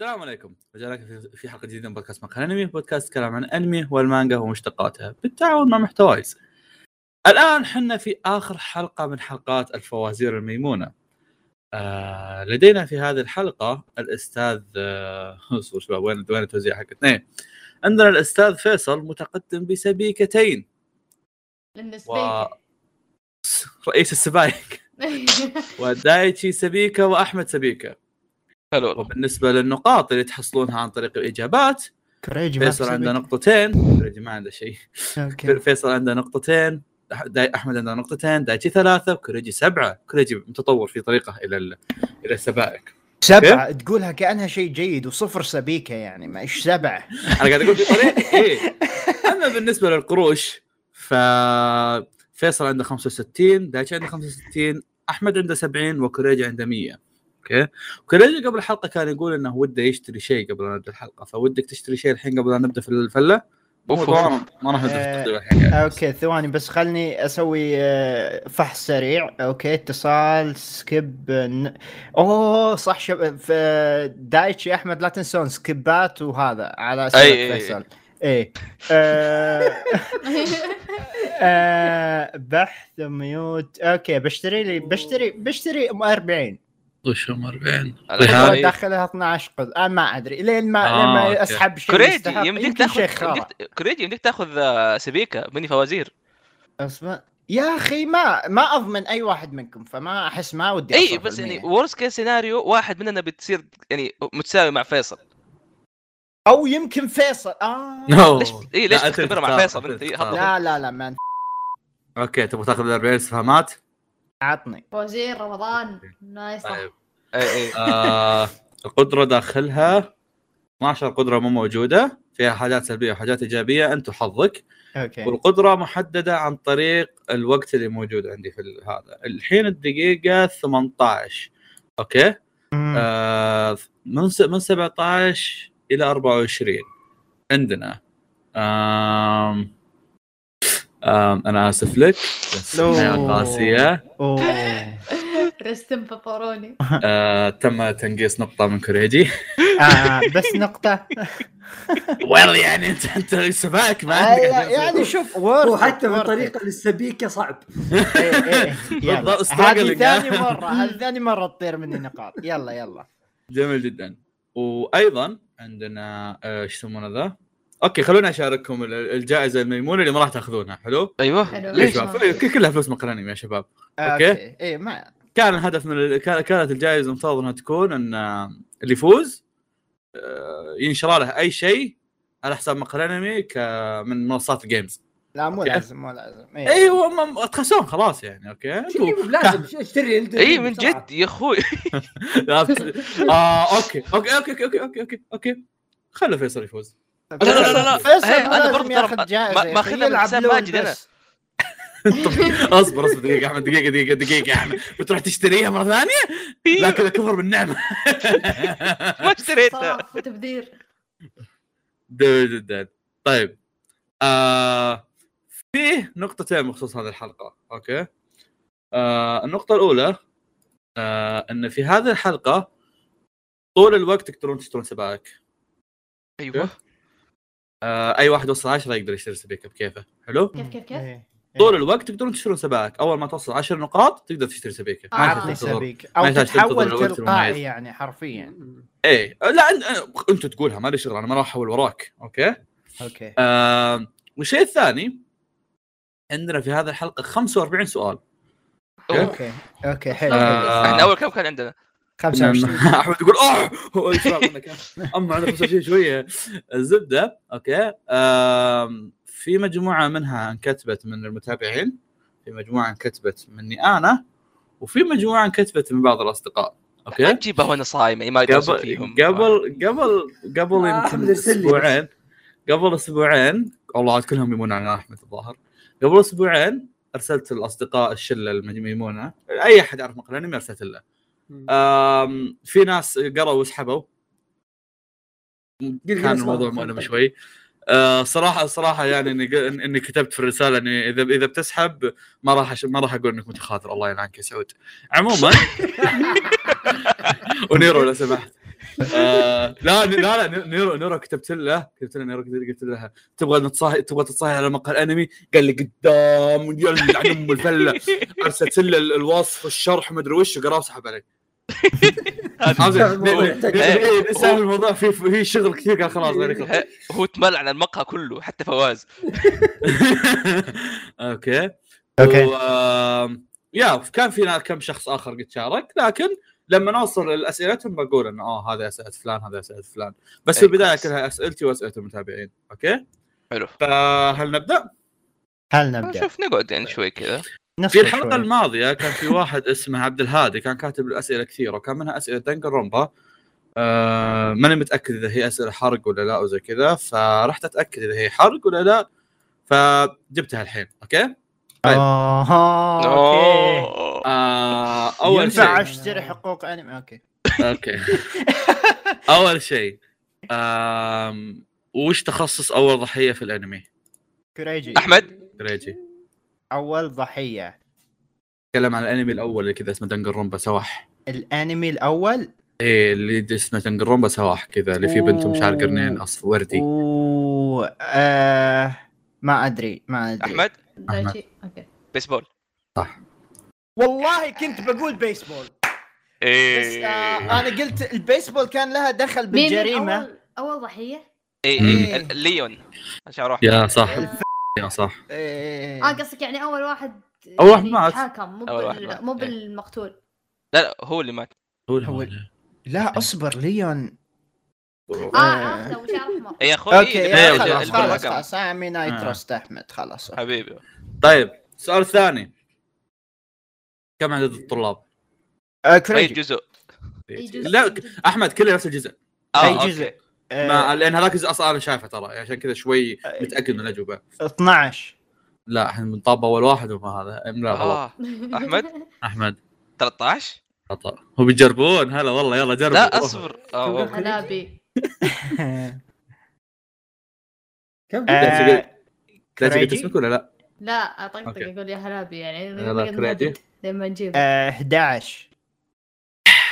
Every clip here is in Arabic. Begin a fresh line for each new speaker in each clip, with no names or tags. السلام عليكم رجعنا لكم في- في حلقه جديده من بودكاست مقهى الانمي بودكاست كلام عن انمي والمانجا ومشتقاتها بالتعاون مع محتوايز الان حنا في اخر حلقه من حلقات الفوازير الميمونه آه لدينا في هذه الحلقه الاستاذ آه، اصبر شباب وين وين التوزيع حق اثنين عندنا الاستاذ فيصل متقدم بسبيكتين
بالنسبه
و...
لي
رئيس السبايك ودايتشي سبيكه واحمد سبيكه
حلو والله
وبالنسبه للنقاط اللي تحصلونها عن طريق الاجابات
كريجي ما
فيصل
في
عنده
سبب.
نقطتين فريدي ما عنده شيء
اوكي
فيصل عنده نقطتين أح- داي احمد عنده نقطتين دايتشي ثلاثه وكوريجي سبعه كوريجي متطور في طريقه الى ال- الى السبائك
سبعة تقولها كأنها شيء جيد وصفر سبيكة يعني ما إيش سبعة
انا قاعد اقول في طريقه اي اما بالنسبه للقروش ف فيصل عنده 65 دايتشي عنده 65 احمد عنده 70 وكوريجي عنده 100 اوكي كوريجي قبل الحلقه كان يقول انه وده يشتري شيء قبل أن نبدا الحلقه فودك تشتري شيء الحين قبل أن نبدا في الفله
أوف،
أوف
أوف،
ما راح نبدا في التقديم الحين
اوكي ثواني بس خلني اسوي آه، فحص سريع اوكي اتصال سكيب آه، ن- اوه صح شب... ف- دايتشي احمد لا تنسون سكيبات وهذا على سيرة
أي- أي-
فيصل اي آه، آه، بحث ميوت اوكي بشتري لي بشتري بشتري أم 40
وش هم 40
الحين-
داخلها 12 قز آه ما ادري لين ما
آه،
لين
أوكي.
ما اسحب شيء
كوريجي
يستحق.
يمديك
يمكن
تاخذ
شيء خرا
يمديك- كوريجي يمديك تاخذ آه، سبيكه مني فوازير
اصلا يا اخي ما ما اضمن اي واحد منكم فما احس ما ودي
اي
أصرف
بس يعني
المية.
ورست كيس سيناريو واحد مننا بتصير يعني متساوي مع فيصل
او يمكن فيصل اه
نو
ليش اي ليش تختبرها مع فيصل انت إيه، خلاص.
لا لا لا ما
اوكي تبغى تاخذ ال 40 استفهامات؟
عطني
وزير رمضان نايس
طيب
اي اي
آه، القدره داخلها 12 قدره مو موجوده فيها حاجات سلبيه وحاجات ايجابيه انت وحظك
اوكي
والقدره محدده عن طريق الوقت اللي موجود عندي في ال- هذا الحين الدقيقه 18 اوكي
مم.
آه، من س- من 17 الى 24 عندنا آم آم انا اسف لك بس
لو.
الحياة قاسيه
أوه. آه،
رستم بابروني
آه، تم تنقيص نقطه من كوريجي
آه بس نقطة
ويل يعني انت انت سباك ما عندك
آه،
عشان-
يعني شوف ورد
وحتى بالطريقه للسبيكه صعب
إيه،
بالضبط،
هذه
struggling.
ثاني مرة هذه ثاني مرة تطير مني نقاط يلا يلا
جميل جدا وايضا عندنا آه، ايش يسمونه ذا؟ اوكي خلوني اشارككم ال- الجائزه الميمونه اللي ما راح تاخذونها حلو؟
ايوه
حلو.
يا
ليش
ما-
شباب ك- كلها فلوس مقرنين يا شباب أوكي.
اوكي اي إيه، ما
كان الهدف من ال- كان- كانت الجائزه المفترض انها تكون ان آه، اللي يفوز آه، ينشر له اي شيء على حساب مقرنمي ك من منصات الجيمز
لا مو
أوكي.
لازم مو لازم إيه.
ايوه هم تخسون خلاص يعني اوكي انتوا
شيء لازم اشتري الدريم
اي إيه، من
بسرعة.
جد يا اخوي
اه اوكي اوكي اوكي اوكي اوكي اوكي اوكي خلوا فيصل يفوز
لا، لا، لا، لا.
طيب، فيصل
هي، أنا
لازم
برضو ترى
ياخذ
ما-
جائزة
ما-
يا
ما
أخي،
أخذها من
يلعب
حساب
لول
ماجد أنا.
بس.
اصبر اصبر دقيقه احمد دقيقه دقيقه دقيقه يا احمد بتروح تشتريها مره ثانيه لا كذا كفر بالنعمه
ما اشتريتها
صراحة وتبذير
جميل جدا طيب آه فيه نقطتين بخصوص هذه الحلقه اوكي آه النقطه الاولى آه ان في هذه الحلقه طول الوقت تقدرون تشترون سبائك
ايوه
آه اي واحد وصل 10 يقدر يشتري سبيكه بكيفه حلو
كيف كيف كيف؟
إيه.
طول الوقت تقدرون تشترون سبائك اول ما توصل 10 نقاط تقدر تشتري سبيكه
آه.
ما
عطني
تحتاج تنتظر.
سبيك او
ما يحتاج تنتظر الوقت
تتحول
المميز.
تلقائي يعني حرفيا
ايه لا أن- انت تقولها مالي شغل انا ما راح احول وراك اوكي
اوكي
آم، والشيء الثاني عندنا في هذه الحلقه 45 سؤال
أوه.
اوكي اوكي حلو
آه.
احنا اول كم كان عندنا؟
25
نعم. احمد يقول اوه هو يسرع منك. اما على 25 شويه الزبده اوكي آم، في مجموعه منها انكتبت من المتابعين في مجموعه انكتبت مني انا وفي مجموعه انكتبت من بعض الاصدقاء
ما
اوكي
تجيبها وانا صايم يعني ما يدرسون فيهم
قبل قبل قبل قبل
آه، أحمد
يمكن
أرسل لي بس.
اسبوعين قبل اسبوعين والله عاد كلهم يمون على احمد الظاهر قبل اسبوعين ارسلت الاصدقاء الشله الميمونه اي احد يعرف مقال انمي ارسلت له آم، في ناس قروا وسحبوا
قل- قل
كان
أسمع.
الموضوع مؤلم شوي آه، صراحه صراحه يعني اني ق- اني كتبت في الرساله اني اذا اذا بتسحب ما راح أش... ما راح اقول انك متخاذل الله يلعنك يا سعود عموما ونيرو لو سمحت آه، لا لا لا نيرو نيرو كتبت له كتبت له نيرو قلت له تبغى نتصاحي تبغى تتصاحي على مقهى الانمي قال لي قدام يلعن ام الفله ارسلت له ال- الوصف الشرح ما ادري وش قال اسحب عليك
هذا الموضوع يحتاج-
سهل الموضوع في في شغل كثير قال خلاص عليك
ه- هو تملع على المقهى كله حتى فواز
اوكي
اوكي
و... آم، يا كان فينا كم شخص اخر قد شارك لكن لما نوصل لاسئلتهم بقول انه اه هذا اسئله فلان هذا اسئله فلان بس في
إيه،
البدايه
كويس.
كلها اسئلتي واسئله المتابعين اوكي
حلو
فهل نبدا؟
هل
طيب.
نبدا؟
شوف نقعد يعني شوي كذا
نصف
في الحلقه
شوي.
الماضيه كان في واحد اسمه عبد الهادي كان كاتب الاسئله كثيره وكان منها اسئله دنجر رومبا آه ماني متاكد اذا هي اسئله حرق ولا لا وزي كذا فرحت اتاكد اذا هي حرق ولا لا فجبتها الحين اوكي؟ طيب.
اها اوكي
أوه.
آه اول
ينفع
شيء
اشتري
آه.
حقوق انمي اوكي
اوكي اول شيء آم، وش تخصص اول ضحيه في الانمي؟
كوريجي
احمد
دريجي
اول ضحيه
تكلم عن الانمي الاول اللي كذا اسمه دنجر رومبا سواح
الانمي الاول
ايه اللي اسمه دنجر رومبا سواح كذا اللي فيه بنت مشعر قرنين اصفر وردي
و... آه... ما ادري ما ادري
احمد
دايتشي اوكي
بيسبول
والله كنت بقول بيسبول
إيه.
بس آه انا قلت البيسبول كان لها دخل
مين
بالجريمه
أول, اول ضحيه؟
اي
إيه.
اي ال- ليون عشان اروح
يا صح
الف-
يا صح
إيه.
اه قصدك يعني اول واحد
أول واحد
يعني
مات.
حاكم مو
أول واحد
بال-
مات،
مو
إيه.
بالمقتول
لا لا هو اللي مات
هو
هو-
الأول.
لا اصبر ليون
اه عرفته وشعر احمر
يا اخوي
اوكي
إيه،
إيه،
آه،
اللي-
خلاص
اللي
خلاص
بالرقم.
خلاص امي
آه.
نايت تراست احمد خلاص
حبيبي
طيب السؤال الثاني كم عدد الطلاب؟ إيه.
آه،
اي
كريجي
جزء
أي جزء إيه.
لا
من جد.
احمد كله نفس الجزء
أي
اه
جزء.
اوكي
آه،
ما لان هذاك الجزء اصلا انا شايفه ترى يعني عشان كذا شوي
إيه.
متاكد من الاجوبه
12
لا احنا بنطابع اول واحد وما هذا أم
آه.
لا غلط
اه أحمد؟
احمد
13
خطا هو بيجربون هلا والله يلا جربوا
لا اصبر اه والله.
انا ابي
كم
لا
آه،
تقول- لا تقدر
كريجي؟
تسمك ولا لا؟
لا اطقطق
أوكي.
يقول يا هلابي يعني
يلا
نقعد
كريدي.
نهبط لما نجيب
آه، 11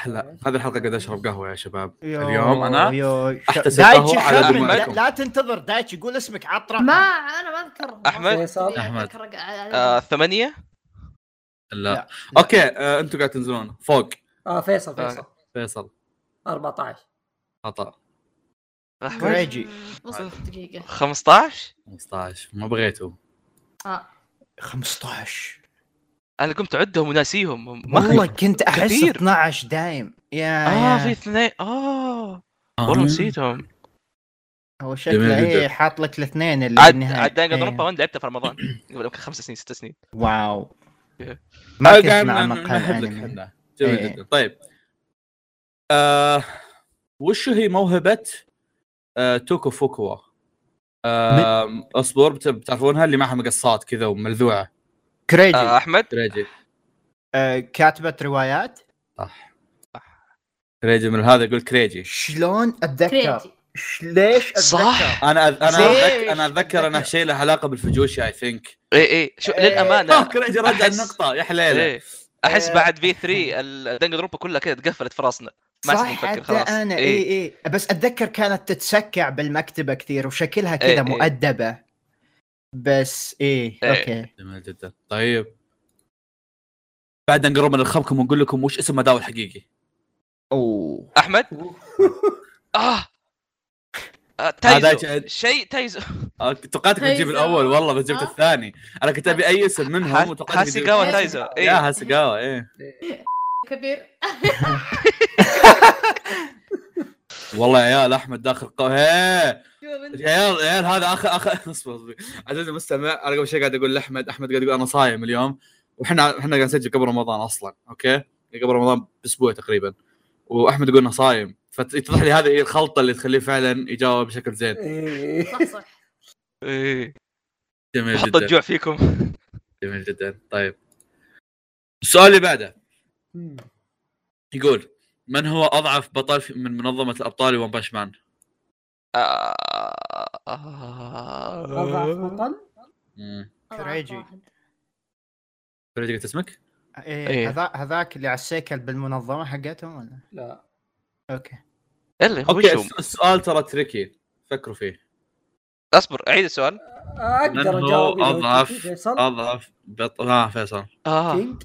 لا هذه الحلقه قاعد اشرب قهوه يا شباب
يو-
اليوم أنا
يو-
أحتسب
دايتشي
قهوة على
خمن،
دماءكم.
لا- لا تنتظر دايتشي يقول اسمك عطرة
ما انا ما اذكر
أحمد؟
أحمد.
آه،
احمد
ثمانية
لا
لا.
اوكي آه، انتم قاعد تنزلون فوق
اه فيصل
آه.
فيصل
فيصل
14
خطا
أحمد
كريجي
اصبر دقيقه
15
15 ما بغيته
اه
15
أنا قمت أعدهم وناسيهم
والله كنت احس
كثير.
12 دايم يا
آه
يا.
في اثنين آه والله نسيتهم
هو
جميل
شكله
جدا.
ايه حاط لك الاثنين اللي
عاد
بالنهاية.
عاد دانجا
إيه.
دروبا وان لعبته في رمضان قبل يمكن خمس سنين ست سنين
واو
إيه.
ما
آه،
كنت
قاعد
مع
ن-
مقهى
نحب لك
الأنمي.
حنا. جميل
إيه.
جدا طيب آه، وش هي موهبه آه، توكو فوكوا آه، اصبر بت- بتعرفونها اللي معها مقصات كذا وملذوعه
آه
كريجي
أحمد
كريجي
آه، كاتبة روايات
صح كريجي من هذا يقول كريجي
شلون اتذكر
كريجي
ش- ليش اتذكر
صح
انا أذ- انا
زيش.
أتذكر انا اتذكر انه شيء له علاقه بالفجوشي اي ثينك
إي إي شو
إيه.
اه
للأمانة
كريجي رجع
أحس-
النقطه يا حليله
إيه أحس
إيه.
بعد في 3 دانجا دروبا كلها كذا تقفلت في راسنا ما
صح
عاد نفكر،
حتى
خلاص.
انا اي
إيه.
اي إيه. بس اتذكر كانت تتسكع بالمكتبه كثير وشكلها
إيه،
كذا
إيه.
مؤدبه بس ايه
إيه.
اوكي
جميل جدا طيب بعد نقرب من الخبكم ونقول لكم وش اسم مداوي الحقيقي
اوه
أحمد آه آه،
هذا-
تايزو شيء تايزو
آه، توقعتك بتجيب
تايزو.
الاول والله بس جبت
ها؟
الثاني انا كنت ابي اي اسم منهم وتوقعتك بتجيب-
هاسيغاوا تايزو إيه.
يا
إي
هاسيغاوا ايه
كبير
والله يا عيال احمد داخل قو... هيه.
شوف أنت.
يا عيال يا عيال هذا اخر اخر اصبر اصبر عزيزي المستمع انا قبل شوي قاعد اقول لاحمد احمد قاعد يقول انا صايم اليوم واحنا احنا قاعد نسجل قبل رمضان اصلا اوكي قبل رمضان باسبوع تقريبا واحمد يقول انه صايم فتضح لي هذه هي الخلطه اللي تخليه فعلا يجاوب بشكل زين
إيه.
صح صح
إي
جميل
حط
جدا
إيه. الجوع فيكم
جميل جدا طيب السؤال اللي بعده
مم.
يقول من هو اضعف بطل في- من منظمه الابطال ون باش مان؟
أضعف
آه...
بطل
أضعف
كريجي.
واحد.
فريد قلت اسمك؟
إيه.
إيه.
هذا هذاك اللي على السيكل بالمنظمه حقتهم ولا
لا
اوكي
الا هو
اوكي
شو
الس- السؤال ترى تريكي فكروا فيه
اصبر اعيد السؤال
اقدر
لأنه
اجاوب إذا
أضعف.
قلت لي فيصل
اضعف بط... ها فيصل
اه
كينج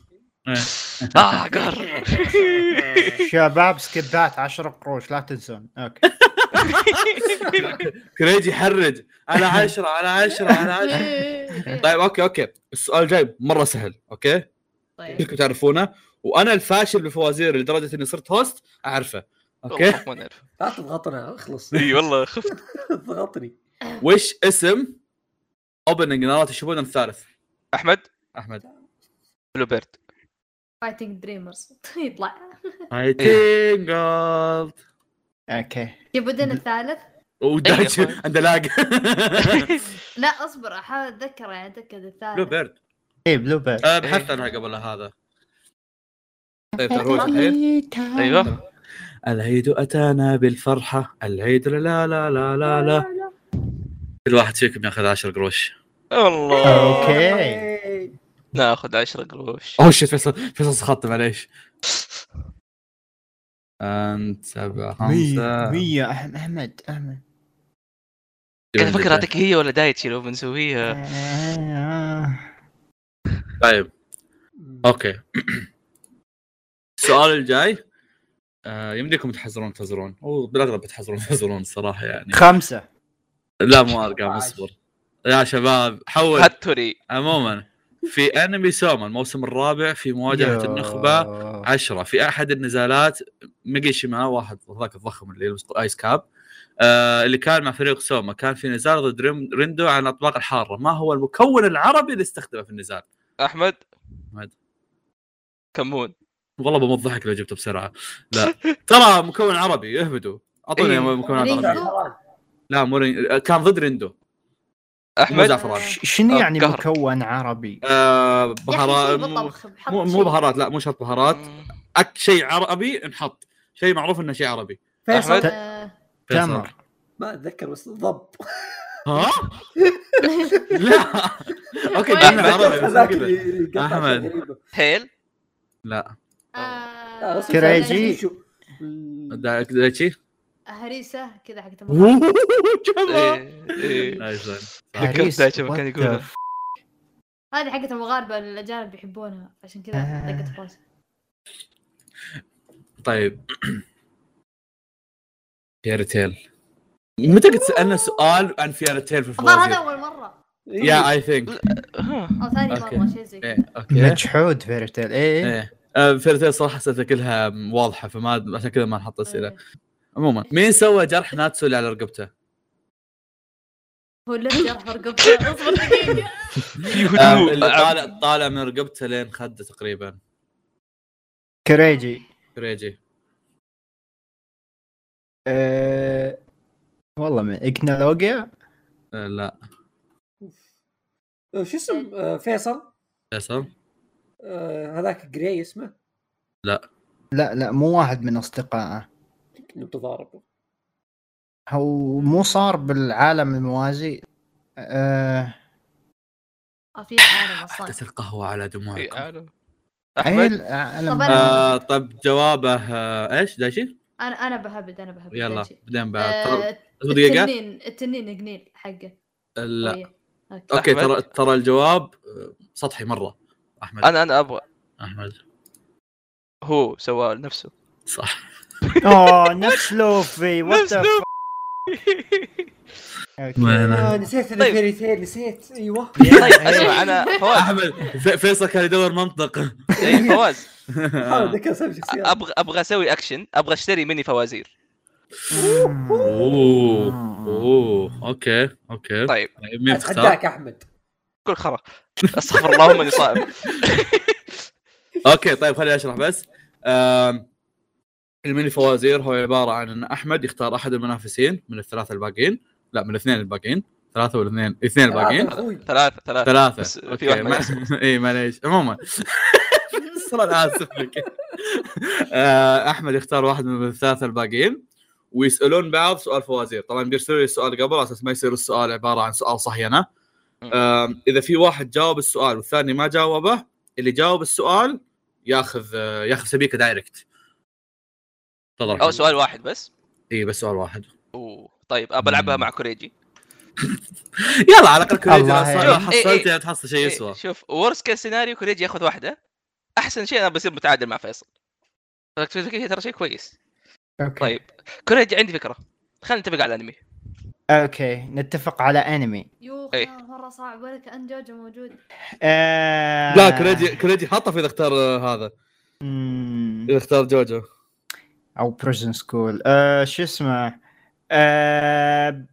اه قهر
شباب سكبات 10 قروش لا تنسون اوكي
كريج يحرج على عشرة على عشرة على عشرة طيب اوكي اوكي السؤال جاي مره سهل اوكي
طيب
كلكم تعرفونه وانا الفاشل بالفوازير لدرجه اني صرت هوست اعرفه اوكي
والله ما نعرف.
لا تضغطنا اخلص
اي
أيوه.
والله خفت
اضغطني
وش اسم اوبننج نارات الشبون الثالث
احمد
احمد
بلو بيرد
فايتنج دريمرز يطلع
اي ثينك جولد
اوكي
يبدون الثالث
ودايتش
أخوي.
عنده لاج
لا اصبر احاول اتذكر يعني اتاكد الثالث
بلو بيرد
اي إيه، بلو
آه،
بيرد
أه، بحثت عنها قبل هذا طيب
إيه.
تعرفون الحين
آه.
ايوه
العيد اتانا بالفرحه العيد لا لا لا لا لا كل واحد فيكم ياخذ 10 قروش
والله
أوكي.
ناخذ 10 قروش
اوه شيت فيصل فيصل سخطت معليش انت سبعة خمسة
100 100 احمد احمد
قاعد افكر اعطيك هي ولا دايتشي لو بنسويها
آه.
طيب اوكي السؤال الجاي آه، يمديكم تحزرون تفزرون او بالاغلب بتحزرون تفزرون الصراحه يعني
خمسة
لا مو ارقام اصبر يا شباب حول
هاتوري
عموما في انمي سوما الموسم الرابع في مواجهه النخبه عشرة في احد النزالات ميجيشيما واحد ذاك الضخم اللي يلبس ايس كاب آه اللي كان مع فريق سوما كان في نزال ضد ريم- ريندو عن الاطباق الحاره ما هو المكون العربي اللي استخدمه في النزال
احمد
أحمد.
كمون
والله بمضحك لو جبته بسرعه لا ترى مكون عربي اهبدوا اعطوني
إيه.
مكونات
ريندو.
عربية لا مو رين... كان ضد ريندو مو
احمد
زعفران
ش- شنو
آه،
يعني
قهر.
مكون عربي؟
آه
يا أخي
بهارات مو,
شيء بالطبخ، بحط
مو- مو
شيء.
بهارات لا مو شرط بهارات أك... شيء عربي انحط شيء معروف انه شيء عربي
فيصل
أحمد؟
آه،
فيصل.
تمر
ما اتذكر بس ضب
ها لا اوكي
وين؟
قلنا عربي بس
هذاك
كذا.
اللي- اللي قطع
أحمد.
شيء غريب.
هيل
لا
لا،
آه،
بس
كريجي.
شو-
دا- دا شي
هريسه كذا حقت
جبا
إيه، إيه.
هريس،
ذاك ما
what
كان
the
يقوله.
f-
هذه حقت المغاربه الاجانب بيحبونها عشان كذا
آه.
دقت فوز
طيب فيري تيل متى قد سالنا سؤال عن فيري تيل في
الظاهر هذا
الفوازير؟
اول مره
إيه.
يا اي ثينك
ها.
او ثاني
أوكي. إيه،
مره شيء زي كذا
إيه.
اوكي
مجحود إيه، فيرتيل اي
ايه آه، فيري تيل صراحه اسئلتها كلها واضحه فما عشان كذا ما نحط اسئله عموما مين سوى جرح ناتسو اللي على رقبته؟
هو لف جرح رقبته اصبر دقيقه
في
آه، اللي
هدوء
طالع طالع من رقبته لين خده تقريبا
كريجي
كريجي
آه، والله من اكنولوجيا
آه، لا
شو اسم آه، فيصل
فيصل
آه، هذاك جراي اسمه
لا لا مو واحد من اصدقائه
كنا تضارب
هو مو صار بالعالم الموازي آه،
آه، في عالم اصلا
حطيت القهوه على
إيه،
دموعكم
اي
احمد
العالم
طب أنا-
آه،
آه طب جوابه آه ايش دايشي؟
انا انا بهبد انا بهبد
يلا
ماشي.
بعدين بعد ترى
آه،
بس دقيقه
التنين التنين جنين حقه
لا
طيب. اوكي
اوكي
أحمد.
ترى ترى الجواب آه، سطحي مره احمد
انا انا ابغى
احمد
هو سواه لنفسه
صح
اوه آه، نفس لوفي وات
آه. نفس
ذا
لوفي.
ما-
آه، نسيت هذا
طيب.
فيري تيل نسيت ايوه
طيب اسمع انا فواز
احمد في- فيصل كان يدور منطق
إيه، فواز
آه.
حاول اتذكر اسامي شخصيات
ابغى ابغى اسوي اكشن ابغى اشتري مني فوازير
اوه اوه اوكي اوكي
طيب
طيب مين تختار؟
اتحداك احمد
كل خرا استغفر اللهم اني صائم
اوكي طيب خليني اشرح بس آم، الميني فوازير هو عباره عن ان احمد يختار احد المنافسين من الثلاثه الباقيين لا من الاثنين الباقيين ثلاثه ولا اثنين اثنين الباقيين
اخوي
ثلاثة ثلاثة بس
ثلاثة
في
اوكي
واحد ما
ما- اي معليش عموما صراحة انا اسف لك آه، احمد يختار واحد من الثلاثة الباقيين ويسالون بعض سؤال فوازير طبعا بيرسلوا لي السؤال قبل على اساس ما يصير السؤال عباره عن سؤال صحي انا آم، اذا في واحد جاوب السؤال والثاني ما جاوبه اللي جاوب السؤال ياخذ آه، ياخذ سبيكه دايركت تفضل
او
أحمد.
سؤال واحد بس
اي بس سؤال واحد
اوه طيب ابى العبها
مم.
مع كوريجي
يلا على الاقل كوريجي
الله
لو- لو
يعين.
حصلت
إي-
يعني تحصل شيء
إيه،
يسوى
شوف ورس كيس سيناريو كوريجي ياخذ واحده احسن شيء انا بصير متعادل مع فيصل فكوريجي ترى شيء كويس
أوكي.
طيب كوريجي عندي فكره خلينا نتفق على الانمي
اوكي نتفق على انمي
يو
إيه.
خيار مره صعب ولا كان جوجو موجود
آه...
لا كوريجي كوريجي حطه اذا اختار آه، هذا
مم،
اذا اختار جوجو
او بريزن سكول آه شو اسمه آه...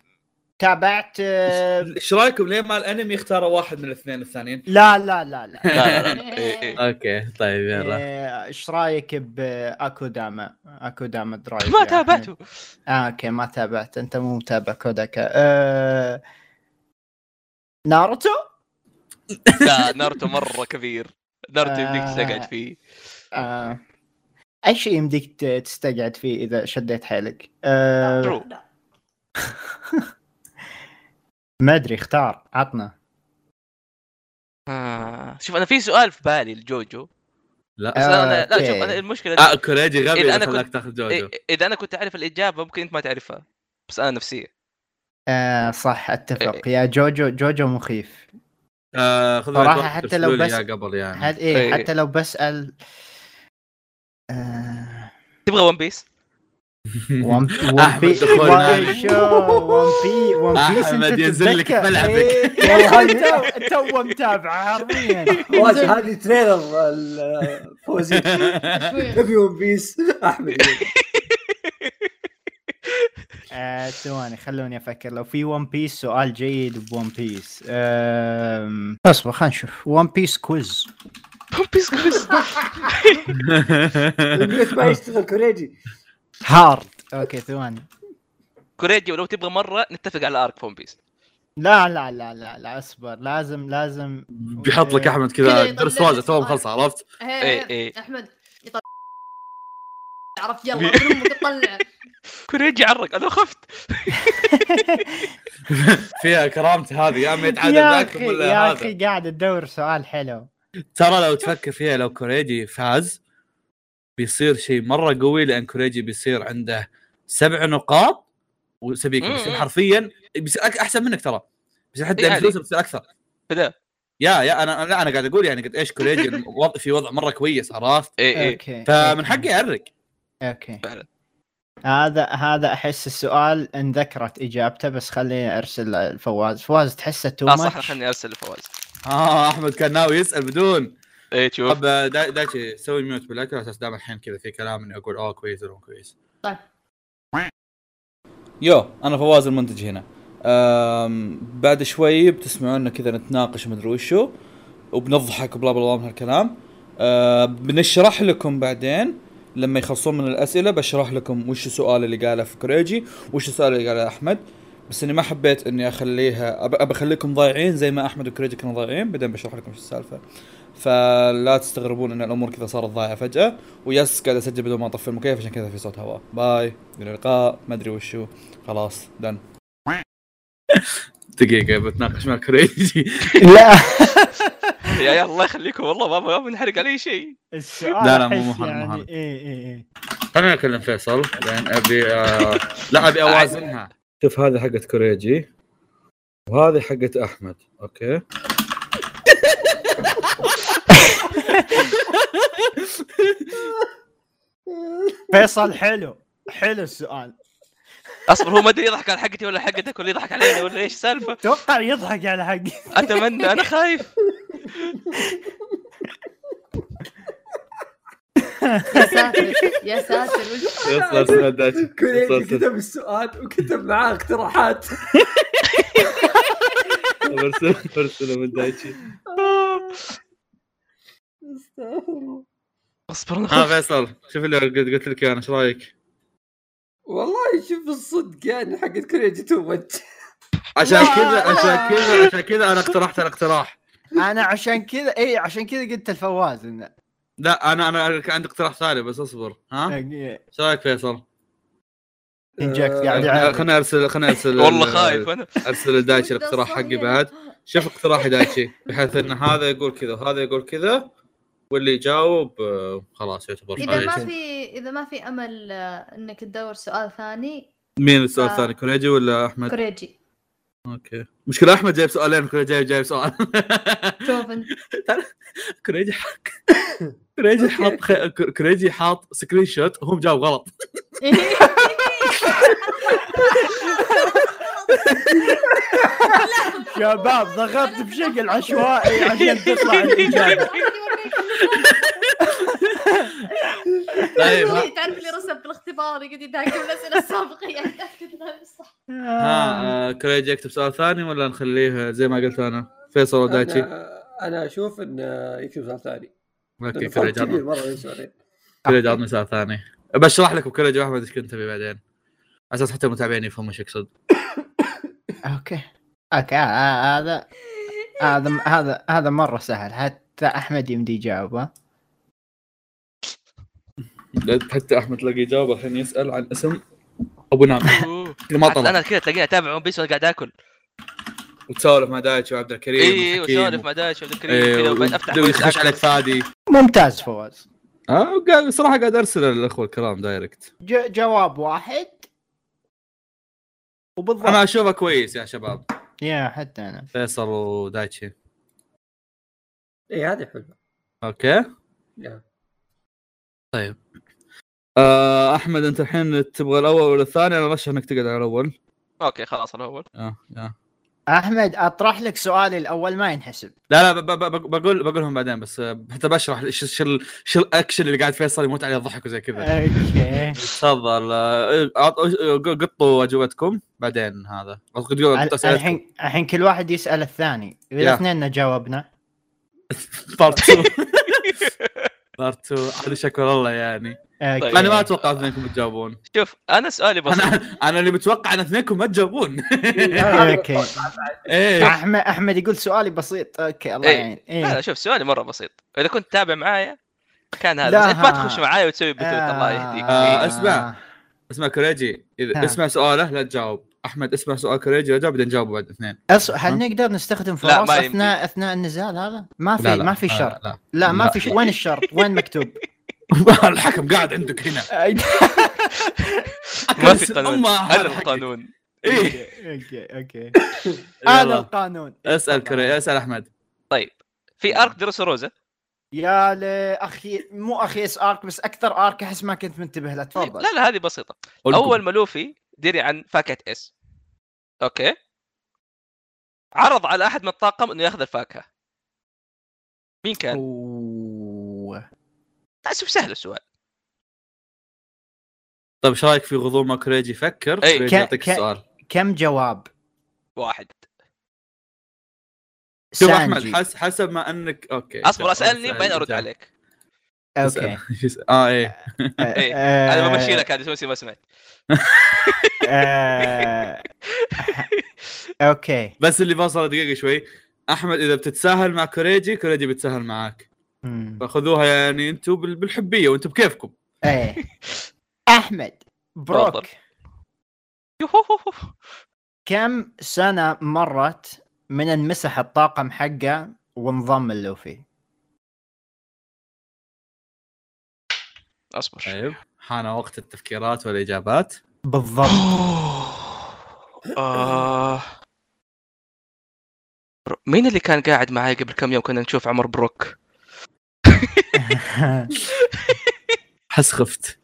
تابعت آه...
ايش رايكم ليه ما الانمي اختاروا واحد من الاثنين الثانيين؟
لا لا لا لا
لا لا لا إيه، إيه.
اوكي طيب يلا
آه، ايش رايك باكوداما اكوداما درايف يا
ما
أحمد؟
تابعته
آه اوكي يعني. ما تابعت انت مو متابع كوداكا آه... ناروتو
لا ناروتو مره كبير ناروتو يمديك
آه.
تستقعد فيه
آه... اي شيء يمديك ت- تستقعد فيه اذا شديت حيلك آه...
True.
لا
ما ادري اختار عطنا
آه. شوف انا في سؤال في بالي لجوجو بس
لا
لا انا لا شوف
أوكي.
أنا المشكله
آه كوريجي غبي
إذا
اذا
أنا
خلاك
كنت-
تاخذ جوجو
إيه، اذا انا كنت اعرف الاجابه ممكن انت ما تعرفها بس انا نفسيه
آه صح اتفق يا جوجو جوجو مخيف
آه خذ
صراحة
وقت
حتى
ترسلوا
لو
لي
بس-
إياه قبل يعني
هذا ايه
إيه.
حتى لو بسال آه...
تبغى ون بيس
ون
أحمد
بيس
دخول
ون
ناري.
بيس ون
آه،
بيس
أحمد
أنت
ينزل لك
تتذكر.
ملعبك.
إيه، والله تو- تو متابعه حرفيا
واجد هذه تريلر الفوزي
شوي.
نبي ون بيس احمد
آه، ثواني خلوني افكر لو في ون بيس سؤال جيد بون بيس آم، اصبر خلينا نشوف ون بيس كويز
ون بيس كويس
البيت ما يشتغل كوريجي
هارد اوكي ثواني
كوريجي ولو تبغى مره نتفق على ارك ون بيس
لا لا لا لا لا اصبر لازم لازم
بيحط لك احمد
كذا
كذا
يطلع
درس
لك
واجد تو
سؤال.
مخلص عرفت؟
إيه،
إيه.
إيه. احمد يطلع عرفت يلا من امك تطلع
كوريجي عرق انا خفت
فيها كرامتي هذه يا اما يتعادل
يا
معك
اخي
ولا
يا
هذا
اخي قاعد ادور سؤال حلو
ترى لو تفكر فيها لو كوريجي فاز بيصير شيء مره قوي لان كوريجي بيصير عنده سبع نقاط وسبيكا
مم.
بيصير حرفيا بيصير أك- احسن منك ترى بيصير حتى
إيه
يعني
عادي.
فلوسه بتصير اكثر
فدا
يا يا انا لا انا قاعد اقول يعني قد ايش كوريجي الوضع- في وضع مره كويس عرفت؟
اي اي
اوكي
إيه، فمن حقي يعرق
اوكي
فعلا.
هذا هذا احس السؤال انذكرت اجابته بس خليني ارسل الفواز فواز تحسه تو
اه صح
ماتش
خليني ارسل لفواز
اه احمد كان ناوي يسال بدون
اي إيه، شوف
طب دا- دايتشي سوي ميوت بالله على اساس دام الحين كذا في كلام اني اقول اوه كويس ولا مو كويس
طيب.
يو انا فواز المنتج هنا أم بعد شوي بتسمعونا كذا نتناقش مدري وشو وبنضحك وبلا بلا بلا من هالكلام أه بنشرح لكم بعدين لما يخلصون من الاسئله بشرح لكم وش السؤال اللي قاله في كريجي وش السؤال اللي قاله احمد بس اني ما حبيت اني اخليها أب- ابى اخليكم ضايعين زي ما احمد وكريجي كانوا ضايعين بعدين بشرح لكم شو السالفه فلا تستغربون ان الامور كذا صارت ضايعه فجاه ويس قاعد اسجل بدون ما اطفي المكيف عشان كذا في صوت هواء باي الى اللقاء ما ادري وشو خلاص دن دقيقة بتناقش مع كريجي
لا
يا يا الله يخليكم والله ما ما بنحرق على اي شيء
السؤال
لا، لا، مو
أحس
مهم، مو
يعني
مهم.
اي اي اي
خليني اكلم فيصل لان ابي آه، لا ابي اوازنها شوف هذه حقت كريجي وهذه حقت احمد اوكي
فيصل حلو حلو السؤال
اصبر هو ما ادري يضحك على حقتي ولا حقتك ولا يضحك علينا ولا ايش السالفه
اتوقع يضحك على حقي
اتمنى انا خايف
يا ساتر يا ساتر وش-
فيصل سندج
كوريجي
فيصل
كتب السؤال وكتب معاه اقتراحات
ارسل ارسل من دايتشي
اصبر
ها
انا خايف
فيصل شوف اللي قلت قلت لك انا ايش رايك؟
والله شوف الصدق يعني حقت كوريجي تو ماتش
عشان
لا.
كذا عشان كذا عشان كذا انا اقترحت الاقتراح
انا عشان كذا اي عشان كذا قلت الفواز انه
لا انا انا كان عندي اقتراح ثاني بس اصبر
إيه.
ها ايش رايك فيصل؟
انجكت قاعد
خلنا
يعرف
خلنا ارسل خلنا ارسل
والله خايف انا
ارسل لدايتشي الاقتراح
وش ده
حقي
الصغير؟
بعد شوف اقتراح دايتشي بحيث ان هذا يقول كذا وهذا يقول كذا واللي يجاوب آه، خلاص يعتبر
اذا
فايز.
ما في اذا ما في امل آه، انك تدور سؤال ثاني
مين السؤال
آه.
الثاني كوريجي ولا احمد؟
كوريجي
اوكي مشكله احمد جايب سؤالين كوريجي جايب- جايب سؤال
شوف انت
كوريجي حق كوريجي حاط خ- كوريجي حاط سكرين شوت وهو جاوب غلط
شباب ضغطت بشكل عشوائي عشان تطلع الاجابه
طيب ها-
والله تعرف اللي رسم بالاختبار يقعد يتهاجم الاسئله السابقه يعني اتاكد انها صح
ها آه، كوريجي يكتب سؤال ثاني ولا نخليه زي ما قلت انا فيصل ودايتشي
أنا- انا اشوف انه يكتب سؤال ثاني
اوكي
لأنه فرق
كوريجي
كبير
عطنا-
مره بين سؤالين
طيب.
كوريجي عطني سؤال ثاني بشرح لكم كوريجي واحمد ايش كنت تبي بعدين على اساس حتى المتابعين يفهموا ايش اقصد
اوكي اوكي آه، هذا هذا هذا هذا مره سهل حتى احمد يمدي يجاوبه
حتى احمد تلاقيه جاوب الحين يسال عن اسم ابو نعم
أوه.
ما
عاد
طلع
انا كذا تلاقيني اتابع ون بيس وانا قاعد اكل
وتسولف مع دايتشي وعبد الكريم
اي
وحكيم
إيه، وسولف مع دايش وعبد الكريم
إيه،
كذا وبعدين افتح
دوي
ون بيس
يخش
آكل.
عليك فادي
ممتاز فواز
اه قاعد صراحه قاعد ارسل الاخوه الكرام دايركت
ج- جواب واحد وبالضبط
انا اشوفه كويس يا شباب
يا حتى انا
فيصل ودايتشي
اي إيه، هذه حلوه
اوكي
يا.
طيب. آه احمد انت الحين تبغى الاول ولا الثاني انا رشح انك تقعد على الاول
اوكي خلاص الاول
اه اه
احمد اطرح لك سؤالي الاول ما ينحسب
لا لا ب- ب- ب- بقول بقولهم بعدين بس آه، حتى بشرح ايش ايش ال- ايش الاكشن اللي قاعد فيصل يموت عليه الضحك وزي كذا
اوكي
تفضل آه، عط- آه، قطوا اجوبتكم بعدين هذا قطوا قطوا
ال-
اسئلتكم
الحين الحين كل واحد يسال الثاني
يا.
اذا اثنيننا جاوبنا
بارت 2 بارت 2 هذا شكر الله يعني
طيب.
انا ما اتوقع اثنينكم تجاوبون
شوف انا سؤالي بسيط
انا انا اللي متوقع ان اثنينكم ما تجاوبون
إيه،
اوكي
ايه
احمد احمد يقول سؤالي بسيط اوكي الله
إيه.
يعين
لا لا
إيه.
شوف سؤالي مره بسيط اذا كنت تتابع معايا كان هذا
لا.
بس انت ما تخش معايا وتسوي بثوث الله يهديك
آه،
إيه.
اسمع. اسمع كوريجي اذا
ها.
اسمع سؤاله لا تجاوب احمد اسمع سؤال كوريجي لا تجاوب بعدين جاوبه بعد اثنين
أس... هل
أه؟
نقدر نستخدم
لا،
فرص
ما يمديك.
اثناء اثناء النزال هذا؟ ما في
لا، لا،
ما في
لا،
شرط
لا
لا ما
لا.
في ش... وين الشرط؟ وين مكتوب؟
الحكم قاعد عندك هنا
ما في قانون
أما هذا
هذا
الحكم.
القانون إيه،
ايه
اوكي اوكي هذا
يلا
القانون
اسال كوري اسال احمد
في ارك دروس روزا
يا لاخي مو اخيس ارك بس اكثر ارك احس ما كنت منتبه له تفضل
لا لا هذه بسيطه اول ما لوفي دري عن فاكهه اس اوكي عرض على احد من الطاقم انه ياخذ الفاكهه مين كان؟
أوه.
لا، شوف سهل السؤال
طيب ايش رايك في غضون ما كوريجي فكر
إيه.
كوريجي
كا-
يعطيك
كا-
السؤال
كم جواب؟
واحد
شوف احمد
سانجي
حس حسب ما انك اوكي
اصبر اسالني بعدين ارد
أنت-
عليك
اوكي
اسأل. اه ايه
إيه.
آه،
انا بمشي لك هذه سوسي ما سمعت
آه، اوكي
بس اللي فصل دقيقه شوي احمد اذا بتتساهل مع كوريجي كوريجي بتساهل معاك
مم.
فخذوها يعني انتم بال- بالحبيه وانتم بكيفكم
ايه احمد بروك
تفضل. يوهوهوهو.
كم سنة مرت من انمسح الطاقم حقه وانضم لوفي؟
اصبر شوي.
طيب حان وقت التفكيرات والاجابات
بالضبط
آه. برو- مين اللي كان قاعد معاي قبل كم يوم كنا نشوف عمر بروك؟
حس خفت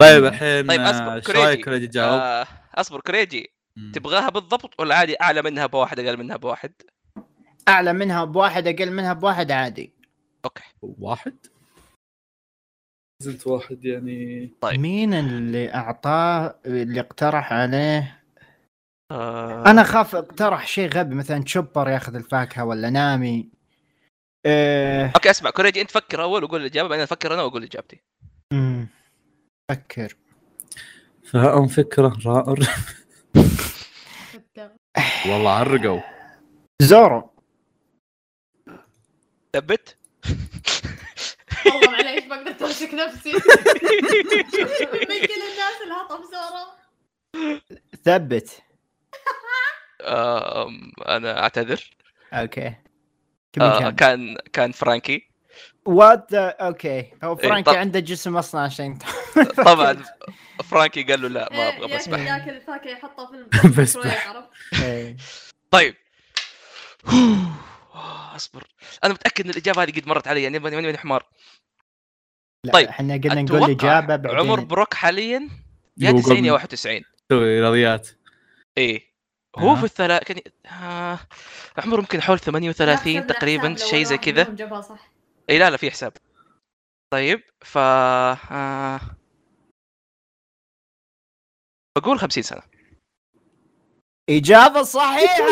طيب الحين
طيب،
طيب
أصبر،
اصبر ايش
كوريجي.
رايك كوريجي جاوب؟
آه اصبر كريجي
مم.
تبغاها بالضبط ولا عادي اعلى منها بواحد اقل منها بواحد؟
اعلى منها بواحد اقل منها بواحد عادي
اوكي
واحد؟ نزلت واحد يعني
طيب.
مين اللي اعطاه اللي اقترح عليه
آه
انا خاف اقترح شيء غبي مثلا شوبر ياخذ الفاكهه ولا نامي إيه...
اوكي اسمع كوريجي انت فكر اول وقول الاجابه بعدين افكر انا واقول اجابتي
مم. فكر
فأم فكره رائر والله عرقوا
زورو
ثبت
والله معليش ما قدرت امسك نفسي من كل الناس اللي هطم زورا
ثبت
آه أم، انا اعتذر
اوكي كم
آه،
كان
كان كان فرانكي
وات اوكي هو فرانكي
إيه، طب-
عنده جسم اصلا عشان
طبعا فرانكي قال له لا ما
إيه،
ابغى
يا
بسبح
أخي ذاك الفاكهه يحطها في
بس
البسبوس عرفت؟
إيه.
طيب اصبر انا متاكد ان الاجابه هذه قد مرت علي يعني ماني ماني حمار
لا،
طيب،
احنا قلنا نقول
اتوقع
اجابه بعدين
عمر بروك حاليا يا 90 يا 91
تسوي رياضيات
ايه هو
آه.
في الثلا كان آه... عمره يمكن حول 38
أحسبنا
تقريبا
حساب لو ولا
شيء زي
واحد
كذا
منهم جابها صح
اي إيه، لا لا في حساب طيب ف آه... بقول 50 سنه
اجابه صحيحه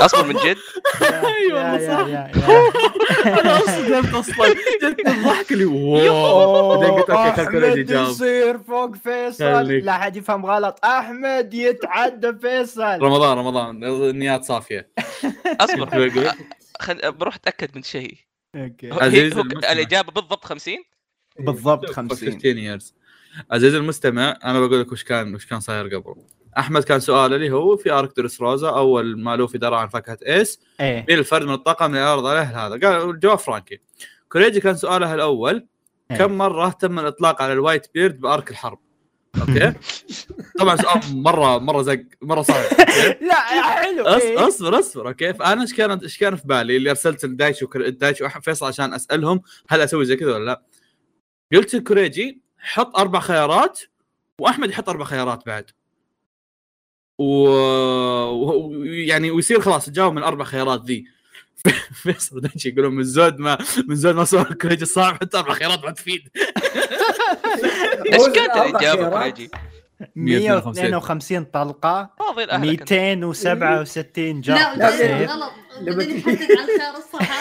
اصبر من جد
أي
أيوة،
والله
يا-
صح.
يا- يا-
انا اصدمت اصلا جتني الضحك اللي واو بعدين قلت
أوه،
اوكي خلنا كلنا
احمد
نجاوب
يصير فوق
خليك.
فيصل لا حد يفهم غلط احمد يتعدى فيصل
رمضان رمضان النيات صافيه
اصبر
بقول.
خل... بروح اتاكد من شيء
اوكي
هو- إيه،
عزيز
هو-
المستمع.
الاجابه بالضبط 50
بالضبط
15
50
years عزيزي المستمع انا بقول لك وش كان وش كان صاير قبل احمد كان سؤاله لي هو في اركتورس روزا اول ما لوفي درى عن فاكهه ايس
ايه
مين الفرد من الطاقم اللي عرض عليه هذا؟ قال الجواب فرانكي كوريجي كان سؤاله الاول
إيه.
كم مره تم الاطلاق على الوايت بيرد بارك الحرب؟ اوكي طبعا سؤال مره مره زق مره صعب
لا حلو
إيه. أص-
إيه.
اصبر اصبر اوكي فانا ايش كانت ايش كان في بالي اللي ارسلت لدايتش وكر... دايتش واحمد فيصل عشان اسالهم هل اسوي زي كذا ولا لا؟ قلت لكوريجي حط اربع خيارات واحمد يحط اربع خيارات بعد. و... و... يعني ويصير خلاص تجاوب من اربع خيارات ذي. فيصل ودايتش يقولون من زود ما من زود ما سوى كوريجي صعب حتى اربع خيارات ما تفيد.
ايش كانت الاجابه كوريجي؟
152 طلقه
فاضي الاهل
267
لا
جاب
لا،
وبعدين
تصير.
غلط
لما
بعدين
تجي-
يحدد على الخيار الصح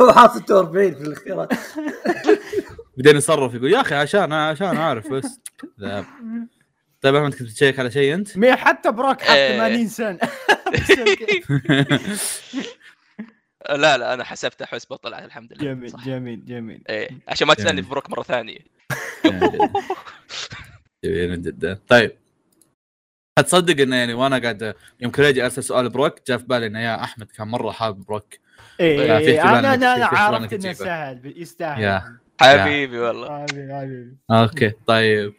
هو حاطط 40 في الاختيارات
بعدين يصرف يقول يا اخي عشان عشان اعرف بس. ذاب. طيب احمد كنت بتشيك على شيء انت؟
مي حتى بروك حط
إيه.
80 سنه
لا لا انا حسبتها حسبه وطلعت الحمد لله
جميل
صح.
جميل جميل
ايه عشان ما تسالني
جميل.
في بروك مره ثانيه
جميل جدا طيب هتصدق انه يعني وانا قاعد يوم كريجي ارسل سؤال بروك جاء في بالي انه يا احمد كان مره حابب بروك لا، في
ايه
احتمال
انا
إنك-
انا أنا
في احتمال
عرفت
إنك
انه
تجيبه.
سهل يستاهل
يا.
حبيبي والله
حبيبي حبيبي
اوكي طيب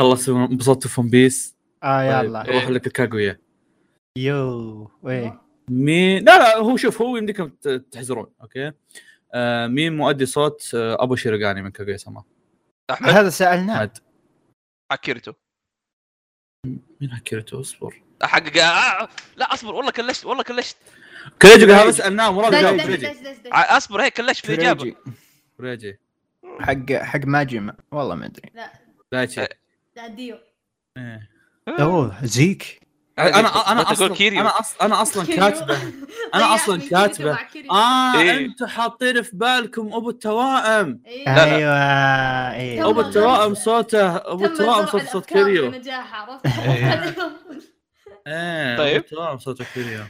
خلص انبسطتوا في ون بيس
اه
طيب،
يلا
روح لك الكاغويا
يو ايه
مين لا لا هو شوف هو يمديكم ت- تحزرون اوكي آه مين مؤدي صوت آه ابو شيرغاني من كاغويا سما
احمد
هذا سالناه
عاد
حكرته
مين هكرته اصبر
حقق آه، لا اصبر والله كلشت والله كلشت
كريجي قال هذا سالناه مراد
دش
نعم، جاوب
دش
كريجي
دش دش دش.
ع- اصبر هيك كلشت في الاجابه
كوريجي.
كريجي
حق حق ماجما والله ما ادري
دايتشي
آه.
لا ديو
إيه.
اوه زيك
انا انا
كنت أقول
اصلا
كيريو.
انا اصلا انا اصلا كاتبه انا اصلا
ضيعت
كاتبه
من كيريتو طيب، مع كيريتو.
اه
إيه.
انتم حاطين في بالكم ابو التوائم
إيه.
لا، لا.
ايوه ايه
ابو
والله.
التوائم صوته ابو
تم
التوائم
زرع
صوت صوت
الأفكار
كيريو إيه.
بنجاح عرفت
ايه
طيب.
ابو التوائم صوته كيريو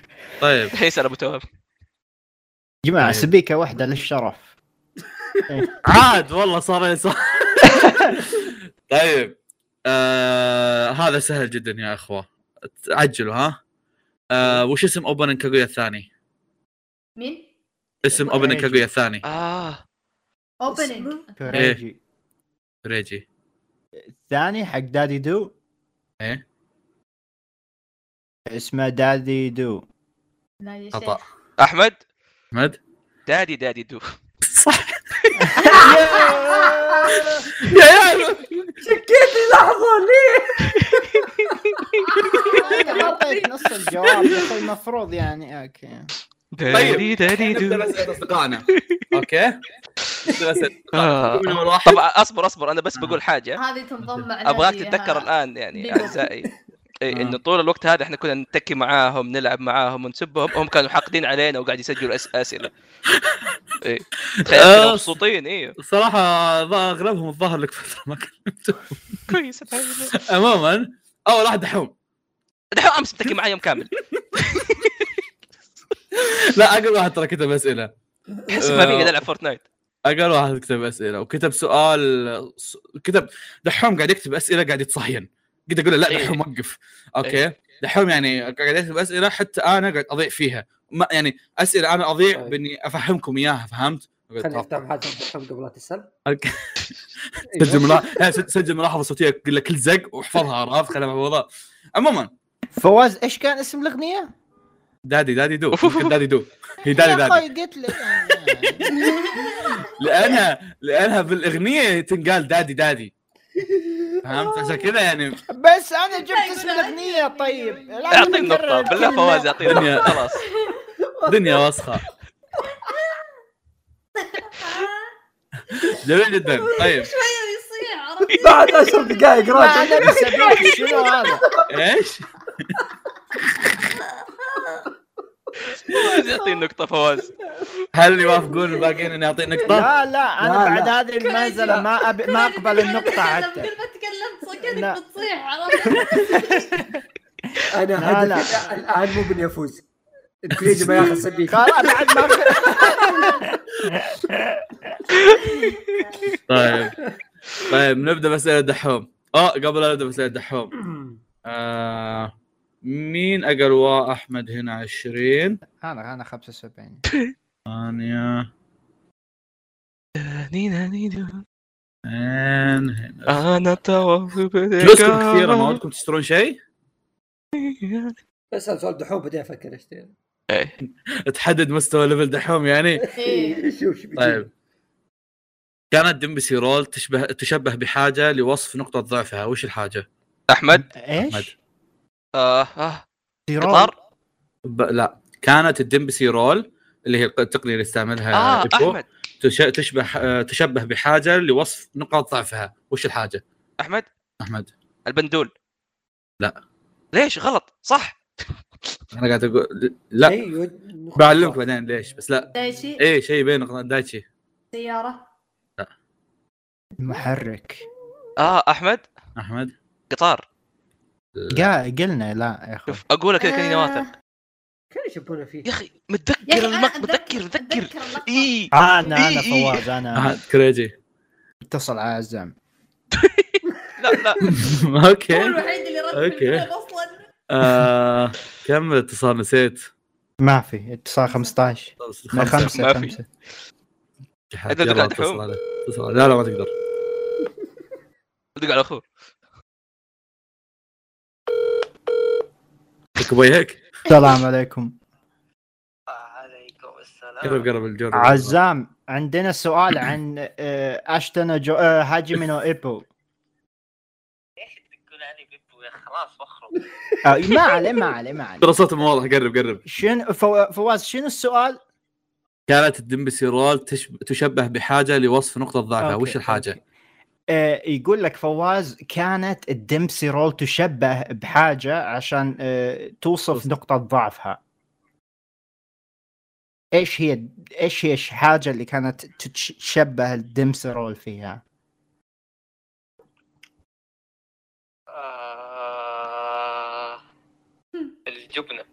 طيب
الحين سال ابو توام
جماعه
طيب.
سبيكه واحده للشرف إيه،
عاد والله صار إيه، صار طيب آه هذا سهل جدا يا اخوه تعجلوا ها آه وش اسم اوبننج كاغويا الثاني؟
مين؟
اسم اوبننج كاغويا الثاني
اه
اوبننج
كوريجي
ريجي
الثاني حق دادي دو
ايه
اسمه دادي دو
لا يا
خطا
شيخ
احمد
احمد
دادي دادي دو
يا عيال
شكيتني لحظه ليه؟
حطيت نص الجواب يا أخي، المفروض يعني اوكي
طيب.
دادي دادي
نبدا
دو
بأسئلة اصدقائنا اوكي نبدأ بأسئلة
آه.
أصدقائنا. نمر واحد.
طبعا اصبر اصبر انا بس بقول حاجه
هذه تنضم مع
ابغاك
نادي
تتذكر
هذا.
الان يعني
بيبو.
اعزائي إيه
آه.
انه طول الوقت هذا احنا كنا نتكي معاهم نلعب معاهم ونسبهم هم كانوا حاقدين علينا وقاعد يسجلوا أس... اسئله إيه. تخيل كانوا مبسوطين ايوه
الصراحه ظا- اغلبهم الظاهر لك فتره ما كلمته
كويس
عموما اول واحد دحوم
دحين امس متكي معاه يوم كامل
لا اقل واحد ترى كتب اسئله
احس ما
آه.
فيني العب فورتنايت
اقل واحد كتب اسئله وكتب سؤال س- كتب دحوم قاعد يكتب اسئله قاعد يتصهين قد اقول له لا
إيه.
دحوم وقف اوكي دحوم يعني قاعد يكتب اسئله حتى انا قاعد اضيع فيها ما يعني اسئله انا اضيع
طيب.
باني افهمكم اياها فهمت؟
خليني افتح حاجه أفهم قبل لا تسال
أوكي.
أيوة.
سجل ملا... سجل ملاحظه صوتيه كل كل زق واحفظها عرفت خليها محفوظه عموما
فواز ايش كان اسم الاغنيه؟
دادي دادي دو ممكن دادي دو هي دادي
يا
دادي
أخوي قلت لك
لانها لانها بالاغنيه تنقال دادي دادي فهمت عشان كذا يعني
بس انا جبت اسم الاغنيه طيب لا
اعطيه
تكرر
النقطة بالله
الكلمة.
فواز اعطيه
دنيا.
النقطة خلاص
دنيا وسخه جميل جدا طيب
شويه ويصيح عرفت
بعد عشر دقائق
ما انا
راجع
لسه بيجي شنو هذا؟
ايش؟
فواز يعطيه النقطة فواز
هل اللي يوافقون الباقيين اني اعطيه نقطه؟
لا لا انا
لا،
بعد
لا.
هذه المنزله ما أب... ما اقبل النقطه حتى
كل ما تكلمت
لا.
صكتك بتصيح عرفت
انا
لا،
أنا
لا.
كذا الان مو بني افوز كريجي ما ياخذ سبيك
خلاص بعد ما
طيب طيب نبدا باسئله الدحوم اه قبل لا نبدا باسئله الدحوم آه مين اقل احمد هنا 20
انا انا 75
ثانيه
آه،
إن هنا
انا تو
فلوسكم كثيره ما ودكم تشترون شيء؟
اسال سؤال دحوم بعدين افكر اشتري
إيه.
تحدد مستوى ليفل دحوم يعني؟
إيه.
شوف شو بيجيب.
طيب كانت دمبسي رول تشبه تشبه بحاجه لوصف نقطه ضعفها، وش الحاجه؟
احمد
ايش؟
آه، آه،
سيرون
قطار
ب... لا كانت الدمبسي رول اللي هي التقنيه اللي يستعملها
اه
إيبو،
احمد
تش... تشبه آه، تشبه بحاجه لوصف نقاط ضعفها، وش الحاجه؟
احمد
احمد
البندول
لا.
ليش غلط صح
انا قاعد اقول لا
ايوه
بعلمك بعدين ليش بس لا
ده شيء
ايه شيء بين نقطة- دايتشي
سياره
محرك
اه احمد
احمد
قطار
قا- قلنا لا يا اخوي
شوف اقولها كذا كاني واثق
آه،
كانوا يشبونه فيه
يا اخي
يا
متذكر
أخي، أنا
المقطع متذكر متذكر
اللقطة.
اي
انا انا
إي، إي.
فواز انا
احمد كريجي
اتصل على عزام
لا لا
هو
اوكي
الوحيد اللي رد
أوكي.
بالكلام اصلا
آه، كم الاتصال نسيت
ما في اتصال 15
خمسة
لا
ما
خمسة
في.
خمسة
جحد.
أدق
يلا
على الحوم.
اتصل عليه. اتصل عليه. لا لا ما تقدر
دق على اخوه
تكب وجهك
السلام عليكم
عليكم
قرب
السلام
قرب الجرة
عزام عندنا سؤال عن آه، اشتنا جو... آه، هاجمي نو ايبو
ايش تقول علي بيبو يا خلاص وخرب
آه، ما عليه ما عليه ما عليه
ترى صوته مو واضح قرب قرب
شنو فو- فواز شنو السؤال؟
كانت الدمبسي رول تشب... تشبه بحاجه لوصف نقطه ضعفها
أوكي،
وش الحاجه؟
أوكي. آه، يقول لك فواز كانت الدمسي رول تشبه بحاجه عشان آه، توصف نقطه ضعفها ايش هي ايش هي الحاجه اللي كانت تشبه الدمسي رول فيها
آه، الجبنة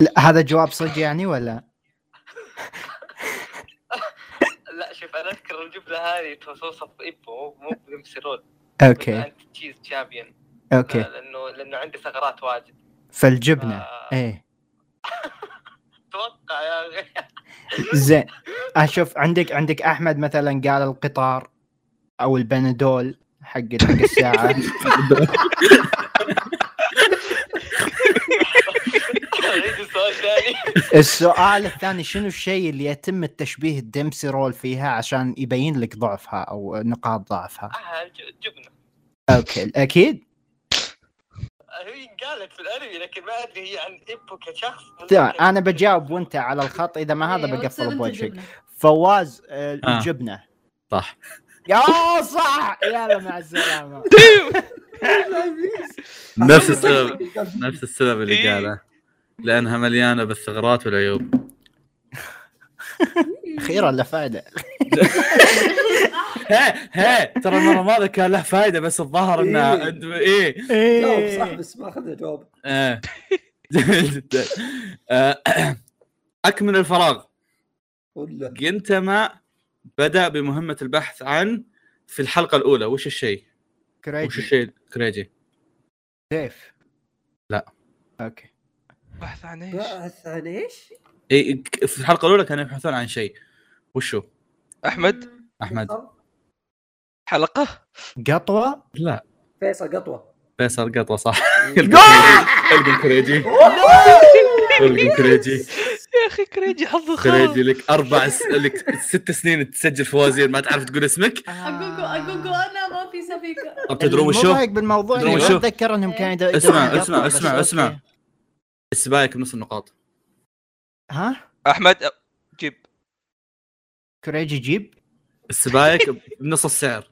لا هذا جواب صدق يعني ولا
لا شوف انا اذكر الجبنة هذه توصف بإبو مو- مو بمسرول
اوكي
انت تشيز تشامبيون
اوكي
لانه لانه آه، عندي ثغرات واجد
فالجبنه
آه،
ايه
اتوقع يا اخي
زين اشوف عندك عندك احمد مثلا قال القطار او البنادول حق حق الساعه
عيد السؤال ثاني
السؤال الثاني شنو الشيء اللي يتم التشبيه الدمسي رول فيها عشان يبين لك ضعفها او نقاط ضعفها
آه، الج- الجبنة
اوكي اكيد
هي قالت في الانمي لكن ما ادري هي عن إبو كشخص
تمام، انا طيب، بجاوب وانت على الخط اذا ما هذا
إيه،
بقفل
وتصير
بوجهك
أنت
فواز آه،
آه.
الجبنه
صح
يا صح يلا مع السلامه
نفس السبب نفس السبب اللي
إيه.
قاله لانها مليانه بالثغرات والعيوب
اخيرا له فائده
جبنة. آه،
ها ها ترى المره الماضيه كان له فائده بس الظاهر انها
إيه.
أنت- ايه
إيه.
إيه.
جاوب صح بس ما اخذنا جواب
آه. جميل جدا آه. اكمل الفراغ
ولا
جنتما بدا بمهمه البحث عن في الحلقه الاولى وش الشيء؟ وش
كريجي
الشيء كريجي؟
سيف
لا.
اوكي
بحث عن ايش
بحث عن ايش؟
إي- إيه، في الحلقه الاولى كانوا يبحثون عن شيء وشو
احمد
احمد
حلقه
قطوه
لا
فيصل قطوه
فيصل قطوه صح القم كريجي
آه.
القم كريجي
يا اخي كريجي حظه خايب
كريجي لك اربع س... لك ست سنين تسجل فوازير ما تعرف تقول اسمك
اجوجو
آه.
اجوجو انا ما في سبيكه
طب تدرون شو
المضايق بالموضوع
تدرون
اني
شو؟
ما اتذكر انهم كانوا يد-
اسمع،
يدورون
اسمع،
قطوة، بس
اسمع،
أوكي.
اسمع. السبايك بنص النقاط
ها
احمد أ- جيب
كريجي جيب
السبايك بنص السعر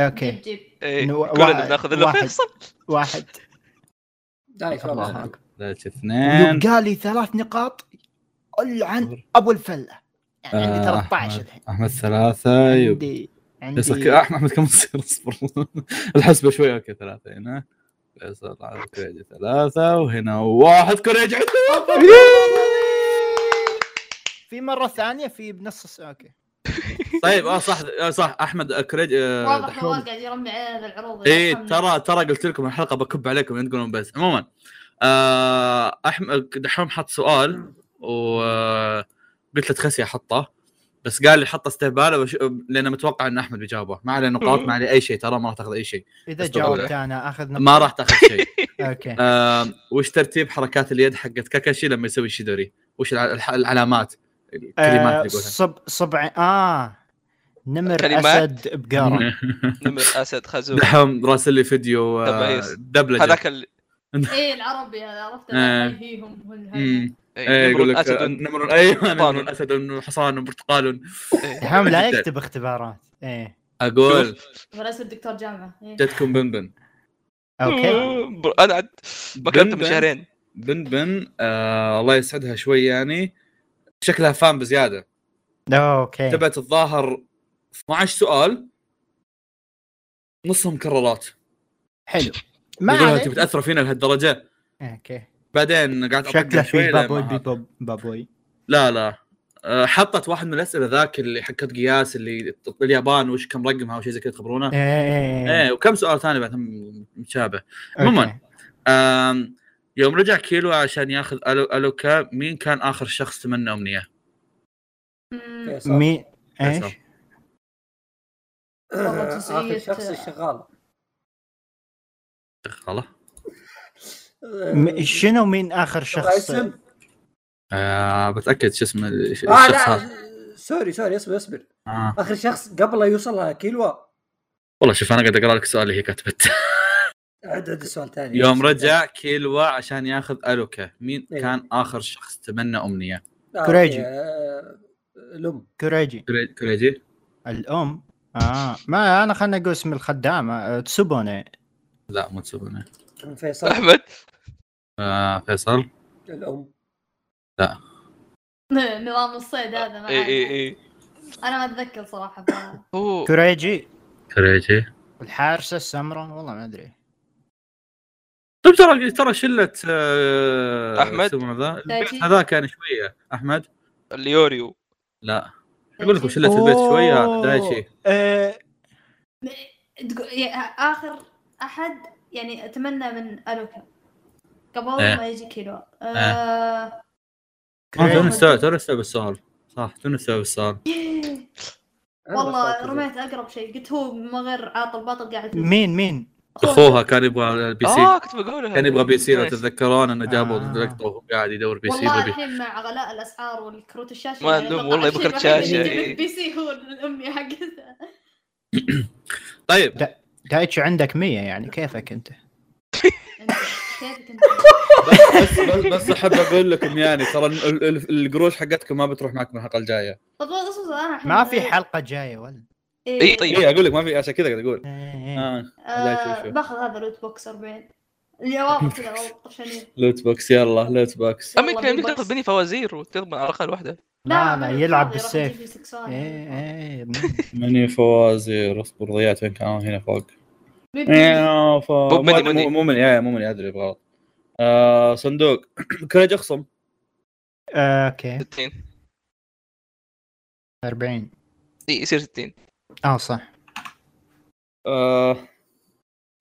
اوكي
جيب
إيه.
إنه وا-
كلنا
وا-
بناخذ له
واحد.
فيصل
واحد
دايس
الله
والله
اكبر
ذلك اثنين
يبقى لي ثلاث نقاط لعن ابو الفله يعني
آه، طيب.
عندي 13
أحمد.
الحين
احمد ثلاثة يب-
عندي
فيصل ك-
عندي
احمد كم تصير اصبر الحسبة شوي اوكي ثلاثة هنا فيصل على كريجي ثلاثة وهنا واحد كريجي عندنا.
في مره ثانيه في بنص الس- اوكي
طيب اه صح آه صح احمد كريجي آه،
واضح نواف قاعد يرمي علينا هذا العروض
ايه
يرحمنا.
ترى ترى قلت لكم الحلقه بكب عليكم إن تقولون بس عموما آه احمد دحوم حط سؤال وقلت له تخسي احطه بس قال لي حط استهبال وش... لانه متوقع ان احمد بيجاوبه ما عليه نقاط ما عليه اي شيء ترى ما راح تاخذ اي شيء
اذا
بس
جاوبت
بقول
انا اخذ نقطة.
ما راح تاخذ شيء
اوكي
آه وش ترتيب حركات اليد حقت كاكاشي لما يسوي شيدوري وش الع... الح- العلامات الكلمات
آه،
اللي يقولها
صب صبع اه نمر
كلمات.
اسد بقره
نمر اسد خازوق
دحوم راسل لي فيديو آه
تبعيس.
دبلجه
هذاك ال...
ايه العربي هذا عرفت
آه.
هاي هيهم
مم.
والهاي.
ايه يقول لك
إيه، أسد
آه، نمر ايوه
برتقال.
نمر اسد انه حصان برتقال
إيه.
هم لا
جداً.
يكتب اختبارات ايه
اقول
ورئيس الدكتور جامعه إيه.
جتكم بنبن
اوكي
بر- انا عد ما كلمته من
بنبن.
شهرين
بنبن آه الله يسعدها شوي يعني شكلها فان بزياده
اوكي
تبعت الظاهر 12 سؤال نصهم مكررات
حلو ما
ما انت
عليك
متاثره فينا لهالدرجه
اوكي
بعدين قعدت أطقطق
شكله
شوي
في
لما
بابوي
هذا.
بيبوب- بابوي
لا لا آه، حطت واحد من الاسئله ذاك اللي حكت قياس اللي اليابان وش كم رقمها وشي زي كذا تخبرونا
إيه، ايه إيه.
ايه وكم سؤال ثاني بعد هم متشابه
أوكي.
عموما. أم، يوم رجع كيلو عشان ياخذ الو الوكا مين كان اخر شخص تمنى امنيه؟
مم.
فيصل.
مين ايش
فيصل.
والله
آه،
جنسية-
اخر شخص الشغال
خلاص
آه،
م- شنو مين اخر
تبغى
شخص
اسم؟
آه بتاكد شو اسم ال- ش-
اه
الشخص هذا
لا سوري سوري اصبر اصبر
آه.
اخر شخص قبل لا يوصل كيلوا
والله شوف انا قاعد اقرا لك السؤال اللي هي كتبته
عد عد السؤال ثاني
يوم رجع كيلو عشان ياخذ الوكا مين
إيه.
كان اخر شخص تمنى امنيه؟
آه،
كوريجي.
الام
كوريجي
كوري- كوريجي
الام اه ما انا خلنا اقول اسم الخدامه آه، تسوبوني
لا مو تسوونه
طيب.
فيصل
احمد
آه فيصل
الام
نظام الصيد هذا ما
اي اي
أعرف.
اي
انا ما اتذكر صراحه ف-
إيه، هو
كوريجي
كوريجي
الحارسه السمراء والله ما ادري
طيب ترى ترى شله آه
أحمد؟
شو اسمه ذا؟
تاجي.
هذا يعني كان شويه احمد
اليوريو
لا اقول لكم شله البيت شويه دايتشي
آه،
إيه، تقول- يا- اخر احد يعني اتمنى من الوكا قبل
إيه.
ما يجي كيلو آه.
ما توني
كوريجي.
استوعب توني استوعب السؤال صح توني استوعب السؤال
والله رميت اقرب شيء قلت هو ما غير عاطل باطل قاعد
مين مين
اخوها كان يبغى البي سي
اه كنت بقولها
كان يبغى بي سي لو
نايس.
تتذكرون انه جابوا
آه.
لقطه وهو قاعد يدور بي سي
والله
يبغى بي-
الحين مع غلاء الاسعار والكروت الشاشه
ما
يعني
ألوم،
أتوقع
والله
الشيء
بكرة
الوحيد اللي
شاشة،
يجيب
إيه.
البي سي هو الامي حقتها
طيب
لا. دايتشي عندك 100 يعني كيفك انت
أنت كيفك أنت؟
بس بس, بس احب اقول لكم يعني ترى ال- ال- القروش حقتكم ما بتروح معكم الحلقه الجايه
طب والله اصبر انا الحين طيب.
ما في حلقه جايه ولا
إيه.
اي طيب
اي اقول لك ما في عشان كذا قاعد اقول
إيه.
آه. لا، شوف،
آه
شوف.
باخذ هذا لوت بوكس 40 اللي واضح كذا والله طفشانين
لوت بوكس يلا لوت بوكس
يلا،
امي
بين
كان يمديك
بوكس.
تاخذ مني فوازير وتضمن على الاقل واحده
لا لا
ما
يلعب
فاضي، راح
بالسيف
يجيب لي سكسان.
ايه ايه
مني فوازير اصبر ضيعت وين كان هنا فوق
مين بيجيب؟
إيه، ف-
مو مني،
مو-
مني.
مو مني إيه، مو مني ادري غلط آه، صندوق كريج اخصم
آه، اوكي
60
40
اي يصير 60
اه صح
آه،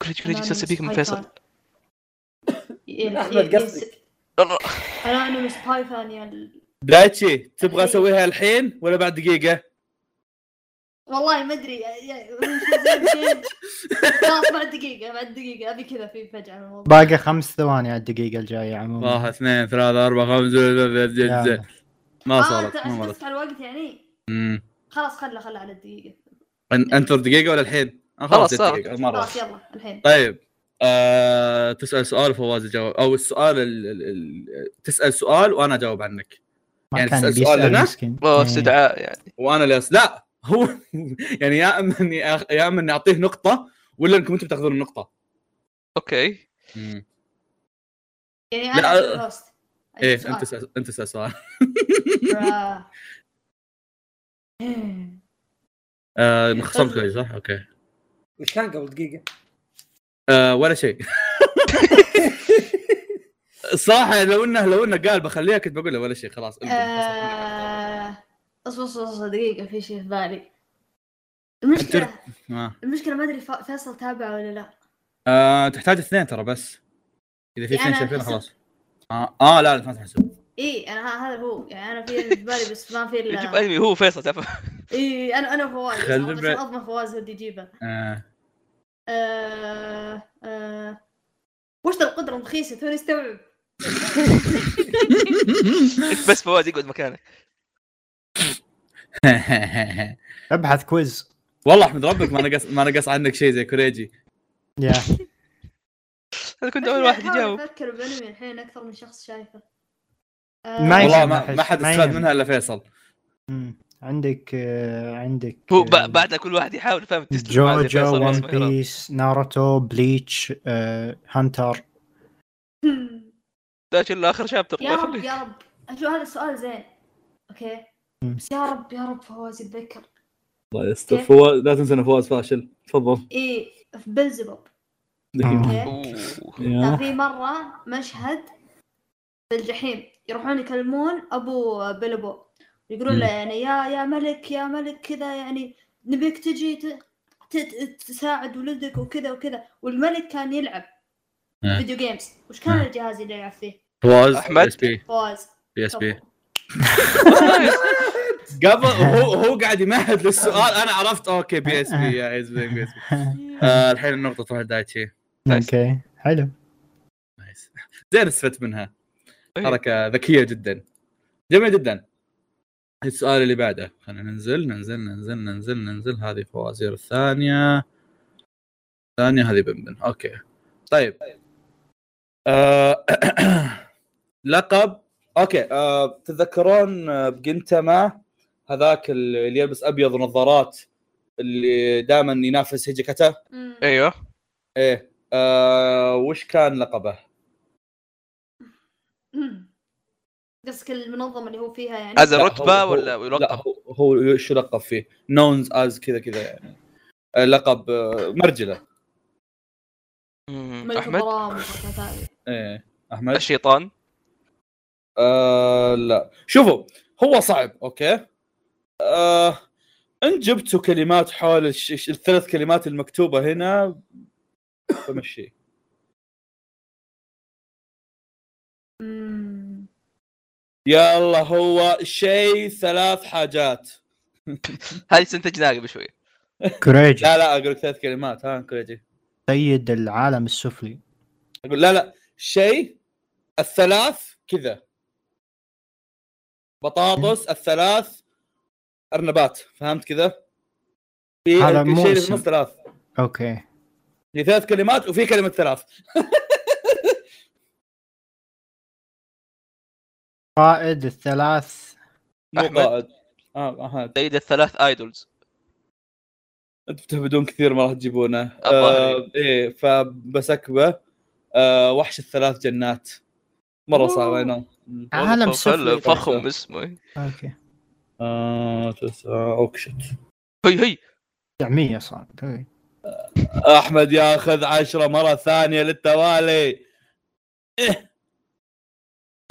كريج كريج يصير سبيك من
Anonymous
فيصل
Python. إيه، ي- ي-
أحمد
ي-
قصدك.
يلا.
Anonymous Python يا ال-
دايتشي تبغى اسويها الحين ولا بعد دقيقه؟
والله ما ادري يا- يا- خلاص بعد دقيقه بعد دقيقه ابي كذا في فجاه من الموضوع
باقي خمس ثواني على الدقيقه الجايه عموما
واحد اثنين ثلاثة أربعة خمسة ستة، سبعة،
يلا.
ثمانية. ما
اه
صارت
انت
ما
عشان
مرت
تسحب الوقت يعني
أمم.
خلاص خله خله على الدقيقه
أن- انتظر دقيقة ولا الحين؟ أنا
خلاص
جت
صارت.
دقيقة، مرة
خلاص يلا الحين
طيب آه، تسأل سؤال فواز يجاوب أو السؤال ال... ال... ال... تسأل سؤال وأنا أجاوب عنك
ما
يعني
كان
تسأل سؤال
بيسال
لنا؟
مسكين
أوه،
إيه.
استدعاء يعني
وأنا اللي أس... لا هو يعني يا إما إني أخ... يا إما إني أعطيه نقطة ولا إنكم أنتم تاخذون النقطة
اوكي
أمم.
يعني
لا،
انا
آه،
أسوي host. أجيب
إيه
سؤال.
أنت تسأل أنت تسأل سؤال
برا.
آه، خصمت كويس صح؟ أوكي
وش كان قبل دقيقه؟
آه، ولا شيء صراحة لو انه لو انه قال بخليها كنت بقول له ولا شيء خلاص القم، خلاص.
آه، اصبر اصبر اصبر دقيقه في شيء في بالي المشكله
آه.
المشكله ما ادري فا- فيصل تابع ولا لا
آه، تحتاج اثنين ترى بس اذا في
يعني
اثنين
أنا
شايفين
أحسب.
خلاص اه, آه لا لا ما تحسب
اي انا ه- هذا هو يعني انا في اللي في بالي بس ما في إيه،
يجيب
الا
انمي هو فيصل تعرف
اي انا انا فواز بس
خلنا
عشان
نبعد.
اضمن فواز هو اللي يجيبه
آه.
آه، آه، وش ذا القدره المخيسه توني استوعب
بس فواز يقعد مكانك
ابحث كويز
والله احمد ربك ما نقص ما نقص عنك شيء زي كوريجي
يا
انا كنت اول واحد
أحاول
يجاوب
افكر بانمي الحين اكثر من شخص شايفه آه،
ما
والله
يهم
ما,
أحس،
ما حد
ما
استفاد
يهم.
منها الا فيصل
مم. عندك آه، عندك
هو
آه،
ب- بعدها كل واحد يحاول فاهم تسلم هذا فيصل
جوجو ون
واسمه هيرو.
بيس ناروتو بليتش آه، هانتر
داش الا اخر شابتر
يا رب يا رب شو هذا السؤال زين اوكي
مم.
بس يا رب يا رب فواز يتذكر
الله
يستر. كيف؟
فواز لا تنسى ان فواز فاشل تفضل
اي إيه، في بلزبب
آه.
اوكي كان في مره مشهد بالجحيم يروحون يكلمون ابو بلبو يقولون له
مم.
يعني يا يا ملك يا ملك كذا يعني نبيك تجي ت- ت- تساعد ولدك وكذا وكذا والملك كان يلعب
آه.
فيديو جيمز وش كان
آه.
الجهاز اللي يلعب فيه؟
فواز
أحمد.
اس بي
فواز
بي اس بي
تفضل.
قبل هو هو قاعد يمهد للسؤال انا عرفت اوكي بي اس بي يا اس بي بي اس بي آه، الحين النقطة تروح لدايتشي
اوكي حلو
نايس زين استفدت منها حركة ذكية جدا جميل جدا السؤال اللي بعده خلينا ننزل ننزل ننزل ننزل ننزل هذه فوازير الثانية الثانية هذه بنبن اوكي طيب آه... لقب اوكي آه... تتذكرون آه، بجنتما هذاك اللي يلبس ابيض ونظارات اللي دائما ينافس هيجيكاتا
مم.
ايوه
ايه آه... وش كان لقبه؟
مم. قصدك المنظمه اللي هو فيها يعني
هذا
لا،
رتبه
هو- هو-
ولا
لا
يلقب
هو- هو شو لقب فيه؟ نونز از كذا كذا يعني آه، لقب آه، مرجله
مم.
ملك
احمد
الظلام وحركات هذه.
ايه احمد
الشيطان
آه لا شوفوا هو صعب اوكي آه ان جبتوا كلمات حول الش... الش- الثلاث كلمات المكتوبه هنا بمشي
مم.
يلا هو شيء ثلاث حاجات
هذه استنتجناها قبل شوي
كوريجي
لا لا اقول لك ثلاث كلمات ها انكوريجي
سيد العالم السفلي
اقول لا لا شيء الثلاث كذا بطاطس الثلاث ارنبات فهمت كذا؟ في
هذا مو
شيء اللي في
اسم.
النص ثلاث
اوكي
هي ثلاث كلمات وفي كلمه ثلاث
قائد الثلاث
مو
أحمد.
قائد اه اها
سيد الثلاث ايدولز
انتم تهبدون كثير ما راح تجيبونه
الظاهر
آه ايه فبسكبه آه وحش الثلاث جنات مره
أوه.
صعبه هنا
عالم سفلي
فخم اسمه
اوكي
آه تسعة اوكشت
هي هي
900 صار طيب. أوكي.
احمد ياخذ عشرة مره ثانيه للتوالي إيه. إيه.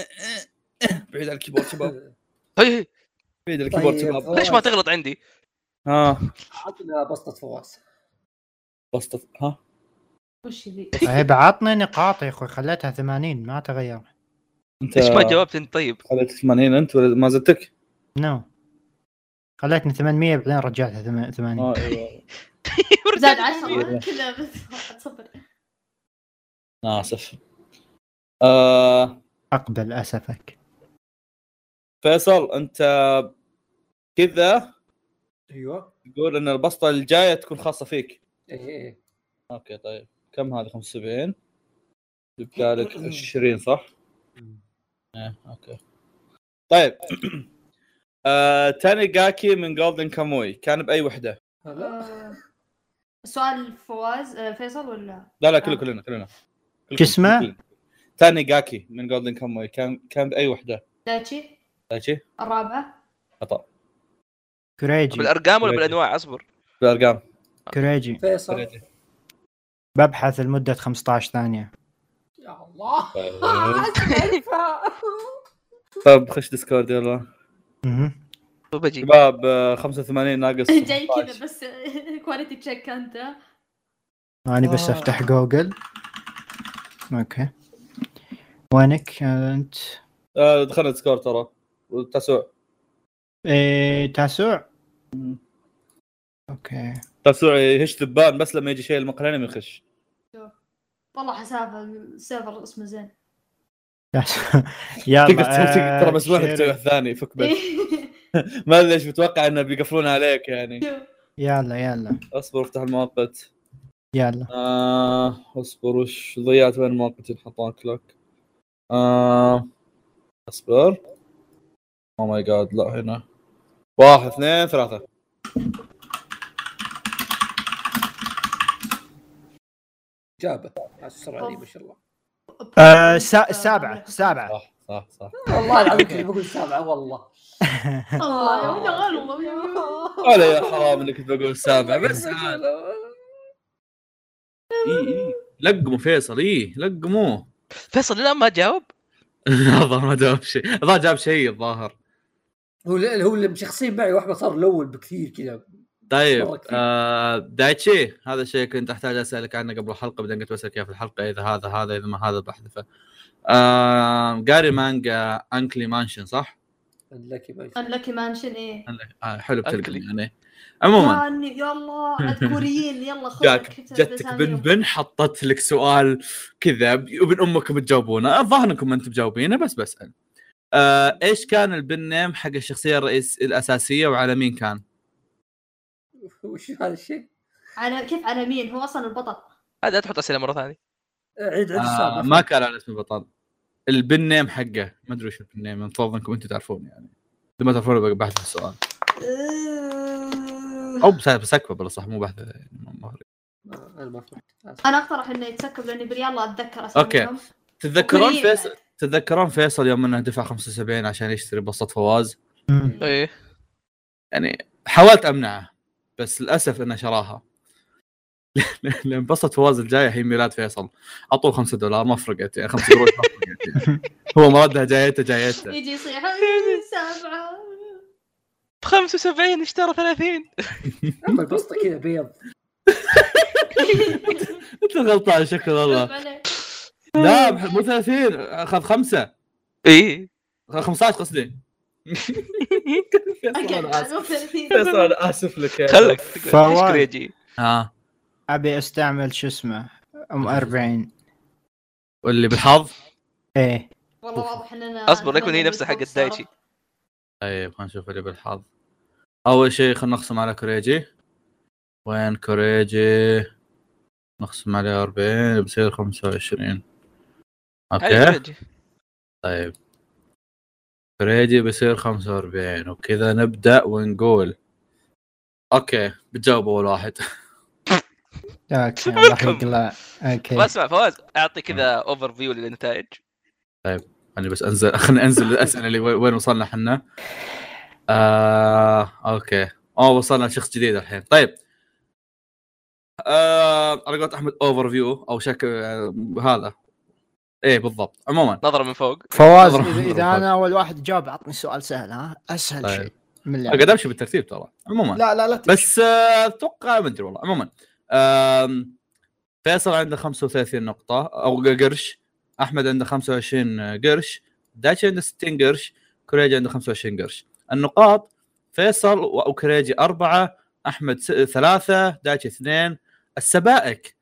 إيه. بعيد عن الكيبورد شباب
هي هي
بعيد عن الكيبورد
طيب.
شباب
ليش ما تغلط عندي؟
ها
عطنا بسطه فواز
بسطة ها
وش ذي؟
طيب عطني نقاط يا اخوي خليتها 80 ما تغير
انت
ليش ما جاوبت انت طيب؟
خليتك 80 انت ولا ما زدتك؟
نو خليتني 800 بعدين رجعتها ثم- 80
اه ايوه
زاد
إيه.
10 كذا بس واحد صفر
انا اسف آه
اقبل اسفك
فيصل انت كذا
ايوه
تقول ان البسطه الجايه تكون خاصه فيك
ايه
اوكي طيب كم هذه 75 يبقى لك 20 صح؟ ايه اوكي طيب آه تانيغاكي من جولدن كاموي كان باي وحده؟
هلا
آه، سؤال فواز آه، فيصل ولا
لا لا كله كلنا كلنا كلكم-
جسمه؟
كلنا. تانيغاكي من جولدن كاموي كان كان باي وحده؟
دايتشي
دايتشي؟
الرابعة
خطا
كريجي
بالارقام ولا
رجع.
بالانواع اصبر
بالارقام
كريجي
فيصل
رجع.
ببحث لمده 15 ثانيه
يا الله
طب خش ديسكورد يلا
مهم.
مو طيب، بجي
شباب آه، 85 ناقص
جاي كذا
18.
بس آه، كواليتي تشيك انت
انا بس
آه.
افتح جوجل اوكي وينك آه، انت
آه، دخلنا ديسكورد ترى والتسوع
إيه تاسوع اوكي
تسوع يهش ذبان بس لما يجي شيء المقرنه يخش
والله حساب السيرفر اسمه زين
تاسوع يلا
تقدر تسوي- تقدر- ترى بس
آه،
واحد
شيرين.
تسوي واحد ثاني فك
إيه.
بس ما ادري ايش متوقع انه بيقفلون عليك يعني
يلا يلا
اصبر افتح المؤقت
يلا
آه اصبر وش ضيعت وين المؤقت ينحطون كلوك آه اصبر او ماي جاد لا هنا واحد اثنين ثلاثة
جابه على السرعه دي ما شاء الله
آه، سا- السابعه السابعه
صح صح صح
والله العظيم كنت بقول سبعه والله
الله يا ولد غالب
ولا يا حرام انك بقول سابع بس عاد. إي إي. لقموا فيصل اي لقموه
فيصل لا ما جاوب
الظاهر ما جاب شيء الظاهر جاب شيء الظاهر
هو لا- هو اللي مشخصين معي واحمد صار الاول بكثير كذا
طيب
مرة كثير.
آه دايتشي هذا الشيء كنت احتاج اسالك عنه قبل الحلقه بعدين قلت بسالك إياه في الحلقه اذا هذا هذا اذا ما هذا بحذفه آه قاري مانجا انكلي مانشن صح؟
لكن ما يشوف.
لك مانشن ايه
آه حلو بتلقى
Uncle.
يعني عموما
يعني يا الله عاد كوريين يلا خذ
جاك جتك بن بن حطت لك سؤال كذا وابن امكم بتجاوبونه آه، الظاهر انكم ما انتم مجاوبينه بس بسال آه ايش كان البن نيم حق الشخصيه الرئيس الاساسيه وعلى مين كان؟
وش هذا الشيء؟
على كيف على مين هو اصلا البطل
هذا لا تحط اسئله مره ثانيه
إيه، عيد عيد
آه
السابع
ما كان على اسم البطل البن نيم حقه ما ادري وش البن نيم المفروض انكم انتم تعرفون يعني اذا ما تعرفون بحث السؤال او بس- بس اكبر بلا صح مو بحث يعني ما- ما أدري.
انا ما فهمت آسف.
انا اقترح انه يتسكب لاني بري الله اتذكر اساميهم.
أوكي. تتذكرون
كوريين
فيصل تتذكرون فيصل يوم انه دفع 75 عشان يشتري بسط فواز
مم.
ايه
يعني حاولت امنعه بس للاسف انه شراها لان بسط فواز الجايه هي ميلاد فيصل اعطوه 5 دولار ما فرقت يعني 5 قروش ما فرقت يعني. هو مرادها جايته جايته
يجي يصيح سبعه
75 اشترى 30
اما البسطه كذا بيض
انت غلطان شكل والله
خف عليه.
لا مو 30 اخذ خمسه
ايه
أخذ 15 قصدي
أوكي،
فيصل انا اسف
معلومة ثلاثين.
فيصل انا اسف لك يا
خلك
فواز.
تقول ايش كريجي
ها
ابي استعمل شو اسمه ام 40
واللي بالحظ
ايه
والله واضح اننا
أصبر، لا يكون هي نفسها
نتمنى
حقت دايتشي.
طيب خلينا نشوف اللي بالحظ اول شيء خلينا نقسم على كوريجي وين كوريجي نقسم عليه 40 بصير 25
هاي
اوكي
كريجي
طيب كوريجي بيصير 45 وكذا نبدا ونقول اوكي بتجاوب اول واحد
اوكي
Welcome.
راح يقلع
ما
اوكي
اسمع فواز اعطي كذا اوفر فيو للنتائج
خلني بس انزل خلني انزل الاسئله اللي وين- وين وصلنا احنا آه، اوكي اوه وصلنا لشخص جديد الحين طيب آه، على قولة احمد اوفر فيو او شكل آه، هذا ايه بالضبط عموما
نظره من فوق
فواز
أضرب-
اذا
أضرب
إذا
فواز.
انا اول واحد جاوب عطني سؤال سهل ها اسهل
طيب.
شيء من اللي
أنا قاعد امشي بالترتيب ترى عموما
لا لا لا ت-
بس آه، اتوقع ما ادري والله عموما آم، فيصل عنده 35 نقطة او آه، قرش احمد عنده 25 قرش دايتشي عنده 60 قرش كوريجي عنده 25 قرش النقاط فيصل و- وكوريجي أربعة أحمد س- ثلاثة دايتشي اثنين السبائك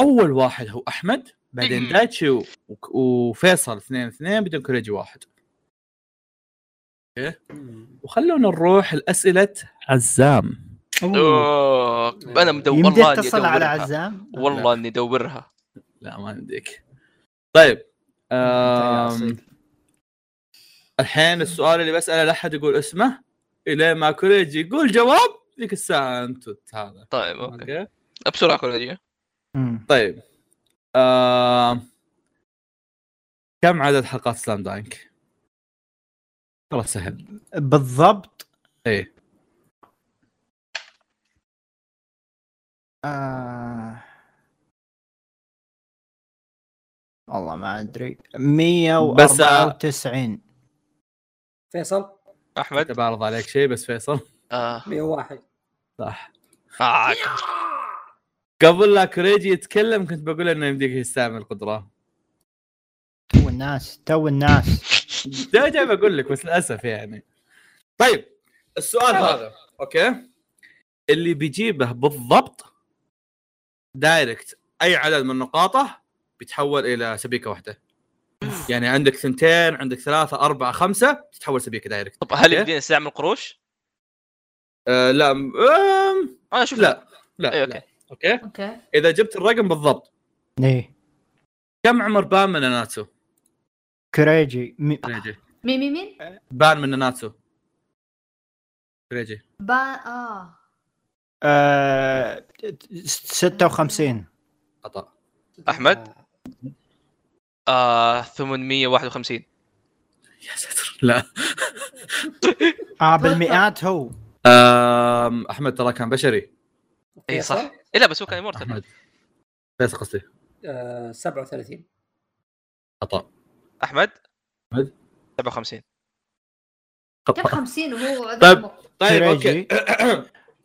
أول واحد هو أحمد بعدين
مم.
دايتشي و- وك- وفيصل اثنين اثنين بعدين كوريجي واحد وخلونا نروح لأسئلة عزام
أوه، انا مدور
يمدي
والله اني
اتصل على
ادورها
عزام
والله اني ادورها
لا ما يمديك طيب آم، الحين السؤال اللي بساله لا احد يقول اسمه الى ما كوريجي يقول جواب ذيك الساعه انتم هذا
طيب اوكي
اوكي
بسرعه كوريجي
مم.
طيب آم... كم عدد حلقات سلام دانك؟ والله سهل
بالضبط
ايه
آه... والله ما ادري 194
فيصل
احمد
كنت بعرض عليك شيء بس فيصل
اه
101
صح
آه،
قبل لا كوريجي يتكلم كنت بقول انه يمديك يستعمل قدرة
تو الناس تو الناس
جاي جاي بقول لك بس للاسف يعني طيب السؤال هذا اوكي اللي بيجيبه بالضبط دايركت اي عدد من نقاطه بيتحول الى سبيكه واحده يعني عندك ثنتين عندك ثلاثة أربعة خمسة تتحول سبيكة دايركت
طب هل
أوكي.
يمدينا نستعمل قروش؟
أه لا م- أم،
انا اشوف
لا لا,
اي
لا
اوكي
أوكي
اوكي
إذا جبت الرقم بالضبط
ايه
كم عمر بان من ناناتسو؟
كريجي م...
كريجي
مين مين مين؟
بان من ناناتسو كريجي
با اه
آه... 56
خطأ
أحمد؟ آه 851
يا ساتر لا
اه بالمئات هو
أم، احمد ترى كان بشري
اي
فيصل؟
صح إيه لا بس هو كان امورتال
احمد فيصل قصدي
آه، 37
خطا
احمد
أحمد؟
57
كم
خطا
50 وهو
طيب.
عمره؟
طيب اوكي
كريجي.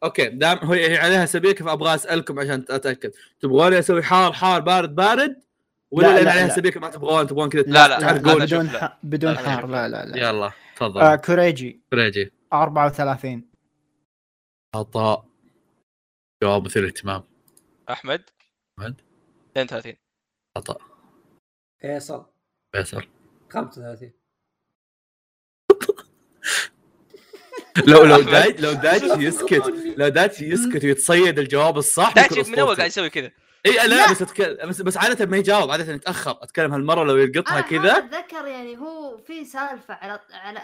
اوكي دام هو هي عليها سبيكه فابغى اسالكم عشان اتاكد تبغوني اسوي حار حار بارد بارد ولا
لا،
لان
لا،
عليها
لا.
سبيكه ما تبغون تبغون كذا
لا، لا،
تعال
لا،
قول.
لا.
بدون
أشوف
ح... بدون
لا، لا،
حار لا لا لا
يلا
آه
تفضل
كريجي
كريجي
34
خطا جواب مثير اهتمام
احمد
أحمد؟
32
خطا
فيصل
فيصل
35
لو لو
أحمد.
دايت لو دايت يسكت لو دايت يسكت ويتصيد الجواب الصح
دايتشي
بيكون
من اول
أسطورتي.
قاعد يسوي كذا
اي إيه، لا بس أتكلم بس, بس عاده ما يجاوب عاده يتاخر اتكلم هالمره لو يلقطها
انا
طيب،
كذا
اتذكر يعني هو في سالفه على على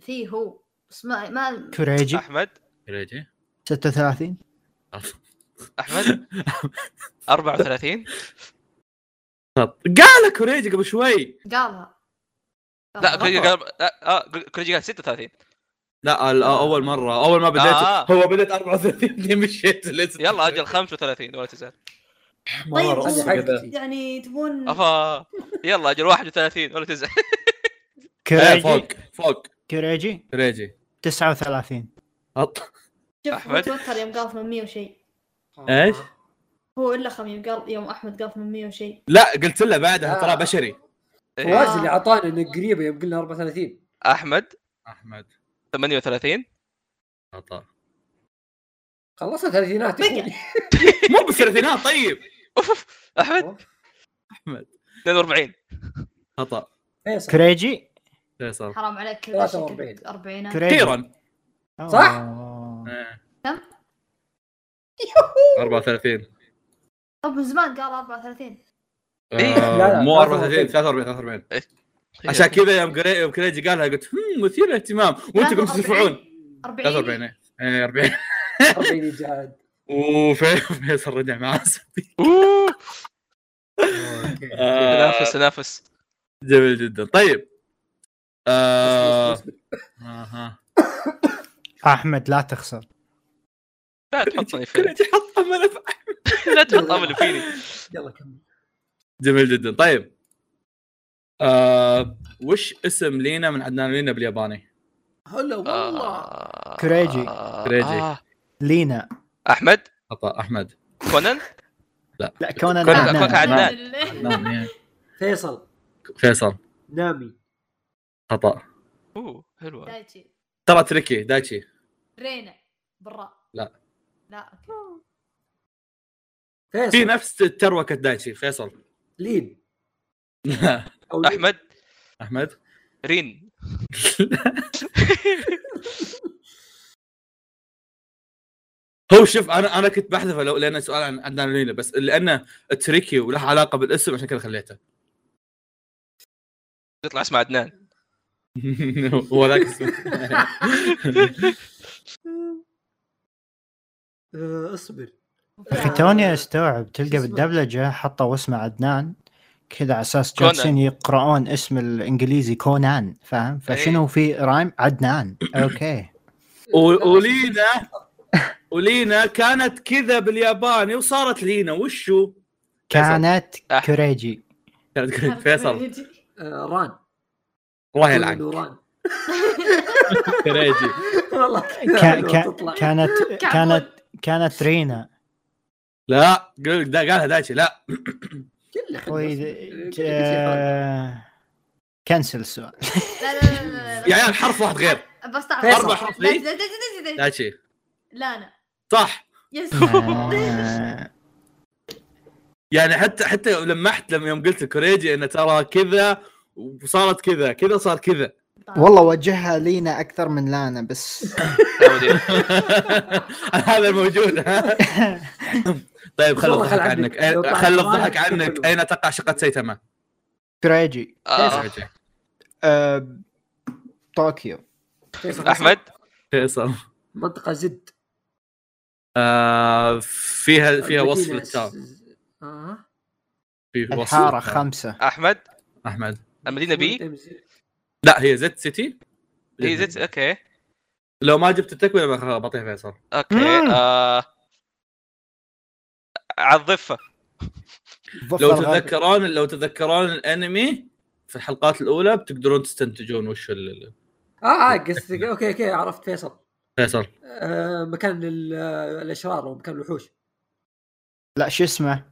فيه هو بس ما ما
كريجي
احمد
36
احمد 34
قالك كوريجي قبل شوي
قالها
لا كوريجي قال لا، آه، كوريجي قال 36
لا ال- اول مره اول ما بديت
آه.
هو بديت 34 بعدين مشيت لست-
يلا اجل 35 ولا تزال
طيب
مرة
هو
أصلاً كذا.
يعني تبون
افا يلا اجل 31 ولا تزال
إيه،
كريجي
فوق فوق
كريجي
كوريجي
39
حط
شوف
أحمد.
أحمد. توتر يوم قال 800 وشيء
إيش؟
هو الا خميم قال يوم احمد قال 800 وشيء
لا قلت له بعدها ترى
آه.
بشري
فواز اللي اعطانا انه قريبه يوم قلنا 34
احمد
احمد
38
خطا
خلصنا ثلاثينات يا اخوي
مو بالثلاثينات طيب
اوف اوف احمد
أحمد.
42
خطا
فيصل
كريجي
فيصل
حرام عليك كل
43.
شيء أربعينات
كريجي
كيران
صح؟
أوه.
إيه.
كم؟
34
طب من زمان قال 34
إيه.
آه،
لا، لا،
مو 34
43.
43 43 عشان كذا يوم كري- يوم كريجي قالها قلت هم مثير للاهتمام وانتم
لا، هو
قمتوا ترفعون
40
43
40
ايه إيه، 40
40 جهاد
وفيصل رجع معاه
أوه،
آه،
تنافس تنافس
جميل جدا طيب آه،
اصبر، اصبر،
آه،
احمد لا تخسر
لا تحطني فيني
كريجي حط أمله في-
لا تحط امل فيني
اصبر. يلا كمل
جميل جدا طيب آه، وش اسم لينا من عدنان لينا بالياباني؟
هلا والله
آه،
كريجي.
آه،
كريجي.
آه.
لينا
احمد
خطا احمد
كونان
لا كونان
كونان-
عدنان.
نعم.
كونان عدنان.
لله.
عدنان، إيه.
فيصل
فيصل
نامي
خطا
اوه حلوه
دايتشي
ترى تركي دايتشي
رينا براء
لا.
لا اوكي
في
فيصل
نفس التروكه دايتشي فيصل
لين او لين.
احمد
احمد
رين
هو شوف انا انا كنت بحذفه لو لان سؤال عن عدنان لينا بس لانه تركي وله علاقه بالاسم عشان كذا خليته
يطلع اسمه عدنان
هو ذاك اسمه.
آه، اصبر
اخي توني استوعب تلقى بالدبلجه حطوا اسمه عدنان كذا على اساس
كونان.
جالسين يقرؤون اسم الانجليزي كونان فاهم فشنو في رايم عدنان اوكي
و- ولينا ولينا كانت كذا بالياباني وصارت لينا وشو؟
كانت
أح-
كوريجي
كانت
إيه.
فيصل
آه، ران
الله يلعنك
ران
كريجي
والله
كا-
كذا
كا-
تطلع
كانت كانت كانت رينا
لا قل- دا- قالها دايتشي لا
كله خلنا
أخوي،
نصبر.
ج-
كله شيء
آه، كنسل السؤال
لا لا لا
يا
لا لا
عيال حرف واحد غير
بستعرف
فيصل.
أربع حروف،
لا
ليه؟
لا لا لا لا لا
دايتشي
لا انا
صح
يس
آه،
يعني حتى حتى لمحت لما يوم قلت كوريجي انه ترى كذا وصارت كذا كذا صار كذا
آه. والله وجهها لينا اكثر من لانا بس
يا مدير.
هذا الموجود ها؟ طيب خل
والله
الضحك
خل عندك.
عنك
لو
أي-
طلع
خل
طلع
الضحك
عندك
عنك
حلو.
اين تقع شقه سيتاما؟
كوريجي
آه.
آه، طوكيو
فيصل.
احمد
فيصل
منطقه جد
آه، فيها فيها وصف
المدينة
للتاون
س- آه.
في وصف
الحاره
للتاون.
خمسه
احمد
احمد
المدينه بي
لا هي زد سيتي
هي زيت اوكي
لو ما جبت التكمله بخ- بعطيها فيصل
اوكي
مم.
آه... على الضفه
لو
الظفر الغربي.
تتذكرون لو تتذكرون الانمي في الحلقات الاولى بتقدرون تستنتجون وش ال- ال-
اه اه قصدك اوكي اوكي عرفت فيصل
فيصل
آه مكان ال- آه، الاشرار ومكان الوحوش
لا شو اسمه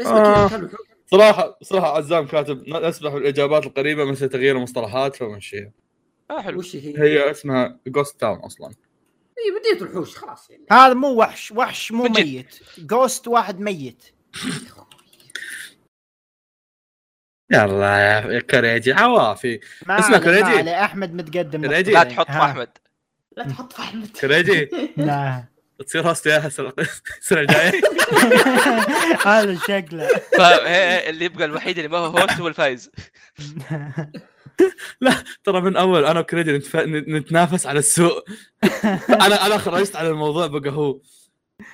اسمه كذا
آه.
إيه؟ مكان الوحوش
صراحه صراحه عزام كاتب نسمح بالاجابات القريبه مثل تغيير المصطلحات فمشي
آه حلو
وش هي؟ هي
هي اسمها جوست تاون اصلا
مدينه الوحوش خلاص يعني
هذا مو وحش وحش مو
من جد.
ميت جوست واحد ميت
يلا يا- يا كريجي عوافي
ما
اسمه
علي- ما
كوريجي.
علي احمد متقدم
كوريجي.
لا
نقطتين.
تحط
يعني؟ ها.
احمد
لا تحط في احمد
كريجي
لا
تصير هوست ياها السنه السنة الجايه
هذا شكله
فا- هي- هي اللي يبقى الوحيد اللي ما هو هوست هو الفايز
ترى من اول انا وكريجي نتف... نتنافس على السوء انا انا خرجت على الموضوع بقى هو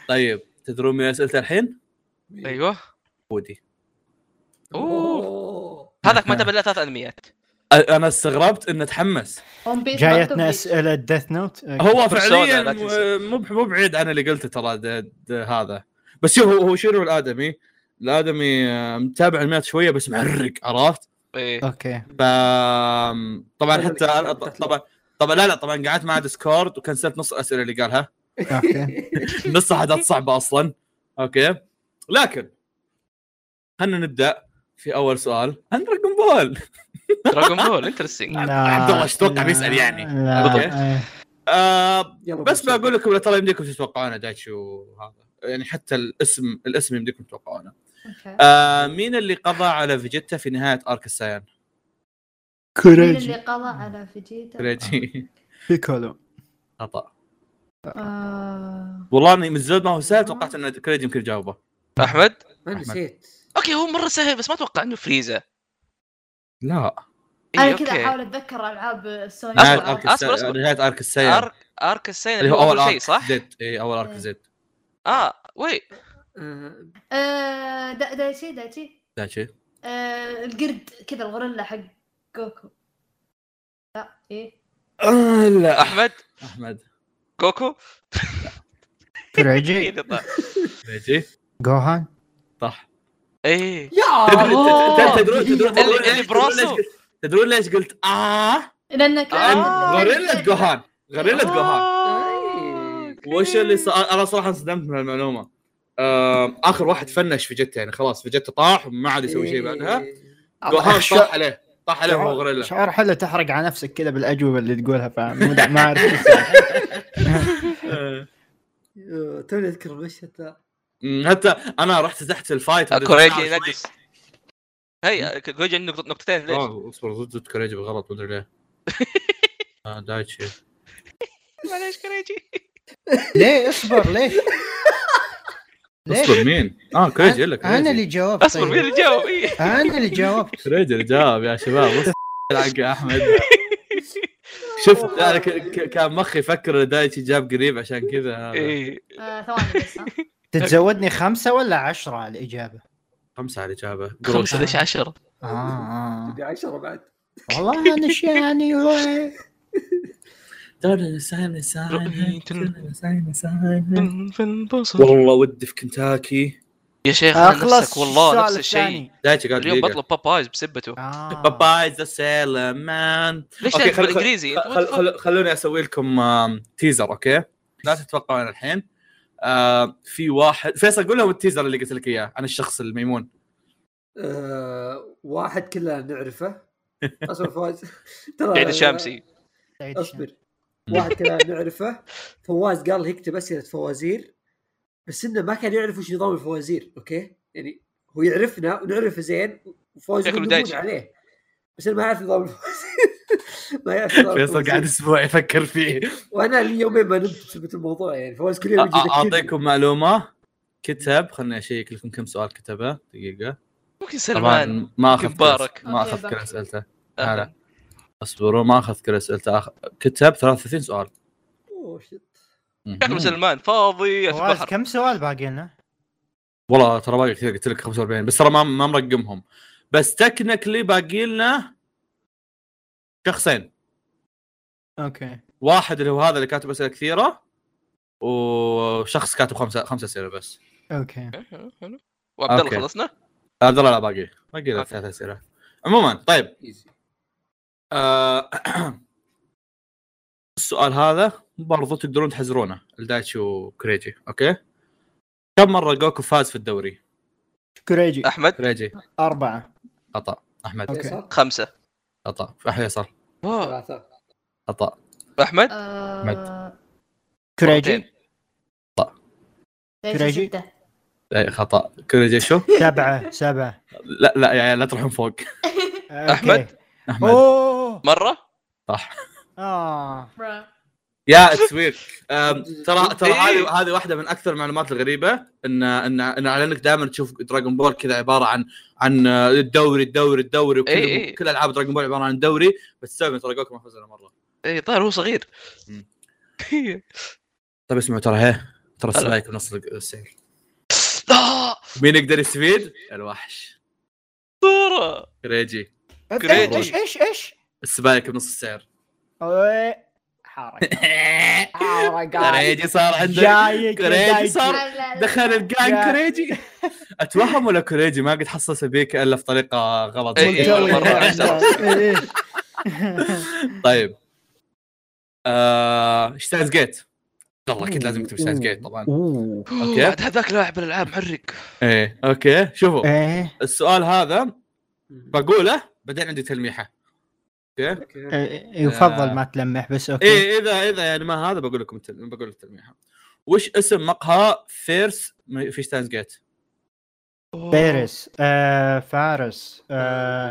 طيب تدرون مين اسئلته الحين؟
ايوه
ودي
اوه
أوه.
هذاك ما تبى الا ثلاث انميات
أ- انا استغربت انه تحمس
جايتنا اسئله ديث نوت
هو
Persona،
فعليا
لا تنسى.
مو مو بعيد عن اللي قلته ترى د- د- هذا بس شوف هو هو شنو الادمي؟ الادمي آه، متابع الميات شويه بس معرق عرفت؟
ايه
اوكي
ف طبعا حتى أنا- طبعا طبعا لا لا طبعا قعدت مع ديسكورد وكنسلت نص الاسئله اللي قالها
اوكي
نصها حاجات صعبه اصلا اوكي لكن خلينا نبدا في اول سؤال عن دراجون بول
دراجون بول انترستنج
عبد الله إيش تتوقع
لا،
بيسأل يعني؟
لا،
بالضبط.
إيه.
آه
يلا
بس
بنشوف.
بقول لكم لا ترى يمديكم تتوقعونه دايتشي وهذا يعني حتى الاسم الاسم يمديكم تتوقعونه آه مين اللي قضى على فيجيتا في نهايه ارك السايان؟
مين اللي
كوريجي
قضى على فيجيتا؟
آه.
كريجي
بيكولو
خطا
آه،
والله اني من زود ما هو سهل توقعت ان كريجي يمكن يجاوبه
احمد
ما نسيت
اوكي هو مره سهل بس ما اتوقع انه فريزا
لا
إيه،
انا كذا احاول اتذكر العاب
آه،
السوني
أصبر،
نهايه
والألعاب-
ارك
أصبر،
السايان
أصبر.
نهايه ارك السايان
ارك ارك السين
اللي هو اول
شيء
ارك
صح؟
زد اي اول ارك زد
اه وي
آه،
آه، دا- دايتشي دايتشي
دايتشي
آه، القرد كذا الغوريلا حق جوكو لا ايه
آه، لا
احمد
احمد
كوكو
كوريجي
إيه، طبعاً.
كريجي
جوهان
صح
ايه
يا
تدري-
الله.
تدرون- تدرون-
اللي-
تدرون-
اللي براسه.
تدرون ليش قلت اه؟
لانك
لان
آه.
غوريلا جوهان غوريلا جوهان
آه، أوكي.
وش اللي صار انا صراحه انصدمت من المعلومه آم،
إيه.
إيه،
اخر واحد فنش في جته يعني خلاص في جته طاح وما عاد يسوي شيء بعدها جوهان
أخ-
طاح عليه طاح عليهم هو غوريلا
شعور حلو تحرق على نفسك كذا بالاجوبه اللي تقولها فاهم مو- ما اعرف شو أسوي.
آه، توني اذكر المشهد ذا
أمم، حتى انا رحت زحت الفايت
أه، كوريجي ينقص هي أه، كوريجي عنده نقط- نقطتين ليش؟
آه، اصبر ضد كوريجي بالغلط مدري ليه آه، دايتشي
معليش كوريجي
ليه اصبر ليش؟
اصبر
ليش؟
مين؟ اه كوريجي يقول لك
انا اللي جاوبت
اصبر
طيب.
مين اللي جاوب إيه.
انا اللي جاوبت
كوريجي اللي جاوب يا شباب بص حق احمد شفت انا ك- ك- كان مخي يفكر إن دايتشي جاب قريب عشان كذا هذا.
إيه.
ايه
آه، ثواني بس ها.
تتزودني خمسه ولا عشرة على الاجابه؟
خمسه على الاجابه قروش
خمسة ليش عشرة؟
آه، اه
تبي عشرة بعد
والله انا شيء يعني
في البصر
والله ودي في كنتاكي
يا شيخ أنا
اخلص
نفسك والله نفس
آه، السؤال
الشيء
الثاني.
دايتشي قاعد
اليوم
دقيقه
بطلب بابايز بسبته
آه.
بابايز ذا سيلر مان
ليش
أوكي،
لازم
خل- خل-
بالانجليزي؟ أنت
خل...
what the fuck؟
خل... خلوني اسوي لكم آم، تيزر اوكي؟ لا تتوقعون الحين آه في واحد فيصل قول لهم التيزر اللي قلت لك اياه عن الشخص الميمون
آه، واحد كلنا نعرفه اصبر فواز ترى
قاعد الشامسي
سعيد الشامسي.
اصبر واحد كلنا نعرفه فواز قال لي اكتب اسئله فوازير بس انه ما كان يعرف وش نظام الفوازير اوكي يعني هو يعرفنا ونعرفه زين وفوز
شكله
يكون
دايج.
عليه بس انا ما اعرف نظام الفوازير ما يعرف نظام
فيصل قاعد
الفوازير.
اسبوع يفكر فيه
وانا لي يومين ما نمت بسبب الموضوع يعني فوز كل يوم يجي
أ-
يذكرني.
اعطيكم معلومه كتب خلني اشيك لكم كم سؤال كتبه دقيقه
ممكن سلمان أه،
طبعا ما اخذ
مبارك.
كل- ما
أوكي،
اخذ كل
بقى.
اسئلته هلا. اصبروا ما اخذ كل اسئلته أخ... كتب 33 سؤال
أوه، شت.
شكله سلمان فاضي في
فواز
البحر
كم سؤال باقي لنا؟
والله ترى باقي كثير قلت لك 45 بس ترى ما ما مرقمهم بس تكنيكلي باقي لنا شخصين
اوكي
واحد اللي هو هذا اللي كاتب اسئله كثيره وشخص كاتب خمسه خمسه اسئله بس
اوكي
أه، وعبد الله
أوكي.
خلصنا؟
عبد الله لا باقي باقي له
أوكي.
ثلاث اسئله عموما طيب
إيزي.
آه، السؤال هذا برضو تقدرون تحزرونه لدايتشي وكريجي اوكي كم مره جوكو فاز في الدوري؟
كوريجي
احمد
كريجي
اربعه
خطا احمد
أوكي.
فيصل،
خمسة
خطا فيصل
واو.
ثلاثة
خطا
احمد
آه،
إيه،
كوريجي
ليش
كريجي؟
ستة؟
إيه، خطا كريجي شو؟
سبعه سبعه
لا لا يا عيال لا تروحون فوق
أوكي.
أحمد؟
احمد
اوه
مرة؟
صح
اه
يا تسوير ترى ترى هذه هذه واحده من اكثر المعلومات الغريبه ان ان ان على انك دائما تشوف دراجون بول كذا عباره عن عن آه، الدوري الدوري الدوري وكل
إي، إي.
كل العاب دراجون بول عباره عن دوري بس سبب ترى جوكو ما فاز ولا مره
اي طيب هو صغير
مم. طيب اسمعوا ترى هي ترى
هلا.
السلايك بنص السعر
لا
مين يقدر يستفيد؟ الوحش
صورة
ريجي
كوريجي.
ايش ايش ايش؟
السبايك بنص السعر
أوي. حركه حركه
ريجي صار عنده
جايك يا
كوريجي
دايتشي.
صار دخل الجان
يا-
كريجي اتوهم ولا كريجي ما قد حصل سبيك الا في طريقه غلط
إي، إي،
متجوز.
مرة عشرة.
إيه.
طيب آه، شتاينز جيت والله كنت لازم اكتب شتاينز جيت طبعا
اوه
أوكي.
بعد هذاك لاعب الالعاب محرك
ايه اوكي شوفوا
ايه
السؤال هذا طيب، بقوله بعدين عندي تلميحه اوكي
أوكي.
آه.
إيه، يفضل ما تلمح بس اوكي
ايه اذا اذا يعني ما هذا بقول لكم التل... بقول التلميحه وش اسم مقهى فيرس م- في شتاينز جيت؟
فارس آه، فارس آه،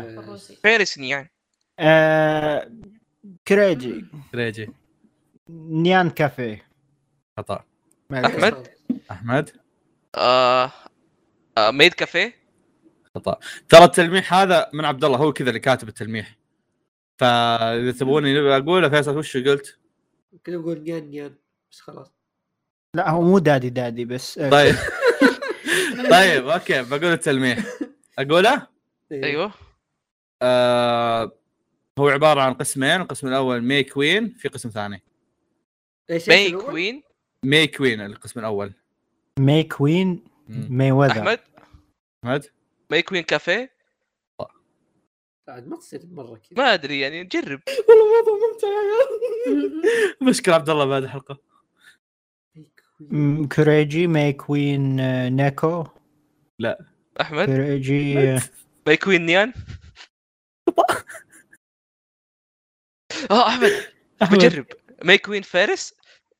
الروسي
فارس يعني
آه، كريجي
كريجي
نيان كافيه
خطا
ما أدري.
أحمد؟
احمد
آه آه ميد كافيه
خطا ترى التلميح هذا من عبد الله هو كذا اللي كاتب التلميح فاذا تبوني اقوله فيصل وش قلت؟
كنا نقول نيان نيان بس خلاص
لا هو مو دادي دادي بس آه،
طيب طيب اوكي بقول التلميح اقوله
إيه.
ايوه
آه هو عباره عن قسمين القسم الاول مي كوين في قسم ثاني
ايش إيش
مي
إيه، الأول؟
كوين
مي كوين القسم الاول
ماي كوين
مم.
ماي وذر
احمد
احمد
ماي كوين كافيه
بعد ما تصير مره كذا
ما ادري يعني نجرب
والله الموضوع ممتع يا عيال مشكله عبد الله بعد الحلقه
مي كوين.
م- كريجي ماي كوين آه، نيكو
احمد
كريجي آه،
ماي كوين نيان اه احمد بجرب ماي كوين فارس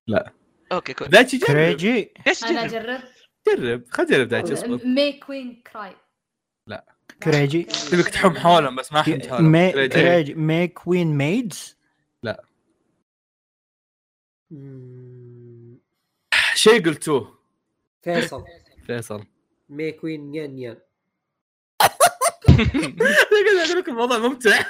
لا.
اوكي كويس
دايتشي جرب
كريجي
ليش
انا
تجرب؟
اجرب
جرب خل جرب دايتشي اصبر
مي كوين كراي
لا.
كريجي.
تبيك تحم حولهم بس ما حمت حولهم
مي
كريجي.
كريجي مي كوين ميدز
مم.
شيء قلتوه
فيصل
فيصل
مي كوين يان يان
قاعد اقول لكم الموضوع ممتع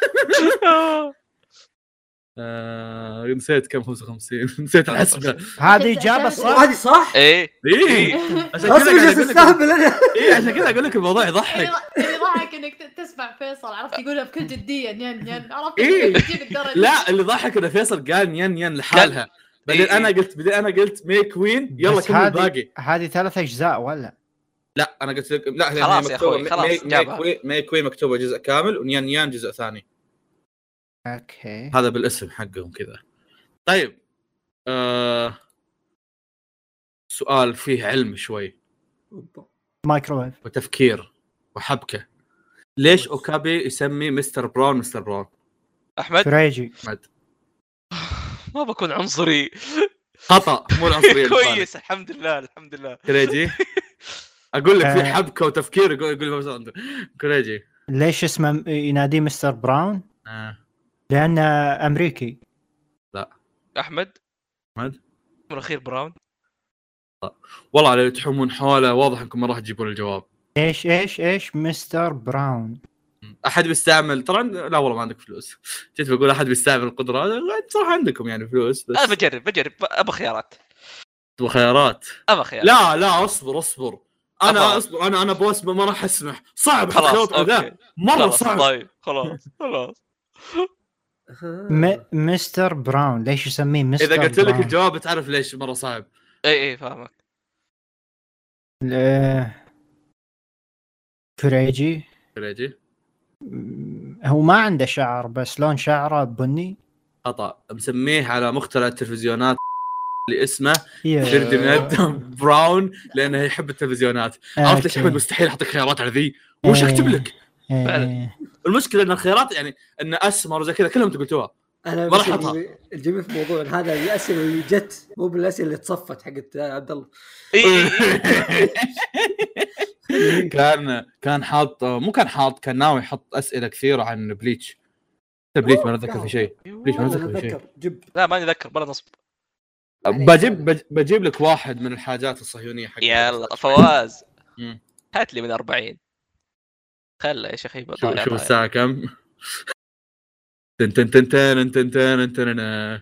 آه، نسيت كم 55 نسيت الحسبه
هذه اجابه صح
هذه صح؟
ايه
اي عشان
اصبر
كذا
جالس
قاعد أقول لكم-
استهبل انا
إيه، عشان كذا اقول لك الموضوع
أيوة،
يضحك
اللي ضحك انك ت- تسمع فيصل عرفت يقولها بكل جديه نين نين عرفت
إيه.
تجيب الدرجه
لا اللي ضحك ان فيصل قال ين ين لحالها بعدين
إيه.
انا قلت بعدين انا قلت مي كوين يلا
بس
كمل
هذه-
الباقي
هذه ثلاث اجزاء ولا
لا انا قلت لك لا هي
خلاص يا
مكتوبة
أخوي، خلاص،
مي- مي
جابها.
كوين- مي كوين مكتوبه جزء كامل ونيان يان جزء ثاني
اوكي
هذا بالاسم حقهم كذا طيب آه... سؤال فيه علم شوي
مايكروويف
وتفكير وحبكه ليش اوكابي يسمي مستر براون مستر براون؟
احمد
كريجي
أحمد.
ما بكون عنصري
خطا مو العنصريه اللي صارت.
كويس الحمد لله الحمد لله
كريجي اقول لك في
آه.
حبكه وتفكير يقول يقول فوز عنده كريجي
ليش اسمه يناديه مستر براون؟
آه.
لانه امريكي
احمد
أحمد؟
عمر الاخير براون
والله على اللي تحومون حوله واضح انكم ما راح تجيبون الجواب
ايش ايش ايش مستر براون
احد بيستعمل طبعا لا والله ما عندك فلوس جيت بقول احد بيستعمل القدره لا، صراحه عندكم يعني فلوس
انا
بس
بجرب بجرب ابى خيارات
وخيارات
ابى خيارات
لا لا اصبر اصبر
أبغى.
انا اصبر انا انا بوس ما راح اسمح صعب
خلاص
خلاص
اوكي
مره
خلاص
صعب
طيب خلاص خلاص
م... مستر براون ليش يسميه مستر
اذا آه. قلت لك
براون؟
الجواب تعرف ليش مره صعب
اي اي فاهمك
آه، كريجي
كريجي
م- هو ما عنده شعر بس لون شعره بني
خطا مسميه على مختلف التلفزيونات اللي اسمه
يا-
جلد من الدم براون لانه يحب التلفزيونات عرفت ليش
أوكي.
احمد مستحيل اعطيك خيارات على ذي وش
إيه.
اكتب لك
إيه.
فعلا.
المشكله ان الخيارات يعني ان اسمر وزي كذا كلهم انتم قلتوها
انا
ما
بس
راح أحطها.
الجميل- الجميل في موضوع إن هذا الاسئله اللي جت مو بالاسئله اللي تصفت حقت عبد الله
اي اي إي.
كان كان حاط مو كان حاط كان ناوي يحط اسئله كثيره عن بليتش بليتش ما اتذكر في شيء ليش ما
والله
أتذكر شيء.
أتذكر. جب
لا ماني ذكر بلا نصب
بجيب بج- بجيب لك واحد من الحاجات الصهيونيه حق
يلا فواز
مم.
هات لي من 40 خله يا شيخ يبقى
شوف
طالع
شوف
معي.
الساعه كم تن تن تن تن تن تن تن تن.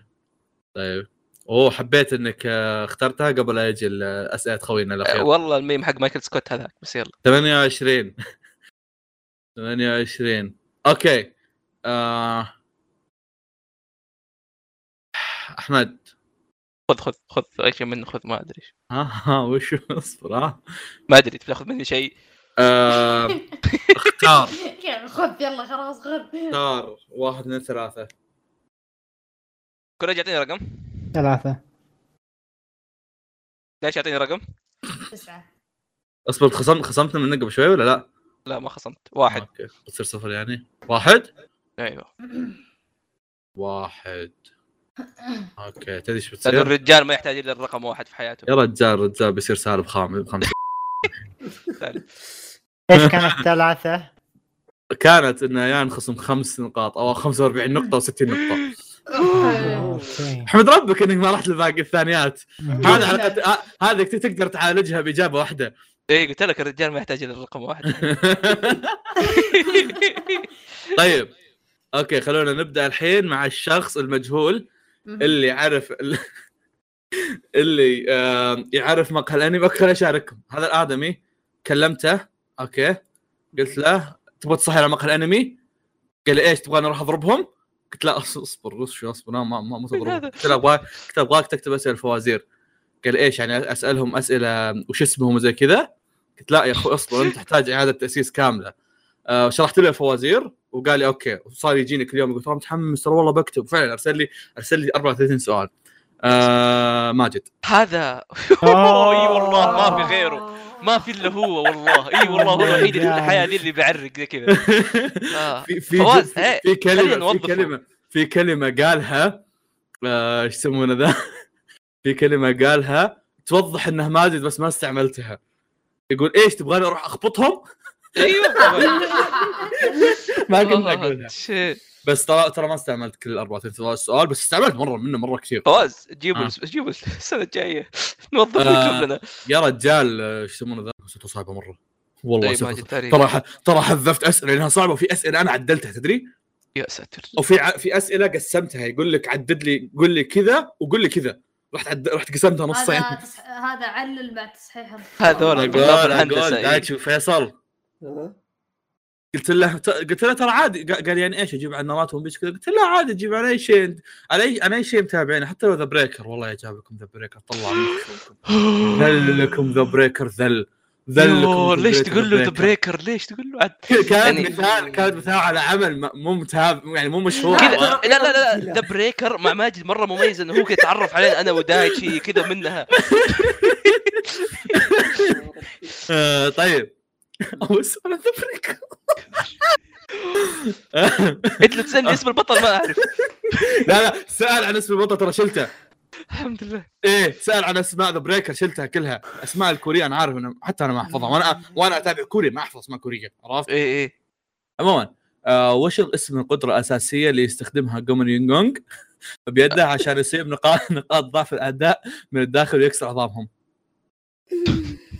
طيب اوه حبيت انك آه، اخترتها قبل لا يجي ال- اسئله خوينا
أه،
الاخير
والله الميم حق مايكل سكوت هذاك بس يلا
28 28 اوكي آه. احمد
خذ خذ خذ اي شيء منه خذ ما ادري إيش.
ها ها وش اصبر ها
ما ادري تبي تاخذ مني شيء
آه، اختار
يلا يعني خذ يلا خلاص خذ
اختار واحد من ثلاثه
كوريج يعطيني رقم
ثلاثة
ليش يعطيني رقم؟
تسعه
اصبر خصم خصمتنا من قبل شوي ولا لا؟
لا ما خصمت واحد
اوكي بتصير صفر يعني واحد
ايوه
واحد اوكي تدري ايش
لأن
بتصير؟
الرجال ما يحتاج الا الرقم واحد في حياته
يا رجال رجال بيصير سالب خام- خمسه
ايش كانت ثلاثة؟
كانت انه يا نخصم خمس نقاط او 45 نقطه و60 نقطه
أوكي.
احمد ربك انك ما رحت لباقي الثانيات هذا
لا.
على الأقل- ه- هذا ت- تقدر تعالجها باجابه واحده
اي إيه، قلت لك الرجال ما يحتاج الا الرقم واحد
طيب اوكي خلونا نبدا الحين مع الشخص المجهول اللي يعرف ال- اللي آم، يعرف مقهى الانمي اوكي خليني اشارككم هذا الادمي كلمته اوكي قلت له تبغى تصحي على مقهى الانمي؟ قال لي ايش تبغى انا اروح اضربهم؟ قلت لا أص- اصبر بس شو اصبر لا، ما ما ما تضربهم
هذا؟
قلت له ابغاك قلت له ابغاك تكتب اسئله الفوازير قال اسالهم ايش يعني اسالهم اسئله وش اسمهم وزي كذا قلت لا يا اخوي اصبر انت تحتاج اعاده تاسيس كامله آه شرحت له الفوازير وقال لي اوكي وصار يجيني كل يوم يقول ترى متحمس ترى والله بكتب فعلا ارسل لي ارسل لي 34 سؤال آه ماجد
هذا اي والله ما في غيره
آه.
ما في الا هو والله اي والله هو الوحيد اللي في الحياه دي اللي بيعرق زي كذا آه.
في في
فواز،
في,
إيه،
في
خلينا
كلمه في
نوظفه.
كلمه في كلمه قالها آه، ايش يسمونه ذا في كلمه قالها توضح انها ماجد بس ما استعملتها يقول ايش تبغاني اروح اخبطهم؟
ايوه
ما قلنا اقولها
شيت.
بس ترى ترى ما استعملت كل 34 سؤال بس استعملت مره منه مره كثير
فواز جيبوا
آه.
الأس- جيبوا السنه الجايه نوظف
آه.
لنا
يا رجال آه، ايش يسمونه ذا؟ قصته صعبه مره والله
اي
صعبة.
ماجد تاريخ.
ترى ح- ترى حذفت اسئله لانها صعبه وفي اسئله انا عدلتها تدري؟
يا ساتر
وفي ع- في اسئله قسمتها يقول لك عدد لي قول لي كذا وقول لي كذا رحت عد... رحت قسمتها نصين
هذا تصح... هذا علل مع تصحيح
هذول
اقول
طلاب الهندسة،
اقول
إيه.
قاعد شوف فيصل
آه.
قلت له ت- قلت له ترى عادي قا- قال يعني ايش اجيب عن نارات ون بيس كذا قلت له عادي اجيب عن اي شيء على اي عن اي شيء متابعينه حتى لو ذا بريكر والله يا جابكم ذا بريكر طلع منكم. ذل لكم ذا بريكر ذل ذل لكم
يوه،
The
ليش
Breaker،
تقول له ذا
Breaker.
بريكر ليش تقول له عاد
كانت
يعني-
مثال كانت مثال على عمل م- مو متابع يعني مو مشهور
كذا
والله.
لا لا لا لا، ذا بريكر مع ماجد مره مميز انه هو يتعرف علينا انا ودايتشي كذا منها
آه، طيب اول سؤال ذا بريكر
انت لو تسالني اسم البطل ما اعرف
لا لا سال عن اسم البطل ترى شلته
الحمد لله
ايه سال عن اسماء ذا بريكر شلتها كلها اسماء الكوريه انا عارف إنه حتى انا ما احفظها وانا وانا اتابع كوري ما احفظ اسماء كوريه عرفت
اي اي
عموما آه وش اسم القدره الاساسيه اللي يستخدمها جومن يونغ بيده عشان يصيب نقاط نقاط ضعف الاعداء من الداخل ويكسر عظامهم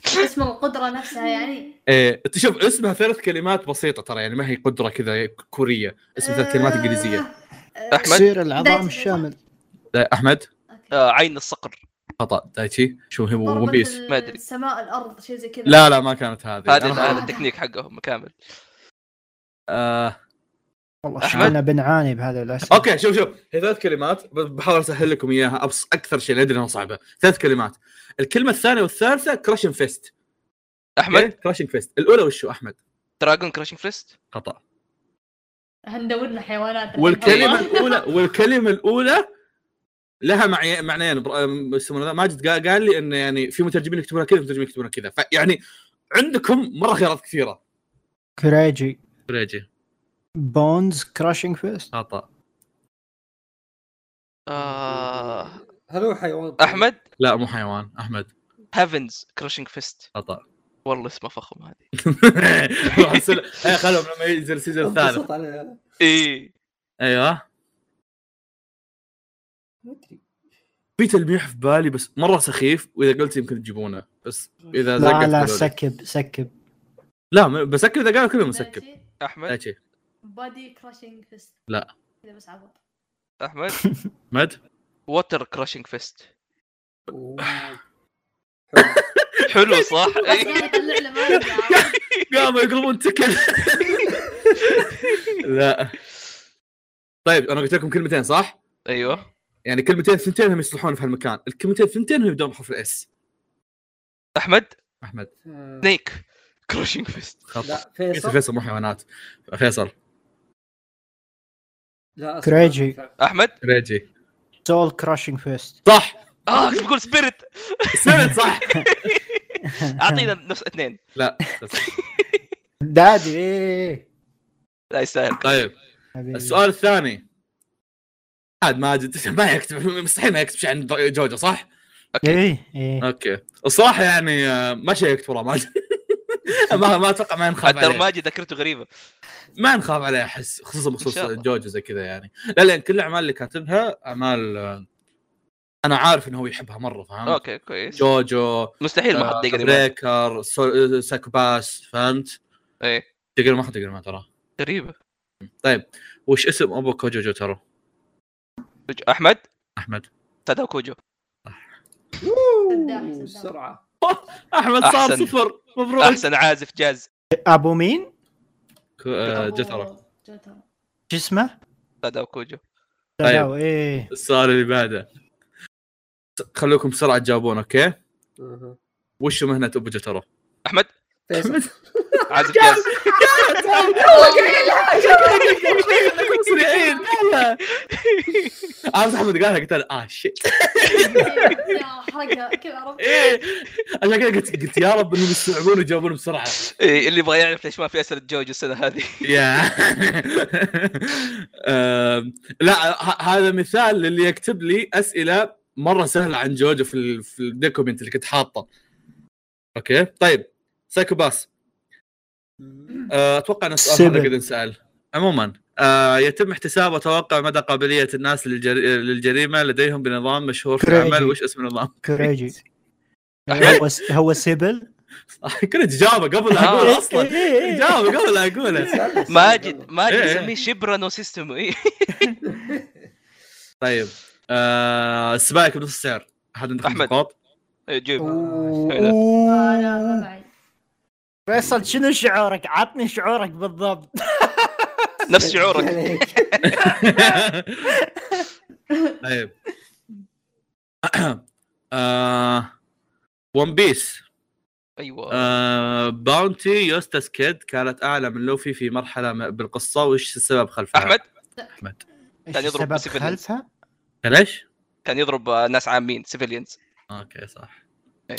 اسم القدره نفسها يعني
ايه انت شوف اسمها ثلاث كلمات بسيطه ترى يعني ما هي قدره كذا كوريه اسم ثلاث كلمات انجليزيه
آه،
أحمد؟
تصير
دايتشي.
العظام الشامل
دا- احمد
أوكي.
آه، عين الصقر
خطا دايتشي شو هي ون
ضربة
بيس
ال-
ما أدري.
السماء الارض شيء زي كذا
لا لا ما كانت هذه
هذا
أنا-
هذا التكنيك حقهم كامل
آه
والله
أحمد.
شكلنا بنعاني بهذا الاسئله
اوكي شوف شوف هي ثلاث كلمات ب- بحاول اسهل لكم اياها أبص اكثر شيء لأدري انها صعبه ثلاث كلمات الكلمه الثانيه والثالثه كراشن فيست
احمد
كراشن فيست الاولى وشو احمد
دراجون كراشنج فريست
خطا
هندورنا حيوانات أيوة.
والكلمه الاولى والكلمه الاولى لها معني معنيين بر- أم- يسمونه ذا ماجد قال, قال لي انه يعني في مترجمين يكتبونها كذا مترجمين يكتبونها كذا فيعني عندكم مره خيارات كثيره
كريجي
بريجي
بونز كراشنج فيست
خطا
آه،
هل هو حيوان
احمد
لا مو حيوان احمد
هافنز كراشنج فيست
خطا
والله اسمه فخم هذه
روح السل- إيه، خلهم لما ينزل السيزون الثالث
انبسط على
اي
ايوه
ما ادري
في تلميح في بالي بس مره سخيف واذا قلت يمكن تجيبونه بس اذا زقت
لا لا
قولوا لي.
سكب سكب
لا م- بسكب اذا قالوا كلهم مسكب لا
احمد
شيء
بادي كراشنج فيست
لا.
كذا إيه، بس عبط
احمد
مد
ووتر كراشنج فيست
أوه.
حلو صح إيه.
بس
اي
قاعد يطلع له ما يرجع.
قاموا يقلبون تكل لا طيب انا قلت لكم كلمتين صح؟
ايوه
يعني كلمتين ثنتين هم يصلحون في هالمكان، الكلمتين ثنتين هم يبدون بحرف الاس
احمد
احمد
آه،
سنيك كراشنج فيست
خطا
لا فيصل
فيصل فيصل مو حيوانات فيصل
لا أصبر.
كريجي.
احمد
ريجي
سول كراشنج فيست
صح
اه كنت بقول سبيريت
سمعت صح
اعطينا نفس اثنين
لا
دادي إيه.
لا يستاهل
طيب
حبيبي.
السؤال الثاني عاد ماجد ما يكتب مستحيل ما يكتب شيء عن جوجو صح؟
ايه ايه
اوكي الصراحه يعني آه، ما شيء يكتب والله ماجد ما ما اتوقع ما نخاف
حتى
عليه
ماجد ذاكرته غريبه
ما نخاف عليه احس خصوصا بخصوص
شاء الله.
جوجو زي كذا يعني لا لان كل الاعمال اللي كاتبها اعمال آه، انا عارف انه هو يحبها مره فاهم؟
اوكي كويس
جوجو
مستحيل ما
نعم. آه،
حد يقري ماجد.
بريكر سو- آه، ساكو باس فهمت؟
ايه
تقريبا ما حد يقرا ما ترى
غريبه
وش اسم ابو كوجوجو ترى؟
احمد
احمد
سادا كوجو
أوه،
صدق، صدق.
بسرعه
احمد صار
أحسن.
صفر مبروك
احسن عازف جاز
ابو مين؟
كو- آه،
أبو
جترة
جترة.
شو اسمه؟
سادا كوجو
طيب.
تداو ايه
السؤال اللي بعده خلوكم بسرعه تجاوبون اوكي؟
أها.
وش مهنه ابو جترة؟
احمد
فيصل
عازف جاز
امس احمد آه، قالها قلت انا اه شيت
يا حرقها كذا عرفت
إيه. عشان كذا قلت قلت يا رب انهم يستوعبون ويجاوبون بسرعه
إيه، اللي يبغى يعرف ليش ما في اسئله جوج السنه هذه
يا أم، Um, لا ه- هذا مثال للي يكتب لي اسئله مره سهله عن جوجو في ال- في الدوكيومنت اللي كنت حاطه اوكي طيب سايكو باس أه، اتوقع ان السؤال هذا
سبع.
قد انسال عموما أه، يتم احتساب وتوقع مدى قابليه الناس للجر... للجريمه لديهم بنظام مشهور في
كريجي.
العمل وش اسم النظام؟
كريجي هو هو سيبل إيه،
كنت جابه قبل لا اقول اصلا جابه قبل لا اقوله
ماجد ماجد
إيه.
يسميه شبرانو سيستم إيه.
طيب آه سبايك بنص السعر احد عنده خمس
أحمد.
نقاط
إيه، جيب
آه، لا، ما بعد.
فيصل شنو شعورك؟ عطني شعورك بالضبط
نفس شعورك
يعني
طيب آه ون بيس
ايوه
آه باونتي يوستاس كيد كانت اعلى من لوفي في مرحله م- بالقصه وش السبب خلفها؟
احمد
احمد
ايش
كان
السبب
يضرب بسيفن.
خلفها؟
كان ايش؟
كان يضرب آه، ناس عامين سيفيليانز
اوكي صح
إيه.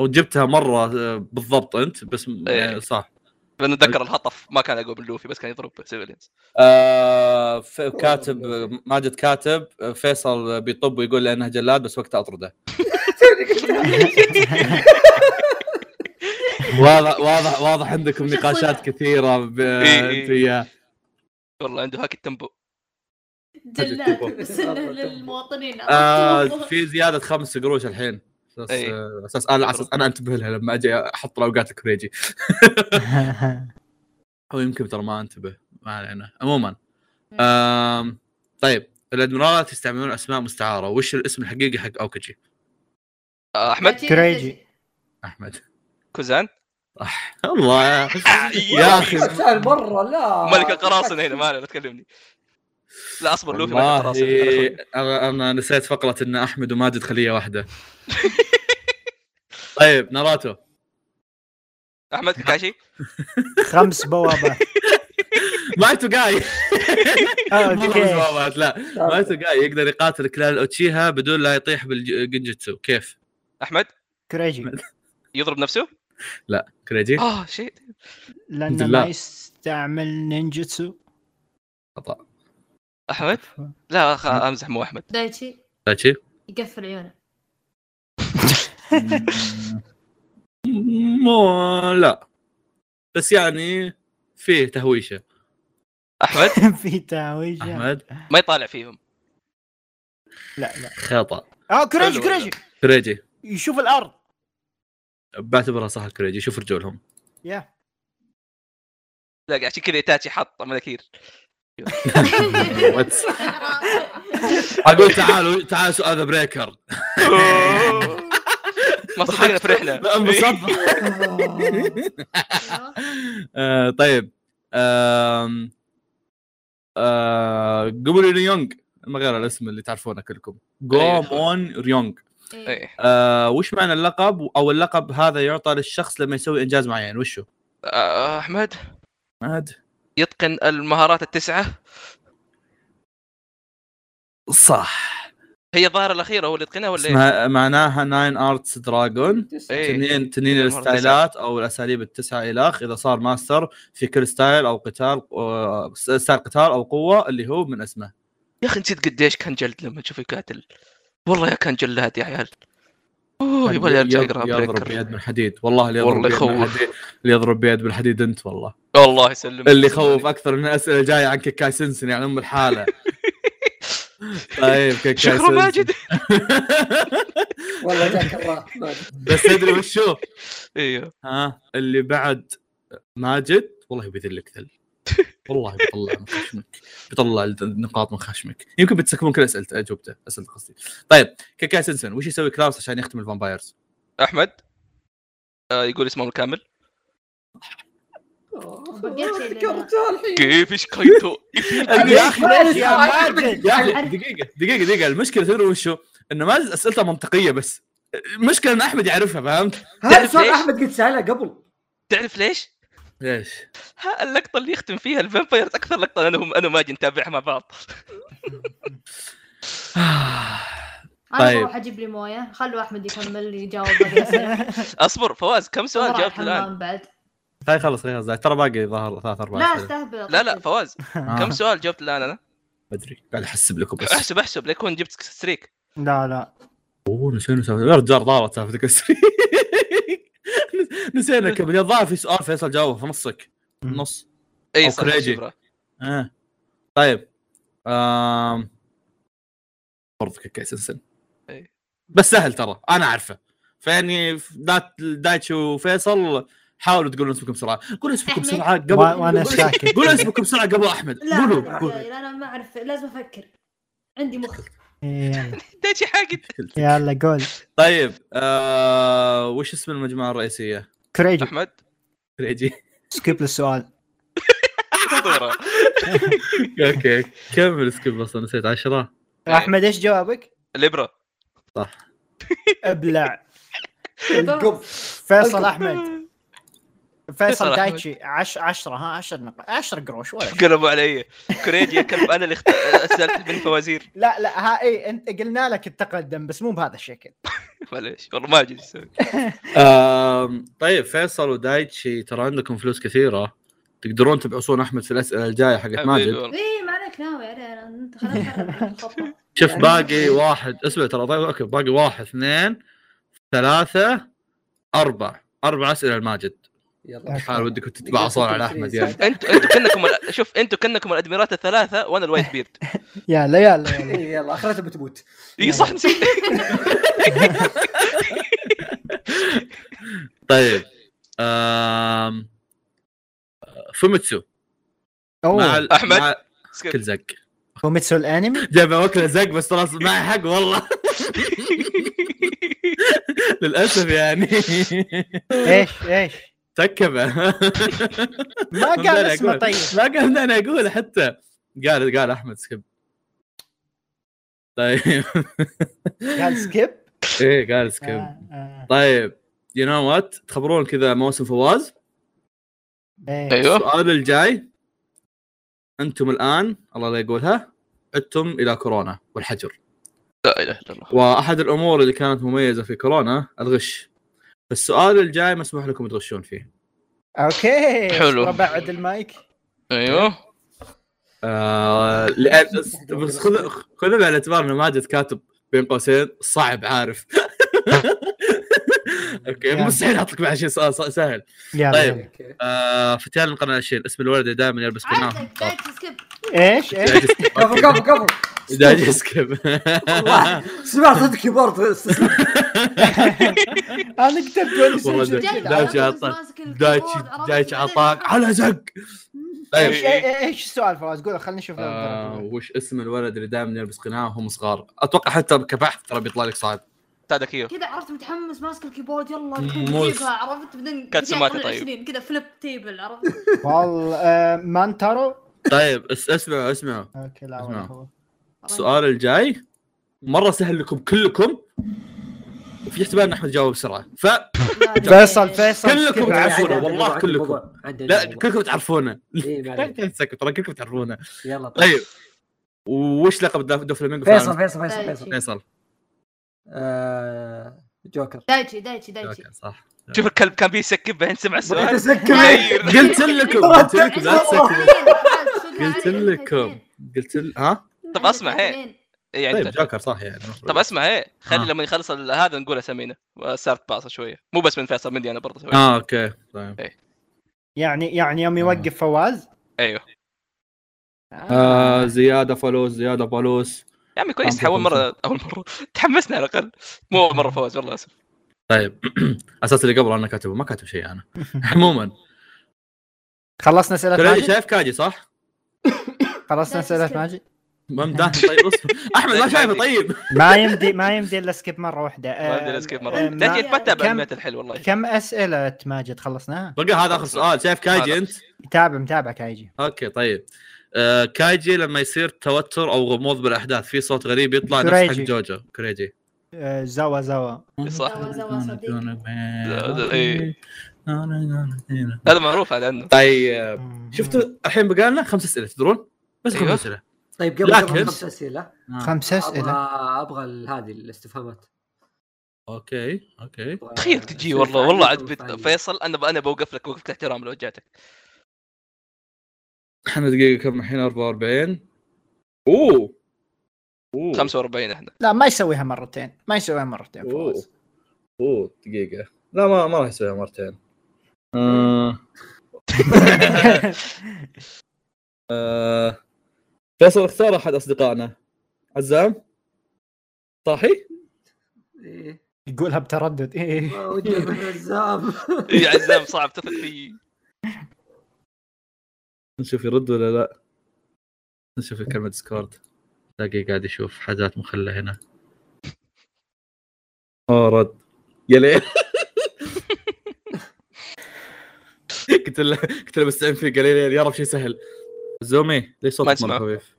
وجبتها مره آه، بالضبط انت بس م- يعني
إيه.
صح
لانه اتذكر الهطف ما كان اقوى من لوفي بس كان يضرب سيفيليانز
آه ف- كاتب ماجد كاتب آه، فيصل بيطب ويقول لانه جلاد بس وقتها اطرده واضح واضح واضح عندكم
شخصية.
نقاشات كثيره ب...
إيه، إيه.
انت وياه
والله عنده هاك التمبو
جلاد بس إنه للمواطنين
آه
عرفت؟
في زياده خمس قروش الحين اساس
إيه.
آه، اساس انا اساس انا انتبه لها لما اجي احط الاوقات الكريجي او يمكن ترى ما انتبه ما علينا عموما آم... طيب الادميرالات يستعملون اسماء مستعاره وش الاسم الحقيقي حق اوكجي
آه، احمد
أكيد
كريجي.
أكيد.
احمد
كوزان
الله يا
يا
اخي
سؤال مره لا
ملك القراصنه
إيه،
هنا ما عليه، لا تكلمني لا اصبر لوفي ملك
والله إيه.
القراصنه يعني أنا أخوي.
انا انا نسيت فقره ان احمد وماجد خليه واحده طيب ناراتو
احمد كاكاشي
خمس بوابات
مايتو جاي
Oh,
مو خمس
اوكي
بوابات، لا
Oh.
مايتو جاي يقدر يقاتل كلال اوتشيها بدون لا يطيح بالجنجتسو كيف
احمد
كريجي
يضرب نفسه
كريجي
اه شيت
الحمد
لانه
لله.
ما يستعمل نينجutsu
خطا
احمد لا أخ... امزح مو احمد
دايتشي
دايتشي
يقفل عيونه
مو لا بس يعني فيه تهويشه
احمد
في تعويجه
احمد
ما يطالع فيهم
لا لا
خطا
اه كريجي
حلو،
كريجي
كريجي
يشوف الارض
بعتبرها صح كريجي شوف رجولهم
يا
لا عشان كذا تاتشي حط مناكير
What? اقول تعالوا تعالوا سؤال ذا بريكر
ما صدقنا فرحنا
انبسطت
أيوه.
آه، طيب آم، آه، قبل ريونج ما غير الاسم اللي تعرفونه كلكم جومون ريونج
إيه.
إيه.
آه، وش معنى اللقب او اللقب هذا يعطى للشخص لما يسوي انجاز معين وشو؟
آه، احمد
عاد
يتقن المهارات التسعه
صح
هي الظاهره الاخيره هو اللي يتقنها ولا ايه؟
اسمها معناها ناين ارتس دراجون
إيه.
تنين تنين
المهارة
الستايلات او الاساليب التسعه الخ اذا صار ماستر في كل ستايل او قتال آه، ستايل قتال او قوه اللي هو من اسمه
يا اخي نسيت قديش كان جلد لما تشوف يقاتل والله يا كان جلاد يا عيال اوه يبغى لي ارجع اقرا
يضرب
بريكر
بيد من حديد والله اللي يضرب
والله
بيد من
يخوف.
حديد اللي يضرب بيد من حديد انت والله
الله يسلمك
اللي يخوف اكثر من الاسئله الجايه عن كيكاي سنسن يعني ام الحاله طيب كيكاي
شكرا
سنسن
ماجد
والله جاك الرات ماجد.
بس تدري وشو
ايوه
ها اللي بعد ماجد والله بيذلك ذل والله بيطلع من خشمك بيطلع النقاط من خشمك يمكن بتسكبون كل اسئلته اجوبته اسئله قصدي طيب كيكاي سنسن وش يسوي كلاوس عشان يختم الفامبايرز
احمد آه يقول اسمه الكامل
أوه،
بقيت شيء
تذكرتها الحين
كيف ايش كايتو
يا اخي
ليش يا ماجد
يا اخي دقيقه دقيقه دقيقه المشكله تدري وشو؟ انه ماجد اسئلته منطقيه بس المشكله ان احمد يعرفها فهمت؟
هذا سؤال
ليش؟
احمد قد ساله قبل
تعرف ليش؟
ليش؟
ها اللقطه اللي يختم فيها الفامبايرز اكثر لقطه انا هم انا وماجد نتابعها مع بعض
انا
طيب.
بروح اجيب لي مويه خلوا احمد يكمل يجاوب باقي الأسئلة.
اصبر فواز كم سؤال
راح
جاوبت الان؟
الحمام بعد
خلي خلص خلي خلص ترى باقي ظهر ثلاث اربع
لا
أسئلة.
استهبل
لا لا فواز
آه،
كم سؤال جاوبت الان انا؟
بدري قاعد احسب لكم بس
احسب احسب ليكون جبت ستريك
لا لا
اوه نسينا سالفه يا رجال ضارت سالفتك نسينا كم الظاهر في سؤال فيصل جاوبه في نصك نص
اي
أو
صح
كريجي.
شبرا.
آه. طيب آم... برضك كيسنسن
إي.
بس سهل ترى انا اعرفه فيعني دات دايتش وفيصل حاولوا تقولون اسمكم بسرعه قولوا اسمكم
أحمد.
بسرعه قبل
وا- وانا
قولوا-
شاكك
قولوا اسمكم بسرعه قبل احمد
لا أنا
قولوا
مش
قولوا.
جاي، لا انا ما اعرف لازم افكر عندي مخ
يلا-
دايتشي حاقد
إيه، يلا قول
طيب آه... وش اسم المجموعه الرئيسيه؟
كريجي
احمد
كريجي
سكيب للسؤال
دورة.
اوكي كمل سكيب اصلا نسيت 10
احمد ايش جوابك؟
الابره
ابلع
القب
فيصل احمد فيصل
فيصل أحمد.
دايتشي 10 ها 10 10 قروش
طيب.
ولا شيء.
قلبوا علي كريجي يا كلب انا اللي اخت- اسالت من فوازير
لا لا ها اي انت قلنا لك التقدم بس مو بهذا الشكل
معليش والله ما اجي اسوي
آم، طيب فيصل ودايتشي ترى عندكم فلوس كثيره تقدرون تبعثون احمد في الاسئله الجايه حقت ماجد
اي إيه، ما عليك ناوي عليه انا انت خلاص عرفت الخطة.
شوف
يعني-
باقي واحد اسمع ترى طيب اوكي باقي واحد اثنين ثلاثة أربع أربع أسئلة الماجد
يلا
حال ودكم تتبعصون على أحمد يعني
انتوا انتوا كانكم ال- شوف انتوا كانكم الادميرات الثلاثه وانا الوايت بيرد
يلا يلا يلا.
إيه، يلا اخرتها بتموت
اي صح نسيت
طيب آم... فومتسو مع
اوه
ال-
أحمد.
مع
سكيب.
كل زق
كوميتسو الانمي
جايبه وكله زق بس خلاص معي حق والله للأسف يعني
ايش ايش
تكبه
ما قال
ممتنع
اسمه
أقول.
طيب
ما قمت انا اقول حتى قال قال احمد سكيب طيب
قال سكيب
ايه قال سكيب
آه، آه.
طيب يو نو وات تخبرون كذا موسم فواز
إيه.
السؤال الجاي انتم الان الله لا يقولها عدتم الى كورونا والحجر
لا اله الا الله
واحد الامور اللي كانت مميزه في كورونا الغش السؤال الجاي مسموح لكم تغشون فيه
اوكي
حلو.
بعد المايك
ايوه
طيب. آه لأن بس خذ خذ بالاعتبار انه ماجد كاتب بين قوسين صعب عارف اوكي
يعني.
مستحيل احط لك بعد شيء سؤال ص- سهل
يلا
طيب.
يلا.
اوكي
آه فتيان القرن العشرين اسم الولد دائما يلبس قناع
عندك دايت سكيب
ايش ايش
كفو كفو كفو
دايج سكيب
والله سمعت صدقي برضه استسلم.
انا كتبت ولا شيء
والله
شيء
دايتشي-
كذا.
دايتشي عطاك. دايتشي دايتشي عطاك على زق طيب
ايش إيه- ايش السؤال فواز قول خلينا نشوف لو
آه
نجرب.
وش اسم الولد اللي دائما يلبس قناع وهم صغار؟ اتوقع حتى كبحث ترى بيطلع لك صعب
تادا كيو
كذا عرفت متحمس ماسك الكيبورد يلا
موس.
بجيبها عرفت بعدين
كانت
بجيب
سماكة
كل
طيب.
20 كذا فليب تيبل عرفت
والله آه، مانتارو
طيب اس- اسمعوا اسمعوا
اوكي لا
اسمع.
ولا هو.
السؤال الجاي مره سهل لكم كلكم وفي احتمال ان احمد يجاوب بسرعه ف
لا، لا،
فيصل
إيش.
فيصل
كلكم
سكيب.
تعرفونه،
عندنا
والله
موضوع، عندنا
كلكم.
يعني موضوع، عندنا
لا
موضوع.
كلكم تعرفونه
إيه، ما
لا
عليك.
تنسكت ترى كلكم تعرفونه
يلا
طيب وش لقب دو- دو فلامينغو
فيصل
فعلاً؟
فيصل فيصل فيصل
فيصل
آه، جوكر
دايتشي دايتشي دايتشي
اوكي صح
شوف الكلب كان بيسكب بعدين
طيب،
سمع السؤال
تسكر
طيب.
قلت لكم قلت لكم لا تسكتوا قلت لكم قلت ل- ها
طب أسمع، هي. اي
طيب
انت
جوكر صح يعني
طب اسمع ايه خلي
آه.
لما يخلص ال- هذا نقول اسامينا صارت باصه شويه مو بس من فيصل مني انا برضه سويت.
اه اوكي طيب
يعني يعني يوم يوقف فواز
ايوه
آه زياده فلوس زياده فلوس
يا عمي كويس
آه،
تحول مره
بالضبط.
اول مره تحمسنا على الاقل مو اول مره فوز والله اسف
طيب اساس اللي قبله انا كاتبه ما كاتب شيء انا عموما
خلصنا اسئله
كل-
ماجد
شايف كاجي صح؟
خلصنا
لا،
اسئله
سكيب.
ماجد
ما مدان طيب اصبر احمد ما شايفه طيب
ما يمدي ما يمدي الا سكيب مره واحده
ما
آه،
ادري ليش كيف مره
آه،
لا
ما-
جيت ما تتابع
كم-
انميات الحلو والله
كم اسئله ماجد خلصناها
بقى هذا اخر سؤال شايف كاجي انت؟
متابع متابع كايجي
اوكي طيب آه كايجي لما يصير توتر او غموض بالاحداث في صوت غريب يطلع نفس حق
كريجي.
جوجو كريجي
آه، زوا زوا
صح
زوا زوا صديق.
إيه. هذا معروف هذا عنه
طيب شفتوا الحين بقى لنا خمس اسئله تدرون بس
أيوة.
خمس اسئله
طيب قبل قبل
لكن-
خمس اسئله
آه.
خمسة
ابغى
اسئله
ابغى هذه الاستفهامات
آه، اوكي اوكي
أبغى
تخيل تجي
أسئلة
والله والله
عن
عاد
الظروف
بت-
هذه.
فيصل انا انا بوقف لك وقفه احترام لو جاتك
احنا دقيقه كم الحين 44 اوه اوه
45 احنا
لا ما يسويها مرتين ما يسويها مرتين فواز
اوه دقيقه لا ما ما راح اسويها مرتين آه. آه. فيصل اختار احد اصدقائنا عزام صاحي
إيه.
يقولها بتردد ايه
ما ودي أروح عزام
اي عزام صعب تثق فيه
نشوف يرد ولا لا نشوف كلمه ديسكورد تلاقي قاعد يشوف حاجات مخله هنا اوه آه، رد يا ليل قلت له قلت له بستعين فيك قال لي ليل، يا رب شيء سهل زومي ليش
ما
صوتك مره
يسمع.
خفيف؟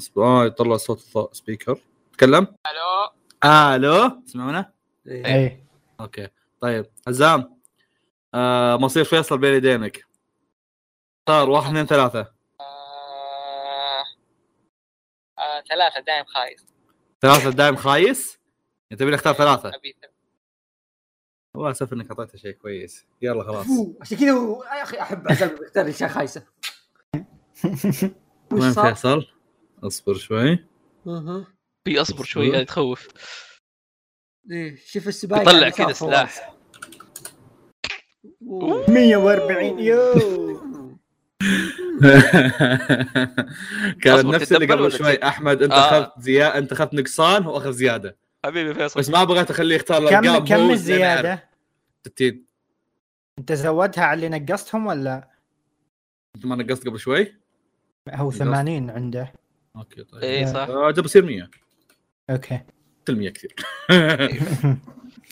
أصب- اه يطلع صوت سبيكر تكلم
الو
الو تسمعونا؟
إيه.
ايه
اوكي طيب عزام آه مصير فيصل بين يدينك صار واحد اثنين ثلاثه
آه... آه... ثلاثة دايم خايس
ثلاثة دايم خايس؟ انت تبي اختار ثلاثة
أبي ثلاثة.
والله اسف انك اعطيته شيء كويس يلا خلاص
فو، عشان كذا هو- يا اخي احب عزام بيختار اشياء خايسه وش
وين
صار؟
فيصل؟ اصبر شوي
أها.
في اصبر شوي يعني تخوف
إيه، شوف السباق
يطلع
يعني صار
كذا سلاح
فواز.
140 يو
كانت
أصبر،
نفس
تتدبل
اللي
ولا
قبل شوي
تجيب؟
احمد انت
آه.
اخذت زياده انت اخذت نقصان واخذ زياده
حبيبي فيصل
بس ما بغيت اخليه يختار الارقام
كم
هو
كم
لأنه يعرف.
الزياده؟
60
انت زودها على اللي نقصتهم ولا
انت ما نقصت قبل شوي؟
هو 80 عنده
اوكي طيب
اي صح
آه، ده بصير 100
اوكي
100 كثير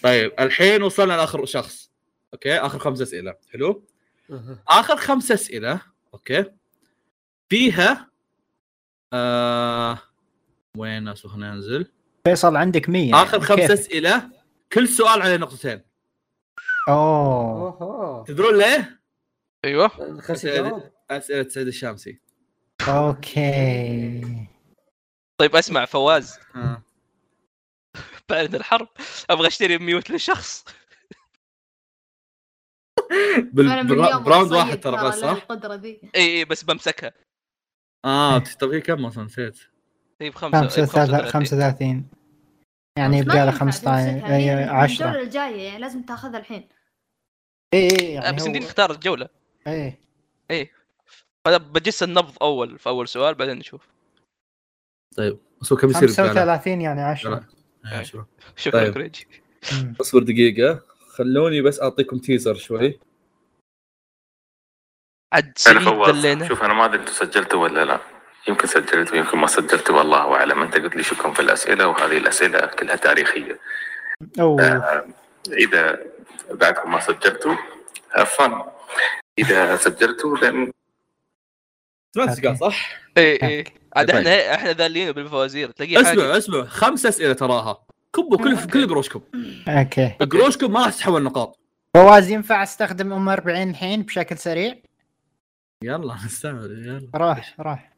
طيب الحين وصلنا لاخر شخص اوكي اخر خمس اسئله حلو؟
أها.
اخر خمس اسئله اوكي فيها آه... وين أسو خلينا ننزل
فيصل عندك 100
اخر خمس
يعني، كيف؟
اسئله كل سؤال عليه نقطتين
اوه
اوه
تدرون ليه؟
ايوه
خلص الجواب
اسئله سعيد الشامسي
اوكي
طيب اسمع فواز
آه.
بعد الحرب ابغى اشتري ميوت لشخص
بال... بالرا- براوند واحد ترى بس صح؟
القدره ذي
اي اي بس بمسكها
اه طب هي كم اصلا نسيت
طيب خمسه
خمسة
طيب
ثلاثة-
35
35 يعني يبقى له 15 أي- 10
الجوله الجايه يعني لازم تاخذها الحين
اي اي
آه، بس يمديني
يعني إيه.
اختار الجوله
اي
فانا بجس النبض اول في اول سؤال بعدين نشوف
اصبر كم يصير بقالة؟
35 يعني 10
آه، شوف.
شكرا
طيب.
طيب. كريجي
اصبر دقيقه خلوني بس اعطيكم تيزر شوي
عد
انا
سعيد
فواز
دلينا
شوف انا ما ادري انتم سجلتوا ولا لا يمكن سجلت ويمكن ما سجلت والله اعلم انت قلت لي شكرا في الاسئله وهذه الاسئله كلها تاريخيه
اوه
اذا بعدكم ما سجلتوا هفن اذا سجلتوا لان
سمعت
أوكي.
سيجار صح؟
اي اي إيه، عاد
طيب.
احنا احنا ذالين بالفوازير تلاقيه
اسمع
حاجة.
اسمع خمس اسئله تراها كبوا كل كل قروشكم
اوكي
قروشكم ما راح تتحول نقاط
فواز ينفع استخدم ام 40 الحين بشكل سريع؟
يلا نستعمل يلا
روح روح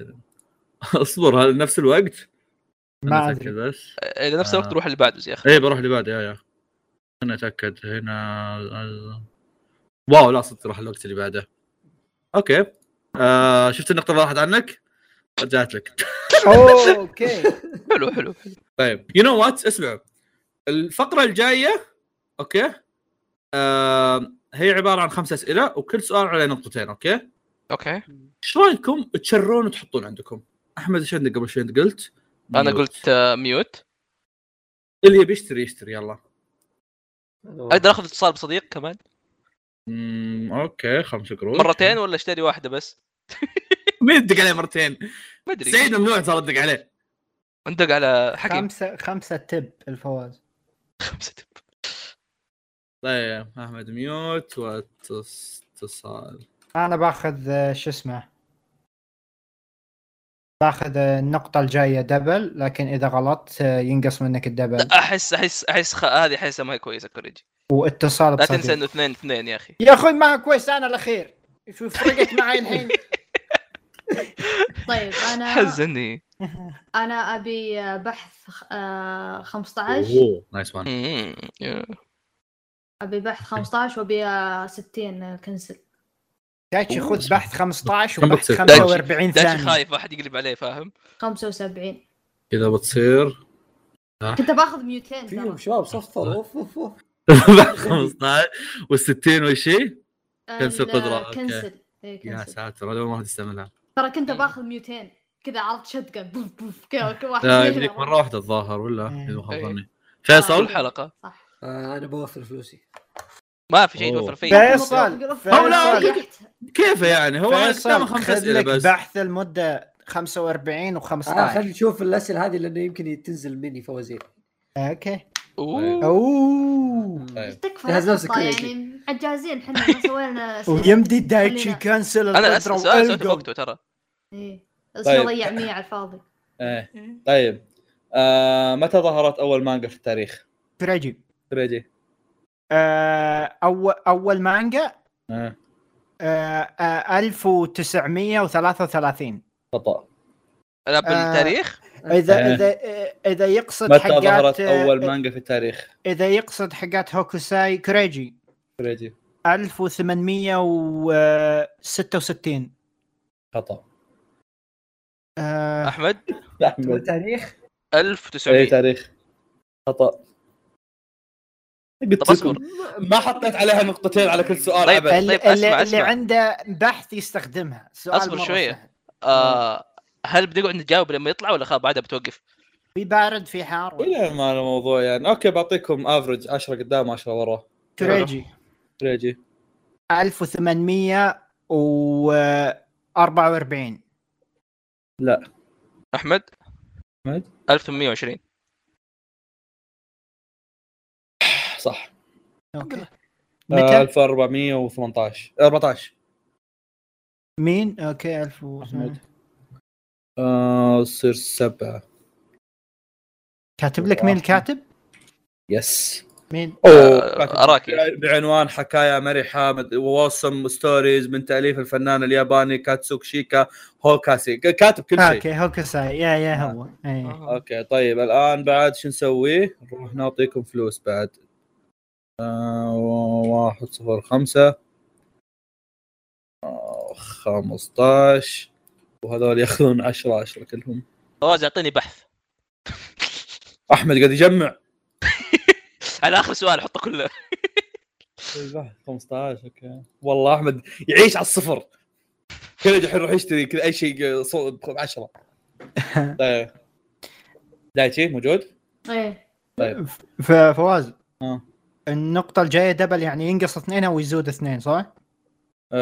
اصبر هذا نفس الوقت
ما
أنا أتأكد
ادري
بس
اذا نفس إيه، الوقت
آه.
روح اللي بعده يا اخي
اي بروح اللي بعده يا يا انا اتاكد هنا واو لا صدق راح الوقت اللي بعده اوكي آه شفت النقطه اللي راحت عنك رجعت لك
أوه، اوكي
حلو حلو حلو
طيب يو نو وات اسمع الفقره الجايه اوكي آه هي عباره عن خمس اسئله وكل سؤال عليه نقطتين اوكي
اوكي
ايش رايكم تشرون وتحطون عندكم احمد ايش عندك قبل شوي انت قلت
انا
ميوت.
قلت آه، ميوت
اللي يبي يشتري يشتري يلا
اقدر اخذ اتصال بصديق كمان
امم اوكي خمسة قروش
مرتين ولا اشتري واحده بس
مين يدق عليه مرتين؟
ما ادري
سعيد ممنوع ترى تدق عليه
ندق على حكيم
خمسة خمسة تب الفواز
خمسة
طيب احمد ميوت واتصال
انا باخذ آه، شو اسمه باخذ آه، النقطة الجاية دبل لكن إذا غلطت آه، ينقص منك الدبل
احس احس احس خ... هذه احسها ما هي كويسه كوريجي
واتصال
لا
بصديق.
تنسى انه اثنين اثنين يا اخي
يا اخوي ما كويس انا الاخير شوف فرقت معي الحين
طيب انا
حزني
انا ابي بحث آه، 15
اوه نايس وان
مم. يا.
ابي بحث 15 وابي آه، 60 كنسل
دايتشي خذ بحث 15
كم
وبحث
بتصير؟
45
دايتشي
ثانيه
خايف واحد يقلب عليه فاهم
75
كذا بتصير
كنت باخذ 200
فيهم
ترى
شباب صفر اوف اوف اوف
15 و60 وشيء كنسل
ال-
قدرة، أوكي.
كنسل إيه،
يا
كنسل
ساتر هذول ما راح تستعملها
ترى كنت
مم.
باخذ 200 كذا عرض شتقن بوف بوف كذا كل واحد
لا
يجري
يجيك
ورا.
مره واحده الظاهر ولا
مم.
اذا ما خاب
إيه.
ظني
كل
فيصل
حلقه
صح
آه انا بوفر فلوسي
ما في شيء
أوه.
توفر فيه
فيصل،
مطلوب
فيصل.
قرفة.
لا،
ريحت.
كيفه يعني هو قدامه
فيصل
خمس
خذ
اسئله
لك
بس
بحث المده 45
آه
و15
خلينا نشوف الاسئله هذه لانه يمكن تنزل مني فوازير
اوكي
أوه.
اوه
طيب.
تكفى
جهز
لا
نفسك
تقطع،
كذا.
يعني عاد جاهزين احنا ما سوينا أسئلة.
ويمدي دايتشي
خلينا-
كنسل
انا
القدره
أسأل سؤال سويته
والقم
وقته ترى
إيه.
طيب.
اسمه ضيع 100 على الفاضي
إيه. طيب آه، متى ظهرت اول مانجا في التاريخ؟
تراجي
تريجي
آه، اول اول مانجا
آه،
آه، آه، 1933
خطا
لا بالتاريخ
اذا
آه.
اذا آه، اذا يقصد
متى ظهرت
حقات آه،
اول مانجا في التاريخ؟
اذا يقصد حقات هوكوساي كريجي
تريجي
1866
خطا
آه،
احمد
احمد
تاريخ
1900
اي إيه، تاريخ خطا
طب اصبر
ما حطيت عليها نقطتين على كل سؤال
طيب.
أبد.
اللي,
أسمع،
اللي, اللي
أسمع.
عنده بحث يستخدمها سؤال
أصبر
مرة
شوية.
سهل.
آه هل بنقعد نجاوب لما يطلع ولا خلاص بعدها بتوقف؟
في بارد في حار
إيه.
الى ما الموضوع يعني اوكي بعطيكم افرج 10 قدام 10 ورا
كريجي
تريجي
1844
احمد
أحمد؟
1820
صح
اوكي
آه،
متى
1418 14
مين اوكي 1000 و-
أحمد. آه، تصير سبعة
كاتب لك مين الكاتب
يس
مين
آه، أراك.
بعنوان حكايه مرحه مد- ووسم ستوريز من تاليف الفنان الياباني كاتسوك شيكا هوكاسي ك- كاتب كل شيء
اوكي هوكساي يا يا هو إيه.
آه.
اوكي طيب الان بعد شو نسوي؟ نروح نعطيكم فلوس بعد آه واحد صفر خمسة آه، خمسطاش وهذول ياخذون عشرة عشرة كلهم
فواز يعطيني بحث
احمد قاعد يجمع
على اخر سؤال حطه كله
15 اوكي إيه، والله احمد يعيش على الصفر كل الحين يروح يشتري كذا اي شيء صوت 10 طيب دايتشي موجود؟
ايه
ف- فواز
آه.
النقطة الجاية دبل يعني ينقص اثنين او يزود اثنين صح؟
ما في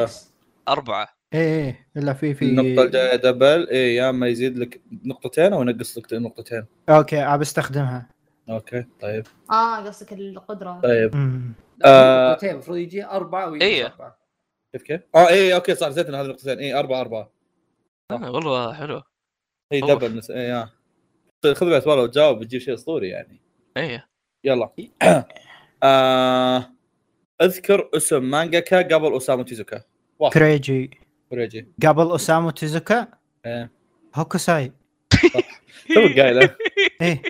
آه،
نقص
أربعة
ايه ايه الا في في
النقطة الجاية دبل اي يا اما يزيد لك نقطتين او ينقص لك نقطتين
اوكي ابى استخدمها
اوكي طيب
اه قصدك القدره
طيب
أمم.
آه.
نقطتين المفروض يجي اربعه ويجي
إيه.
اربعه
شوف كيف؟ اه اي اوكي صار زيت هذه النقطتين اي أربعة أربعة
آه والله حلو
هي
أوه.
دبل نس... اي آه. خذ بالاعتبار لو تجاوب بتجيب شيء اسطوري يعني
ايه
يلا آه... اذكر اسم مانجاكا قبل اسامو تيزوكا واحد
كريجي
كوريجي
قبل اسامو تيزوكا
ايه
هوكوساي
تو قايله
ايه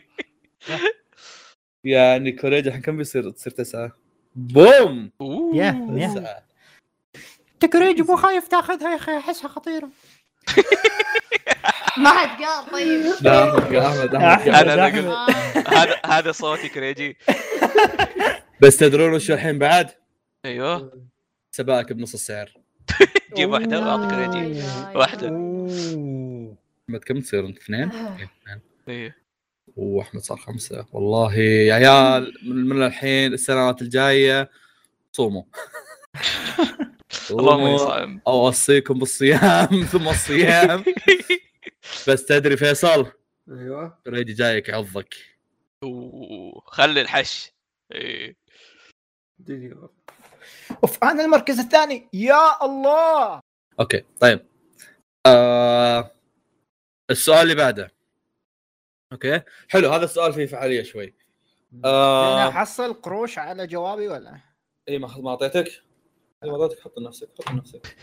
يعني كوريجي الحين كم بيصير تصير تسعة بوم
أوه.
يا يا
تسعة
أنت كريجي مو خايف تاخذها يا اخي احسها خطيرة
ما حد قال طيب
لا احمد احمد أحمد قاعد.
أنا أنا أقول
آه.
هذا هذا صوتي كريجي
بس تدرون وش الحين بعد؟
ايوه
سبائك بنص السعر
جيب واحدة واعطي كريجي
آه،
واحدة.
أوه.
احمد كم تصير انت اثنين؟ إيه،
طيب.
اثنين
ايه
واحمد صار خمسة والله يا عيال من من الحين السنوات الجاية صوموا
اللهم
صوموا.
اني صائم
اوصيكم بالصيام ثم الصيام بس تدري فيصل
ايوه
ريدي جايك يعضك
أوه. خلي الحش ايه
دنيا
اوف انا المركز الثاني يا الله
اوكي طيب آه السؤال اللي بعده اوكي حلو هذا السؤال فيه فعاليه شوي
انا
آه... إيه،
احصل قروش على جوابي ولا
اي ما ما اعطيتك إي ما اعطيتك حط لنفسك حط لنفسك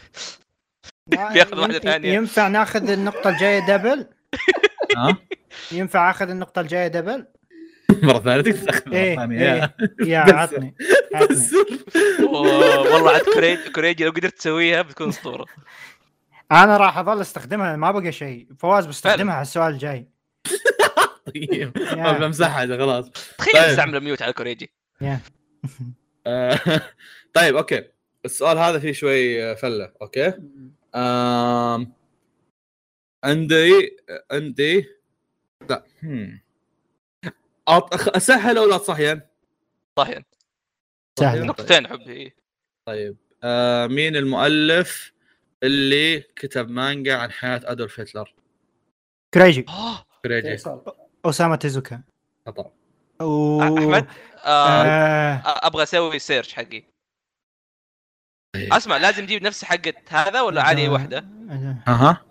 ما-
بياخذ واحدة
يم-
ثانية.
ينفع ناخذ النقطة الجاية دبل؟
ها
ينفع اخذ النقطة الجاية دبل؟
مره ثانيه تقدر تاخذ مره
ايه
ثانيه يا.
ايه يا
بس-
عطني عطني.
بس
أوه، والله عاد كريج كريجي لو قدرت تسويها بتكون اسطوره
انا راح اظل استخدمها ما بقى شيء فواز بستخدمها على السؤال الجاي
طيب
يا.
ما بمسحها إذا خلاص
تخيل
طيب.
استعمل ميوت على كوريجي
آه، طيب اوكي السؤال هذا فيه شوي آه، فله اوكي آم، عندي عندي لا هم. أط- أخ- اسهل ولا صحيح؟
صحيح
سهل
نقطتين حبي إيه.
طيب آه مين المؤلف اللي كتب مانجا عن حياة أدولف هتلر؟
كريجي
آه،
طيب،
كريجي
اسامه تيزوكا
خطأ
و...
احمد آه،
آه...
ابغى اسوي سيرش حقي
طيب.
اسمع لازم نجيب نفس حقت هذا ولا عادي
آه،
اي واحده؟
اها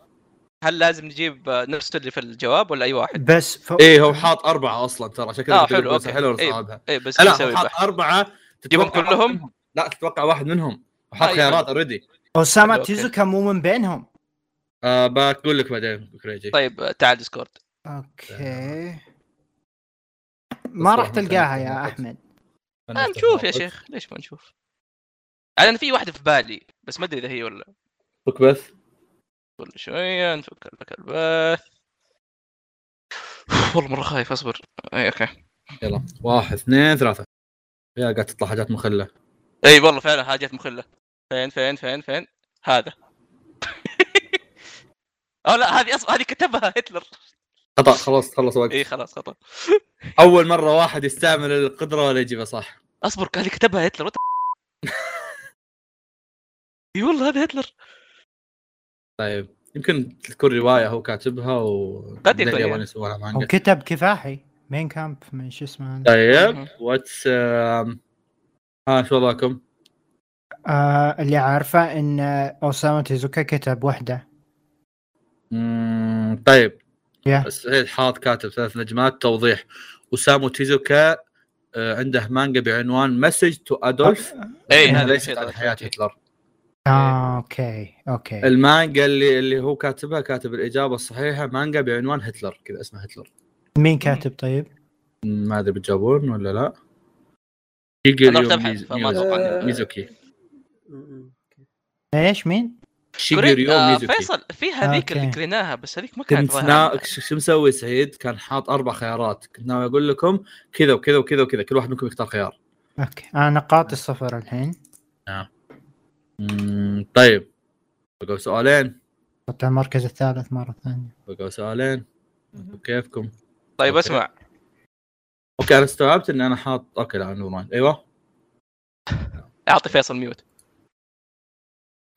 هل لازم نجيب آه، نفس اللي في الجواب ولا اي واحد؟
بس ف...
ايه هو حاط أربعة أصلا ترى شكله
آه،
بتقدر
حلو،
تقول
أوكي.
سهل ولا
إيه.
صعبها
اي بس
لا
نسوي
هو حاط
بحث.
أربعة
نجيبهم
تتوقع واحد
كلهم؟
منهم. لا تتوقع واحد منهم وحاط
طيب.
خيارات اوريدي
اسامه
أوكي.
تيزوكا مو من بينهم
آه بقول لك بعدين كريجي
طيب آه، تعال ديسكورد
اوكي ما راح
أحمد
تلقاها
كان
يا
يتوقع.
احمد
آه، نشوف يا شيخ ليش ما نشوف؟ على انا في واحده في بالي بس ما ادري اذا هي ولا
فك بث
كل شويه نفكر لك البث والله مره خايف إيه، اصبر اي اوكي
يلا واحد اثنين ثلاثة يا قاعد تطلع حاجات مخلة
اي إيه، والله فعلا حاجات مخله فين فين فين فين هذا اه لا هذه اصلا هذه كتبها هتلر
خطأ خلاص خلص وقت
اي خلاص خطا
أول مرة واحد يستعمل القدرة ولا يجيبها صح
اصبر هذه كتبها هتلر what the- اي والله هذا هتلر
طيب يمكن تكون روايه هو كاتبها و
قد يكون،
اليابان
يعني.
يسووا لها مانجا
وكتب كفاحي مين كامب من شو اسمه هذا؟
طيب
مهم.
واتس آم، ها شو وضعكم؟
آه اللي عارفه ان اسامه تيزوكا كتب وحده
مم، طيب
Yeah.
بس هي حاط كاتب ثلاث نجمات توضيح وسامو تيزوكا آه، عنده مانجا بعنوان مسج تو ادولف
اي
إنها
إيه، هذا
ليست عن حياه هتلر إيه.
آه اوكي اوكي
المانجا اللي اللي هو كاتبها كاتب الاجابه الصحيحه مانجا بعنوان هتلر كذا اسمها هتلر
مين كاتب طيب؟
مم، ما ادري بتجاوبون ولا لا شيجيريو
انا رحت ابحث
ميز-
فما
ميزو-
اتوقع إني-
ميزوكي
ايش مين؟
شيجيريو
آه،
ميزوكي
فيصل في هذيك
أوكي.
اللي قريناها بس هذيك ما كانت
كنت
ظاهرة
نا...
عندنا.
ش- شو مسوي سعيد؟ كان حاط اربع خيارات، كنت ناوي اقول لكم كذا وكذا وكذا وكذا، كل واحد منكم يختار خيار.
اوكي انا نقاط الصفر الحين
أمم، طيب بقوا سؤالين
حط المركز الثالث مره ثانيه
بقوا سؤالين كيفكم؟
طيب
أوكي.
اسمع
اوكي انا استوعبت اني انا حاط اوكي لا نور مايند. ايوه
اعطي فيصل ميوت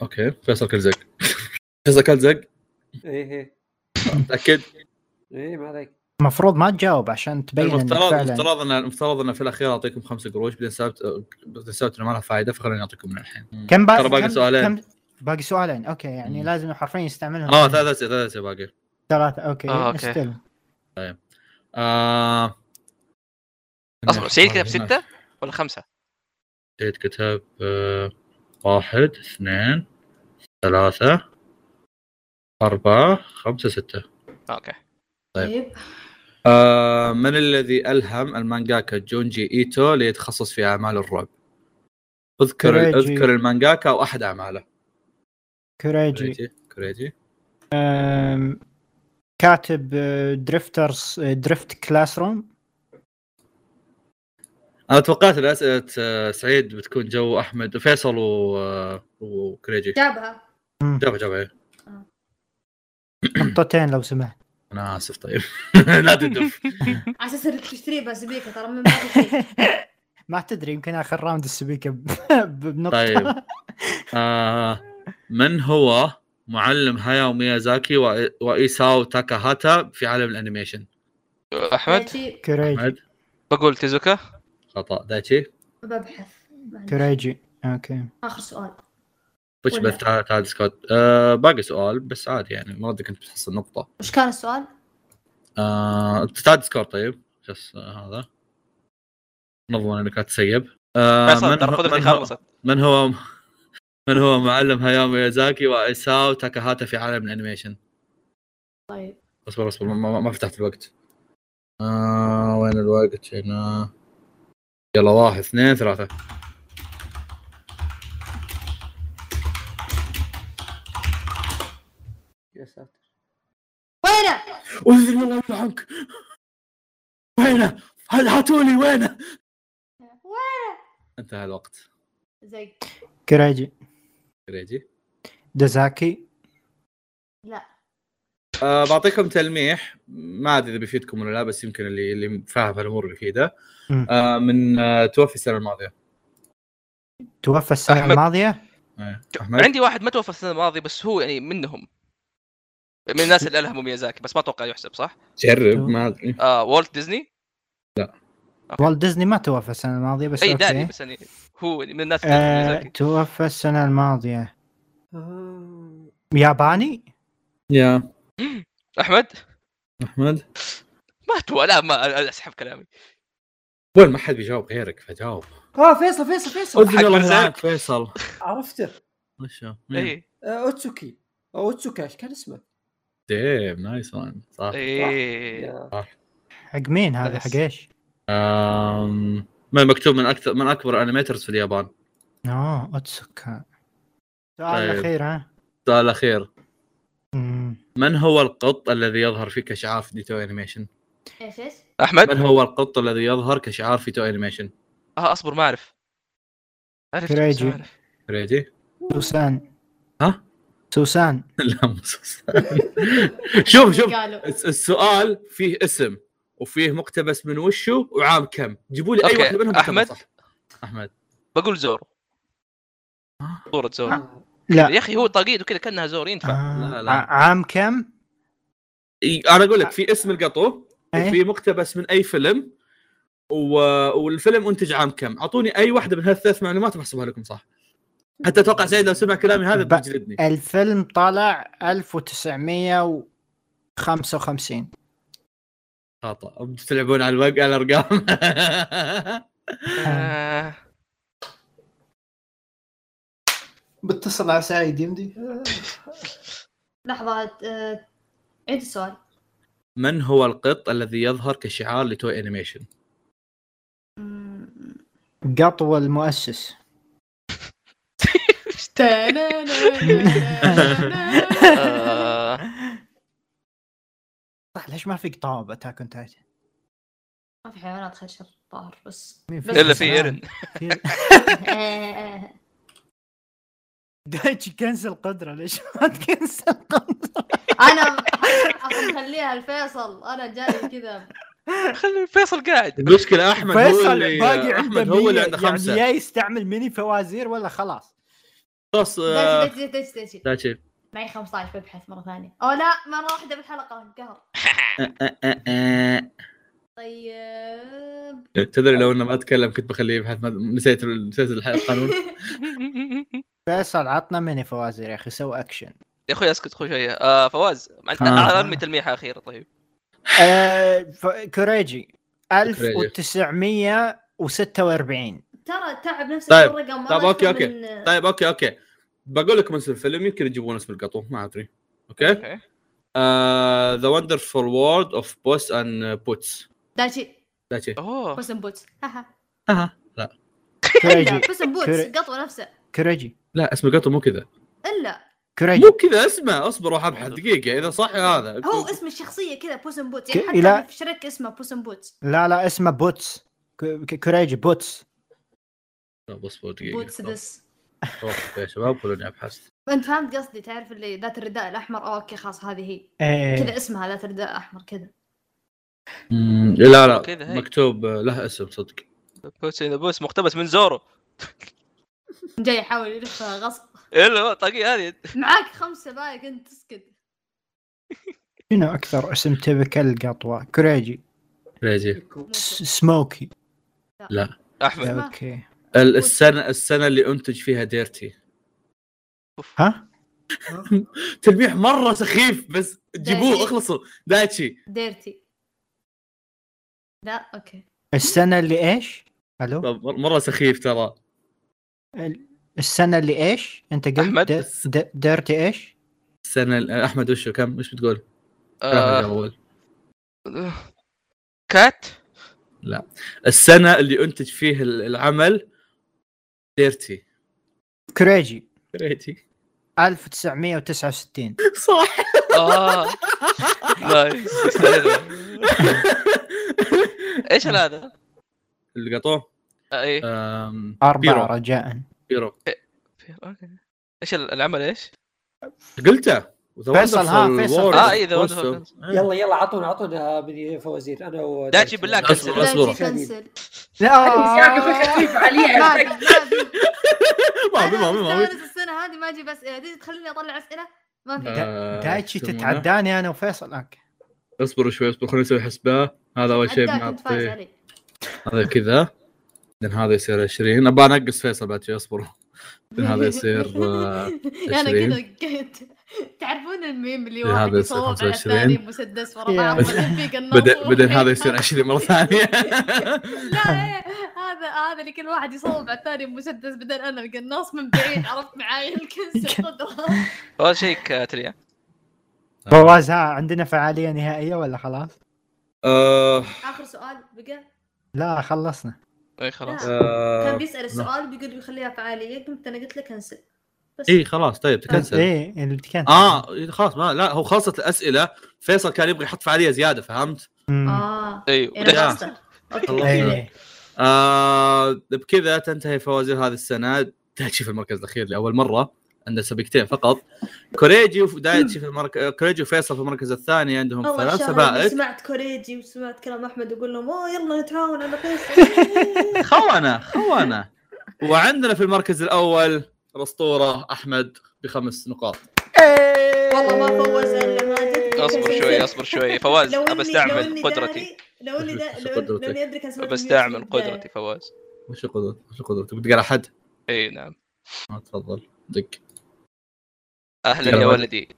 اوكي فيصل كل زق فيصل كل زق
ايه ايه
متاكد؟
ايه ما عليك
المفروض ما تجاوب عشان تبين إنك
المفترض
فعلاً-
المفترض ان المفترض ان في الاخير اعطيكم خمسة قروش بعدين سبت بعدين سبت انه ما لها فائده فخلوني اعطيكم من الحين.
كم باقي
ترى باقي
كم-
سؤالين.
كم- باقي سؤالين اوكي يعني
مم.
لازم حرفيا يستعملهم
اه ثلاث اسئله ثلاث اسئله باقي.
ثلاثة اوكي
آه، أوكي.
استلم
آه...
اصبر سعيد كتب سته ولا خمسه؟
سعيد كتب آه، واحد اثنين ثلاثة أربعة خمسة ستة
اوكي
طيب.
طيب
آه من الذي ألهم المانجاكا جونجي إيتو ليتخصص في أعمال الرعب؟ اذكر
كوريجي.
اذكر المانجاكا أو أحد أعماله
كوريجي
كوريجي كوريجي
أم، كاتب آه، درفترز آه، درفت كلاس روم
أنا توقعت إن أسئلة آه، سعيد بتكون جو أحمد وفيصل و... آه، وكوريجي
جابها
مم.
جابه جابه إيه.
نقطتين لو سمحت
أنا آسف طيب لا تندف
على اساس انك تشتري بسبيكه ترى من بعد شيء.
ما تدري يمكن اخر راوند السبيكه ب- بنقطة
طيب آه من هو معلم هاياو ميازاكي وإي- وايساو تاكاهاتا في عالم الانيميشن؟
احمد
شيء
كوريجي
احمد
بقول تيزوكا
آه، خطا دايتشي
ببحث ما عندي.
كوريجي اوكي
اخر سؤال
وش
ولا.
بث تعال تعال ديسكورد آه باقي سؤال بس عادي يعني ما ودك انت بتحصل نقطه
وش كان السؤال؟
آه تعال ديسكورد طيب بس آه هذا نظرا انك لا تسيب آه
فيصل
من
ترى
هو-
قدرتي
من هو-
خلصت
من هو من هو معلم هاياو ميازاكي وايساو تاكاهاتا في عالم الانيميشن
طيب
اصبر اصبر ما, ما- ما فتحت الوقت آه وين الوقت هنا يلا واحد اثنين ثلاثة
يا ساتر
وينه؟
وينه الله يلعنك وينه هل هاتولي وينه
وينه؟
انتهى الوقت
زي
كراجي
ريجي
دزاكي
لا
أه بعطيكم تلميح ما ادري اذا بيفيدكم ولا لا بس يمكن اللي اللي فاهم الامور بيفيده
مم.
أه من أه توفي السنه الماضيه
توفى السنه
أحمد.
الماضيه
أيه. احمد
عندي واحد ما توفى السنه الماضيه بس هو يعني منهم من الناس اللي الهموا ميازاكي بس ما اتوقع يحسب صح؟
جرب ما ادري
آه والت ديزني
والت ديزني ما توفى السنه الماضيه بس
اي
أوكي.
داري بس يعني هو من الناس اللي الهموا
آه،
ميازاكي
توفى السنه الماضيه
آه.
ياباني
يا
احمد
احمد
ما تو لا ما أنا اسحب كلامي
وين ما حد بيجاوب غيرك فجاوب
اه فيصل فيصل فيصل
حق
الله
مرزاق.
يلعنك فيصل
عرفته
وشو؟
اي
آه، اوتسوكي او اوتسوكا ايش كان اسمه؟
ديم نايس وان صح
اي
حق مين هذا
بس.
حق ايش؟
أم... ما مكتوب من اكثر من اكبر انيميترز في اليابان
اه اوتسوكا سؤال
طيب.
الاخير ها
السؤال الاخير
مم.
من هو القط الذي يظهر في كشعار في تو انيميشن؟
ايش ايش؟
احمد
من هو القط الذي يظهر كشعار في تو انيميشن؟
اه اصبر ما اعرف عرفت، بس
كريجي.
ما اعرف
ريدي؟
سوسان
ها؟
سوسان
لا مو سوسن. شوف شوف
قالوا
الس- السؤال فيه اسم وفيه مقتبس من وشو وعام كم؟ جيبوا لي اي
أوكي،
واحد منهم
أحمد؟
مقتبس صح. احمد
بقول زورو
آه.
صورة زورو
آه. لا
يا اخي هو طاقيد وكذا كانها زورو ينفع
آه،
لا، لا.
ع- عام كم؟
إي، انا اقول لك في اسم القطو
إيه؟
وفي مقتبس من اي فيلم و... والفيلم انتج عام كم اعطوني اي واحده من هالثلاث معلومات بحسبها لكم صح حتى اتوقع سعيد لو سمع كلامي هذا
ب- إيه.
بيجلدني
الفيلم طلع 1955
خطا بتلعبون على الوقت على الارقام
آه،
بتصل على سعيد يمدي
لحظه آه، عيد السؤال
من هو القط الذي يظهر كشعار لتوي انيميشن
مم.
قطو المؤسس
آه،
صح ليش ما في قطاب اتاك اون تايتن؟
ما في حيوانات خير شر الظاهر بس
مين في؟
بس-
الا في ايرن
في-
آه، آه.
دايتشي كنسل قدره ليش ما تكنسل قدره؟
انا أبغى اخليها الفيصل انا جاي كذا
خلي فيصل قاعد
المشكله احمد هو
فيصل
اللي
باقي عنده
احمد هو اللي
مية،
عنده
يعني
خمسه
يا يستعمل ميني فوازير ولا خلاص
خلاص آه،
دش- دش- دش- دش- دش.
لا شيء
معي 15 ببحث مره ثانيه او لا مره واحده بالحلقه انقهر
إيه،
طيب
إيه. تدري لو انه ما اتكلم كنت بخليه يبحث ما- نسيت نسيت الح- القانون
فيصل عطنا ميني فوازير يا اخي سو اكشن
يا اخوي اسكت اخوي شويه آه فواز عن-
آه.
ارمي تلميحه اخيره طيب
آه، ف- كوريجي
كوريجي.
1946
ترى تعب نفسك
طيب.
مره قام
طيب،
مرة
أوكي،
أكثر
أوكي.
من-
طيب اوكي اوكي بقول لكم اسم الفيلم يمكن يجيبون اسم القطو ما آه، ادري اوكي
اوكي
ذا وندرفول وورد اوف بوس اند بوتس
داشي
لا شيء
اوه
بس بوتس هاها
اها لا
كوريجي
بس بوتس
كوري-
قطوه نفسه
كوريجي
لا اسم القطو مو كذا
الا
كوريجي
مو كذا اسمه اصبر راح ابحث دقيقه اذا صح هذا
هو اسم الشخصيه كذا بوس بوتس
ك-
يعني حتى
لا.
في شركه اسمها بوس بوتس
لا لا اسمه بوتس ك- ك- كوريجي بوتس
لا، اصبر دقيقه
بوتس ذس
توقف يا شباب خلوني ابحث
انت فهمت قصدي تعرف اللي ذات الرداء الاحمر أو اوكي خلاص هذه هي كذا
ايه
اسمها ذات الرداء الاحمر كذا
مم، لا
كذا
لا
هي.
مكتوب آه، له اسم صدق
بوس بوس مقتبس من زورو
جاي يحاول يلفها غصب
الا هو إيه، طاقية هذه
معاك خمس دقائق انت تسكت
شنو اكثر اسم تبكل قطوه كوريجي
ريجي
س- سموكي
احمد
ما-
اوكي
ال- السنه السنه اللي انتج فيها ديرتي
ها
تلميح مره سخيف بس جيبوه
دايتشي.
اخلصوا دايتشي
ديرتي لا اوكي
السنه اللي ايش؟ الو
مره سخيف ترى
السنه اللي ايش انت قلت
أحمد؟
د- د- ديرتي ايش
السنه ال- احمد وشو كم وش بتقول؟
آه،
أول.
كات
السنه اللي انتج فيه ال- العمل ديرتي
كريجي
ديرتي
1969
صح
اه نايس ايش هذا؟ آه، إيه.
القطوه
اي
آه. أم، بيرو.
أربعة رجاء
بيرو
ايش العمل ايش؟
قلته
فيصل، ها، فيصل.
آه، إي، The Wonderful
يلا يلا عطونا عطونا من فوازير انا و
دايتشي بالله
أصبر،
كنسل.
أصبر.
دايتشي
شديد.
كنسل
لا
آه،
خفيف عليه
ما أبي، ما أبي.
إيه، ما في ما
أنا
في ما في
مستانس السنه هذه ما اجيب اسئله دي تخليني اطلع اسئله ما في
آه،
دايتشي
يسمونه؟
تتعداني انا وفيصل أك.
اصبروا شوي اصبروا خلينا نسوي حسبه هذا اول شيء
عداك انت فايز
بنعطيه
علي
هذا كذا بعدين هذا يصير 20 ابغى انقص فيصل بعد شوي اصبروا بعدين هذا يصير آه،
انا
20.
كذا قلت تعرفون الميم اللي
هذا
واحد
يصير
يصوب على
25.
الثاني مسدس ورا بعض
Yeah.
وبعدين في قناص
بعدين بعدين هذا يصير 20 مره ثانيه
لا إيه، هذا هذا اللي كل واحد يصوب على الثاني مسدس بدل انا القناص من بعيد عرفت معاي الكنسة قدره
اول شيء كاتريا
فواز ها عندنا فعاليه نهائيه ولا خلاص؟
آه،
اخر سؤال بقى
لا خلصنا
اي إيه، خلاص
لا. كان
آه،
بيسال السؤال بيقول بيخليها فعاليه قلت انا قلت له كنسل بس
اي خلاص طيب تكنسل
ايه اللي كان
اه خلاص ما لا هو خلصت الاسئله فيصل كان يبغى يحط فعاليه زياده فهمت؟
مم.
اه
ايوه
يعني
يا.
خلاص. اوكي
الله.
ايه
آه بكذا تنتهي فوازير هذه السنه دايتشي في المركز الاخير لاول مره عنده سبيكتين فقط كوريجي ودايتشي في المركز آه، كوريجي وفيصل في المركز الثاني عندهم
والله
ثلاث
الشهر اللي
سبائك
سمعت كوريجي وسمعت كلام احمد اقول لهم اوه يلا نتعاون انا فيصل
خونه خونه وعندنا في المركز الاول الاسطوره احمد بخمس نقاط
والله ما فوز الا ماجد
اصبر شوي اصبر شوي فواز
لو إني-
ابى
لو إني
استعمل قدرتي
داري- لو اني دا- لو- لو
قدرتك.
اني ادري كان سمعت ميوت
ابى
من
استعمل
البداية.
قدرتي فواز
وش قدرتك وش قدرتك بتقرا احد
اي نعم
ما تفضل دق
اهلا
يا
يا
ولد.
ولدي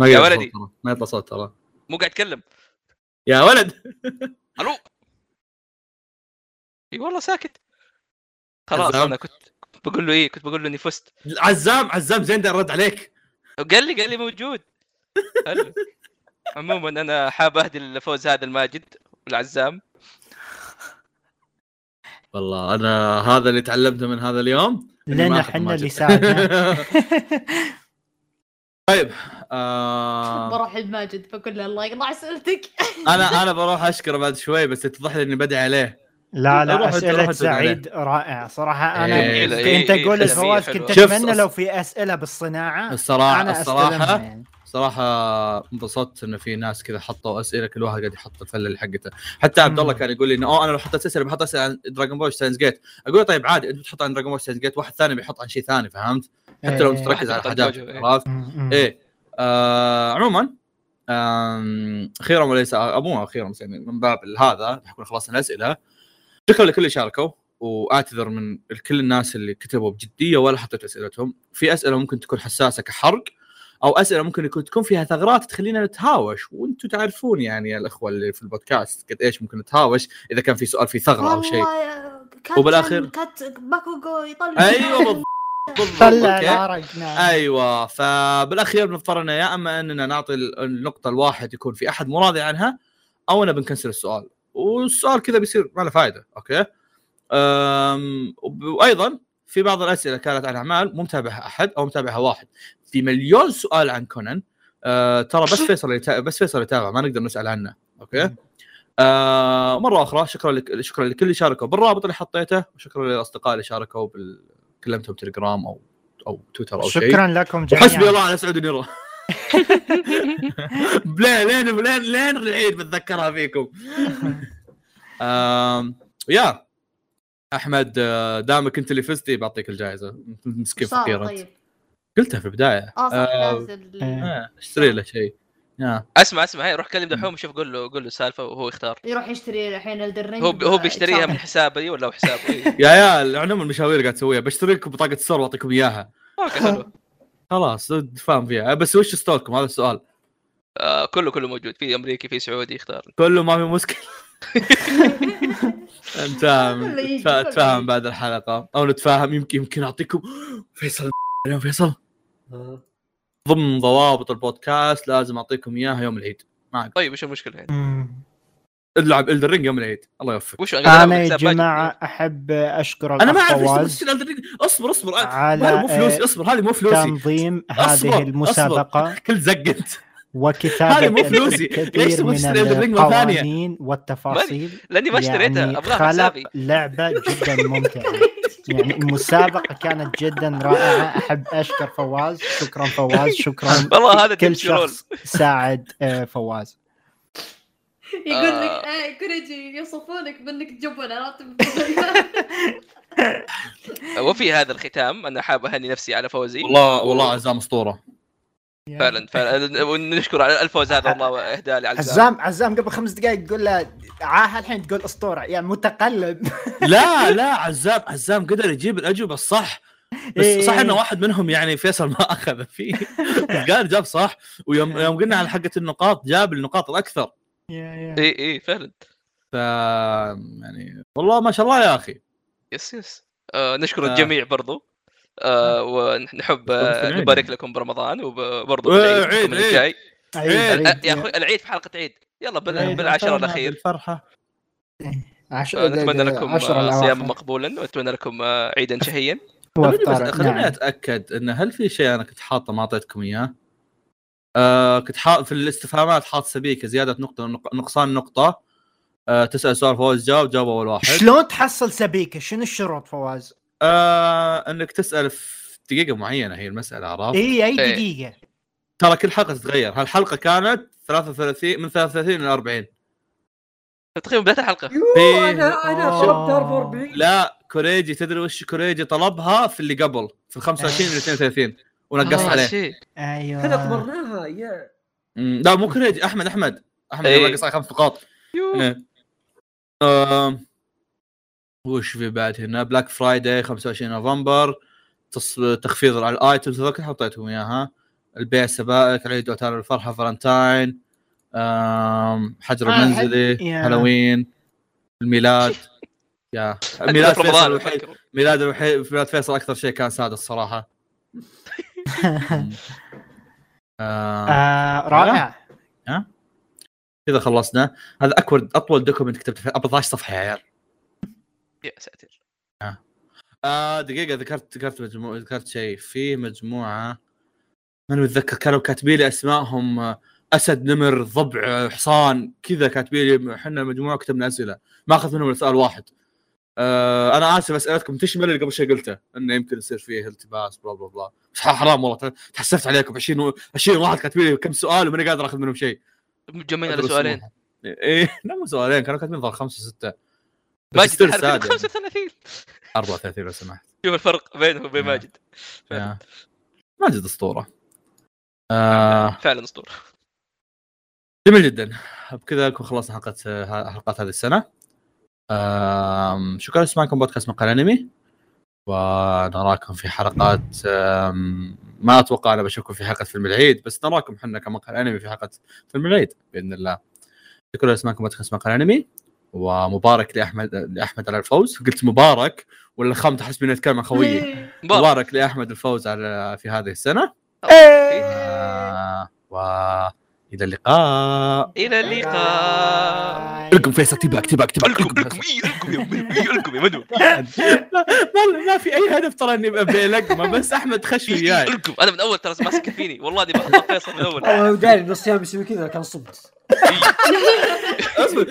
ما
يا
يطلع
ولدي.
صوت ترى. ما يطلع صوت ترى
مو قاعد اتكلم
يا ولد
الو اي والله ساكت خلاص
عزام.
انا كنت كنت بقول له ايه كنت بقول له اني فزت
عزام عزام زندر رد عليك
قال لي قال لي موجود حلو. عموما انا حاب اهدي الفوز هذا الماجد والعزام
والله انا هذا اللي تعلمته من هذا اليوم إني ما
لنا
أحط
احنا اللي
ماجد.
ساعدنا
طيب آه
بروح لماجد بقول له الله يقطع اسئلتك
انا انا بروح اشكره بعد شوي بس يتضح لي اني بدعي عليه
لا
روح-
لا
روح
اسئله
تدعي عليه.
سعيد رائعه صراحه انا
إيه.
كنت-
إيه،
انت
إيه،
تقول
إيه،
الفواز
حلوة.
كنت
شوف،
اتمنى
أص-
لو في اسئله بالصناعه
الصراحه
انا استلمها
الصراحه
يعني.
صراحه انبسطت انه في ناس كذا حطوا اسئله كل واحد قاعد يحط الفله حقته حتى عبد الله
مم.
كان يقول لي انه اوه انا لو حطيت اسئله بحط اسئله عن دراجون بول ساينس جيت اقول له طيب عادي انت بتحط عن دراجون بول ساينس جيت واحد ثاني بيحط عن شيء ثاني فهمت حتى لو
إيه.
انت تركز على الحاجات
واحد يحط عن زوجه،
عرفت
مم، مم.
ايه آه عموما آم، اخيرا وليس مو اخيرا بس يعني من باب هذا نكون خلصنا الاسئله شكرا لكل اللي شاركوا واعتذر من كل الناس اللي كتبوا بجديه ولا حطيت اسئلتهم في اسئله ممكن تكون حساسه كحرق او اسئله ممكن يكون تكون فيها ثغرات تخلينا نتهاوش وانتم تعرفون يعني يا الاخوه اللي في البودكاست قد ايش ممكن نتهاوش اذا كان في سؤال فيه ثغره او شيء
والله يا- كات-
وبالآخر-
كات باكوغو يطلع
ايوه بالضبط بالضبط،
طلع
أوكي؟
العرق نعم
ايوه فبالاخير بنضطر انه يا اما اننا نعطي ال- النقطه الواحد يكون في احد مراضي عنها او انا بنكنسل السؤال والسؤال كذا بيصير ما له فائده اوكي أم وب- وايضا في بعض الاسئله كانت عن اعمال مو متابعها احد او متابعها واحد في مليون سؤال عن كونان أه ترى بس فيصل اللي يتا- بس فيصل يتابع ما نقدر نسال عنه اوكي
مم.
آه مره اخرى شكرا لك شكرا لكل اللي شاركوا بالرابط اللي حطيته وشكرا للاصدقاء اللي شاركوا بال... كلمتهم تليجرام او او تويتر او شيء
شكرا لكم جميعا
وحسبي الله على سعود النيرو لين لين لين لين العيد بتذكرها فيكم آم، يا احمد آه، دامك انت اللي فزتي بعطيك الجائزه مسكين
صار
فقير انت
طيب
قلتها في البدايه
اه صح
آه،
نازل
إيه.
آه، اشتري له شيء يا
اسمع اسمع هاي روح كلم دحوم شوف قول له قول له سالفه وهو يختار
يروح يشتري الحين الدرينج
هو هو بيشتريها من حسابي ولا هو حسابي
يا يا عموما المشاوير قاعد تسويها بشتري لكم بطاقه السر واعطيكم اياها
اوكي حلو
خلاص فاهم فيها آه، بس وش ستوكم هذا السؤال
آه، كله كله موجود في امريكي في سعودي يختار
كله ما في مشكله نتفاهم
ولا يجي، ولا
نتفاهم
يجي.
بعد الحلقه او نتفاهم يمكن يمكن اعطيكم فيصل اليوم فيصل
آه.
ضمن ضوابط البودكاست لازم اعطيكم اياها يوم العيد
طيب وش المشكله يعني؟
آه. العب الرينج يوم العيد الله يوفقك
وش
انا يا جماعه احب اشكر
انا ما اعرف ليش
الأخ فواز
تمثل Elden Ring. اصبر اصبر
على- آه،
هذا مو فلوسي اصبر آه، هذه مو فلوسي
تنظيم
أصبر،
هذه المسابقه
كل زقت هذه
وكتابه
مو فلوسي. ليش
الكثير
تبغى
من
تشتري Elden Ring مرة ثانية؟
القوانين والتفاصيل
لاني ما اشتريتها
يعني
ابغاها في
خلق
حسابي
لعبه جدا ممتعه يعني المسابقه كانت جدا رائعه احب اشكر فواز شكرا فواز شكرا
والله هذا
كل
ديمشي رول.
شخص ساعد آه، فواز
يقول لك
آه.
آه، كوريجي يوصفونك بانك جبن عرفت
وفي هذا الختام انا حاب اهني نفسي على فوزي
والله والله عزام اسطوره
فعلا فعلا ونشكر على الفوز هذا والله اهدى لي على الزام.
عزام عزام قبل خمس دقائق تقول له عاها الحين تقول اسطوره يعني متقلب
لا لا عزام عزام قدر يجيب الاجوبه الصح
إيه.
بس صح انه واحد منهم يعني فيصل ما اخذ فيه بس قال جاب صح ويوم يوم قلنا على حقه النقاط جاب النقاط الاكثر
اي اي فعلا
ف يعني والله ما شاء الله يا اخي
يس يس آه نشكر
آه.
الجميع برضو آه ونحب آه
العيد.
نبارك لكم برمضان وبرضو
إيه،
بالعيد
عيد،
لكم
عيد.
الجاي
عيد.
آه، يا اخوي العيد في حلقه عيد يلا بال- بالعشر الاخير
الفرحه
عشر-
آه، نتمنى لكم آه،
عشر الأواخر.
صياما مقبولا ونتمنى لكم آه، عيدا شهيا
خليني بس
وأفطار.
خليني
نعم.
اتاكد انه هل في شيء انا كنت حاطه ما اعطيتكم اياه؟ آه كنت حاط في الاستفهامات حاط سبيكه زياده نقطه نق- نقصان نقطه آه تسال سؤال فوز جاوب جاوب اول واحد
شلون تحصل سبيكه؟ شنو الشروط فواز؟
آه انك تسال في دقيقه معينه هي المساله عرفت؟
اي اي
إيه.
دقيقه
ترى كل حلقه تتغير هالحلقه كانت 33 من 33 ل 40
تقريبا بدايه الحلقه
يوه انا انا
آه.
طلبت 44
لا كوريجي تدري وش كوريجي طلبها في اللي قبل في ال 25 من 32 ونقص
آه،
عليه
شيء.
ايوه
احنا طمرناها يا
مم، لا مو كوريجي احمد احمد احمد
إيه.
نقص عليه خمس نقاط
يوه.
إيه. آم، وش في بعد هنا بلاك فرايداي 25 نوفمبر تص... تخفيض على الايتمز هذول كلها حطيتهم اياها البيع سبائك عيد وتالي الفرحه فالنتاين آم، حجر
آه،
المنزلي
يا.
هالوين الميلاد يا
عندنا
ميلاد
في
فيصل
رمضان
الوحيد
أفكر.
ميلاد الوحيد ميلاد فيصل اكثر شيء كان ساد الصراحه آم،
آه رائع
كذا خلصنا هذا اكبر اطول دوكيمنت كتبته في 14 صفحه يا عيال
يا ساتر
آه دقيقه ذكرت ذكرت مجموعه ذكرت شيء في مجموعه ماني متذكر كانوا كاتبين لي اسمائهم آه، اسد نمر ضبع آه، حصان كذا كاتبين لي احنا مجموعه كتبنا اسئله ما اخذت منهم سؤال واحد آه انا اسف اسئلتكم تشمل اللي قبل شوي قلته انه يمكن يصير فيه التباس بلا بلا بلا بس حرام والله تحسفت عليكم 20 و- 20 واحد كاتبين لي كم سؤال وماني قادر اخذ منهم شيء
متجمعين على سؤالين
ايه لا مو سؤالين كانوا كاتبين ظهر خمسه سته بس
ماجد
still
الحربي
sad يعني.
35
34 لو سمحت
شوف الفرق بينه وبين
آه.
ماجد
يا. ماجد اسطوره آه
فعلا اسطوره
جميل جدا بكذا نكون خلصنا حلقه آه، حلقات هذه السنه آم، شكرا لسماعكم بودكاست مقال انمي ونراكم في حلقات آم، ما اتوقع انا بشوفكم في حلقه فيلم العيد بس نراكم احنا كمقال انمي في حلقه فيلم العيد باذن الله شكرا لسماعكم بودكاست مقال انمي ومبارك لاحمد لاحمد على الفوز قلت مبارك ولا خمت احس اني اتكلم عن خويي
مبارك
مبارك لاحمد الفوز على في هذه السنه آه، والى اللقاء
الى اللقاء
لكم فيصل تباك تباك تباك
الكم الكم إيه، الكم يا إيه، الكم يا مدمن
ما ما في اي هدف ترى اني ابي لقمه بس يعني. احمد خش
إيه،
وياي
إيه، الكم انا من اول ترى ماسك فيني والله اني بخطف فيصل من اول
والله لو داري انه الصيام يسوي كذا كان صبت
أصبر،